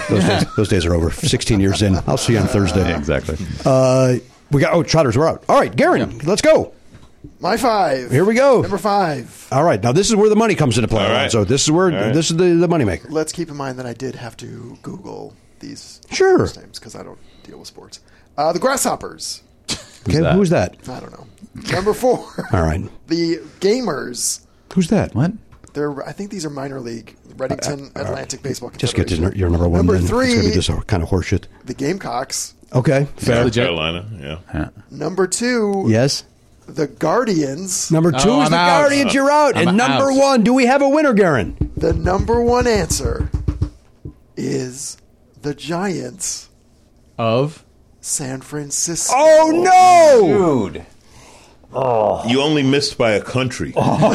Those days, those days are over. Sixteen years in. I'll see you on Thursday. Yeah, exactly. Uh, we got oh trotters. We're out. All right, Garen, let's go. My five. Here we go. Number five. All right, now this is where the money comes into play. All right. So this is where All right. this is the the moneymaker. Let's keep in mind that I did have to Google these Sure. first names because I don't deal with sports. Uh, the Grasshoppers. Okay, that? who's that? I don't know. Number four. All right, The Gamers. who's that? What? They're, I think these are minor league Reddington Atlantic Baseball. Uh, Just get to Confederation. your number one. Number then. three, It's going to be this kind of horseshit. the Gamecocks. Okay, fair. Carolina, yeah. Number two, Yes. the Guardians. Number two Oh, is I'm the out. Guardians. You're out. I'm and number out. one, do we have a winner, Garen? The number one answer is the Giants, Of San Francisco. Oh no! Dude. You only missed by a country. Oh.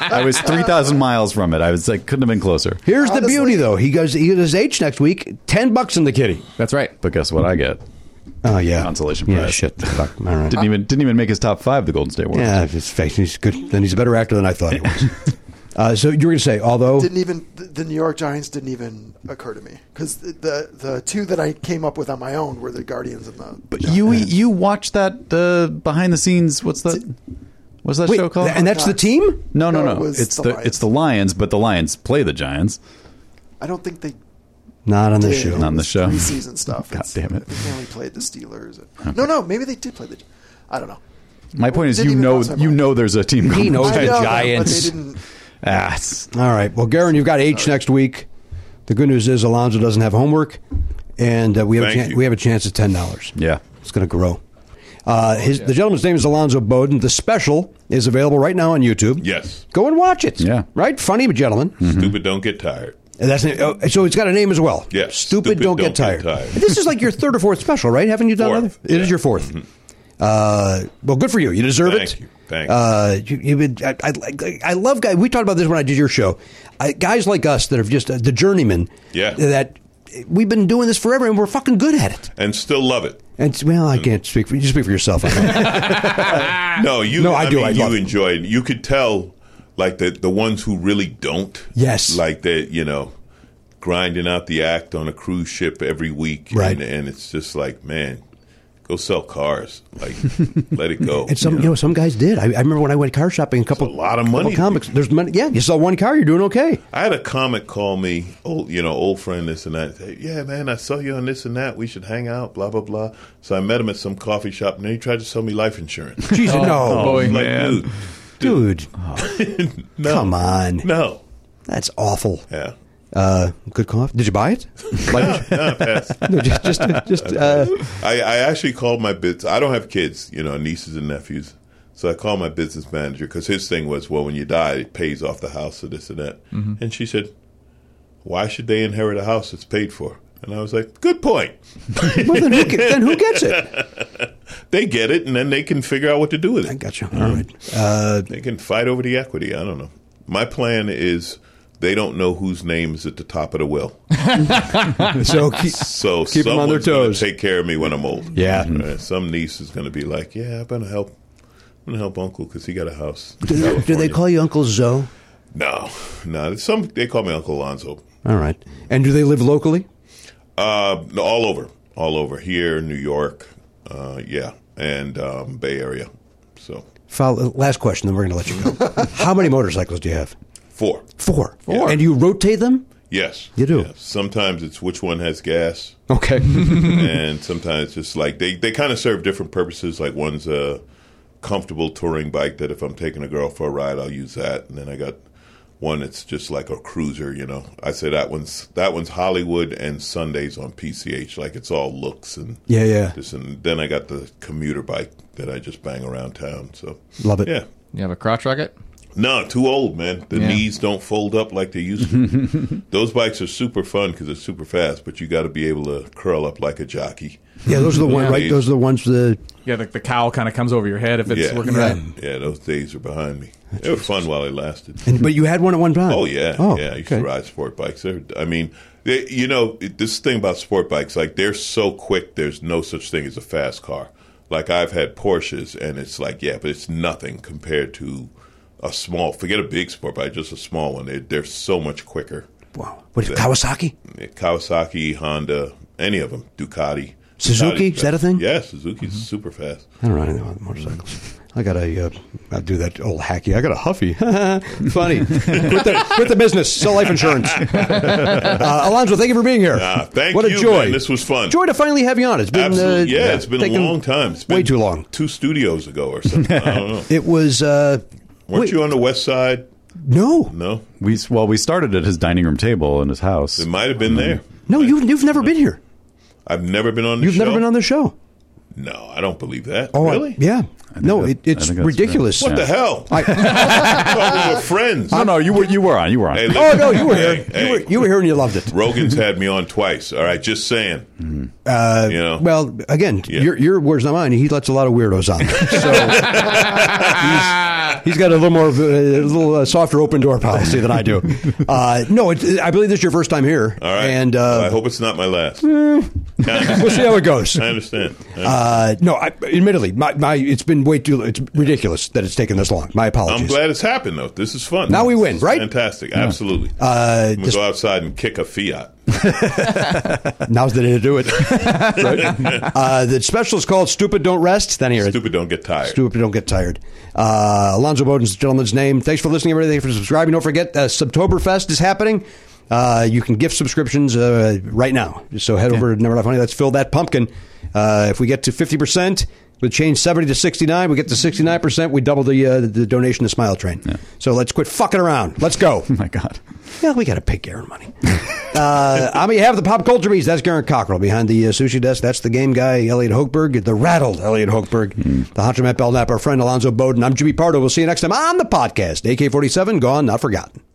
I was 3,000 miles from it. I was like, couldn't have been closer. Here's the Honestly- beauty, though. He goes. He does H next week. Ten bucks in the kitty. that's right. But guess what I get? Oh yeah. Consolation Yeah. prize. Shit. Fuck. All right. Didn't even didn't even make his top five. The Golden State Warriors. Yeah. if It's fact. He's good. Then he's a better actor than I thought he was. uh, so you were going to say, although Didn't even the- the New York Giants didn't even occur to me because the, the the two that I came up with on my own were the Guardians and the. But you you watched that uh, behind the scenes? What's that? What's that wait, show called? and that's the team. no, no, No, it no. was It's the the, Lions. it's the Lions, but the Lions play the Giants. I don't think they. Not on the did. show. Not on the It's show. Preseason stuff. God It's- damn it. They only played the Steelers. No, no, maybe they did play the. I don't know. My point is, Didn't you even know, cross my you mind. know, there's a team. He called knows the the know, Giants. But they didn't. Ah, it's- All right. Well, Garen, you've got H next week. The good news is Alonzo doesn't have homework, and uh, we have a Thank chan- you. we have a chance at ten dollars. yeah. It's going to grow. Uh, his, The gentleman's name is Alonzo Bowden. The special is available right now on YouTube. Yes. Go and watch it. Yeah. Right? Funny gentleman. Stupid, don't get tired. And that's oh, So it's got a name as well. Yeah, Stupid, Stupid don't, get, Don't tired. Get Tired. this is like your third or fourth special, right? Haven't you done Fourth, another? It is yeah. Mm-hmm. your 4th Uh, well, good for you. You deserve Thank it. you. Thanks. Uh, you, you would, I, I, like- I love guys. We talked about this when I did your show. I, guys like us that are just uh, the journeyman. Yeah. That we've been doing this forever and we're fucking good at it. And still love it. And it's- well, Mm. I can't speak for you. Speak for yourself. I know. No, you. No, I I, do. Mean, I you love it. enjoy it. You could tell, like the the ones who really don't. Yes. Like that, you know, grinding out the act on a cruise ship every week, Right. And, and it's just like, man, go sell cars. Like, let it go. And some, you know, some guys did. I, I remember when I went car shopping. A couple, It's a lot of couple money. Comics. There's money. Yeah, you sell one car, you're doing okay. I had a comic call me, old you know, old friend, this and that. Say, yeah, man, I saw you on this and that. We should hang out. Blah blah blah. So I met him at some coffee shop, and then he tried to sell me life insurance. Jesus, oh, no, boy. like, Man. dude, dude, no, come on, no, that's awful. yeah, Uh, good call. Did you buy it? Like, no, pass. no, just, just, just. Uh, I, I actually called my bits. I don't have kids, you know, nieces and nephews. So I called my business manager because his thing was, well, when you die, it pays off the house or this and that. And she said, why should they inherit a house that's paid for? And I was like, good point. well, then who, ge- then who gets it? They get it, and then they can figure out what to do with it. Gotcha. All right. Uh, They can fight over the equity. I don't know. My plan is they don't know whose name is at the top of the will. so keep, So Keep 'em on their someone's gonna toes. Take care of me when I'm old. Yeah. Uh, some niece is going to be like, "Yeah, I better help. I'm going to help Uncle because he got a house." in do, do they California." call you Uncle Zoe? No, no. Some they call me Uncle Alonzo. All right. And do they live locally? Uh, no, all over, all over here, New York, uh, yeah, and um, Bay Area. So Follow, last question, then we're going to let you go. How many motorcycles do you have? four. Four. Four. And you rotate them? Yes, You do. Yes. Sometimes it's which one has gas. Okay. and sometimes just like they, they kind of serve different purposes. Like one's a comfortable touring bike that if I'm taking a girl for a ride, I'll use that. And then I got one that's just like a cruiser. You know, I say that one's that one's Hollywood and Sundays on PCH. Like it's all looks and Yeah, yeah. This and then I got the commuter bike that I just bang around town. So Love it. Yeah. You have a crotch rocket? No, too old, man. The Yeah. knees don't fold up like they used to. Those bikes are super fun because they're super fast, but you got to be able to curl up like a jockey. Yeah, those are the ones, right? Those are the ones the Yeah, the, the cowl kind of comes over your head if it's Yeah. working Yeah. right. Yeah, those days are behind me. They were fun while they lasted. And, but you had one at one time. Oh yeah, Oh yeah. I used okay. to ride sport bikes. They're, I mean, they, you know, it, this thing about sport bikes, like they're so quick. There's no such thing as a fast car. Like I've had Porsches, and it's like, yeah, but it's nothing compared to a small. Forget a big sport bike, just a small one. They, they're so much quicker. Wow. What Kawasaki? Kawasaki, Honda, any of them, Ducati. Suzuki? Is that a thing? Mm-hmm. Yeah, Suzuki's super fast. I don't know anything about motorcycles. I got a, uh, I do that old hacky. I got a huffy. Funny. quit, the, quit the business. Sell life insurance. Uh, Alonzo, thank you for being here. Ah, thank what you, a joy. man. This was fun. Joy to finally have you on. It's been, Absolutely. uh, yeah, it's been a taken long time. It's been way too long. Two studios ago or something. I don't know. It was, uh, Weren't wait, you on the west side? no, No. We well, we started at his dining room table in his house. It might have been there. no, you, you've never been here. I've never been on the Mm-hmm. You've show. never been on the show. No, I don't believe that. Oh, I- really? yeah. No, that- it, I it's think that's ridiculous. right. What the hell? I I, thought we were friends. No, no, you were you were on. You were on. Hey, oh listen. no, you were here. Hey, hey. You, were, you were here and you loved it. Rogan's had me on twice. All right, just saying. Uh, you know, Mm-hmm. Well, again, Yeah. your, your words not mine. He lets a lot of weirdos on, so he's, he's got a little more, of a a little uh, softer open door policy than I do. Uh, no, it, I believe this is your first time here, all right. and Well, I uh, hope it's not my last. I we'll see how it goes. understand. Uh, no, I, admittedly, my, my it's been way too. It's ridiculous that it's taken this long. My apologies. I'm glad it's happened, though. This is fun. Now we win, This is right? Fantastic. Absolutely. Uh, I'm going to go outside and kick a Fiat. Now's the day to do it. Right? uh, the special is called "Stupid Don't Rest." Then here, Stupid, don't get tired. Stupid, don't get tired. Uh, Alonzo Bowden's the gentleman's name. Thanks for listening, everybody. Thanks for subscribing. Don't forget, uh, Subtoberfest is happening. Uh, you can gift subscriptions uh, right now. So head over to Never Not Funny. Let's fill that pumpkin. Uh, if we get to 50%, we change 70 to 69. We get to 69%, we double the uh, the donation to Smile Train. So let's quit fucking around. Let's go. Oh my god. Yeah, we got to pay Garen money. uh, on behalf of the Pop Culture Beast, that's Garen Cockrell. Behind the uh, sushi desk, that's the game guy, Elliot Hochberg, the rattled Elliot Hochberg, the honcho Matt Belknap, our friend Alonzo Bowden. I'm Jimmy Pardo. We'll see you next time on the podcast. AK 47, gone, not forgotten.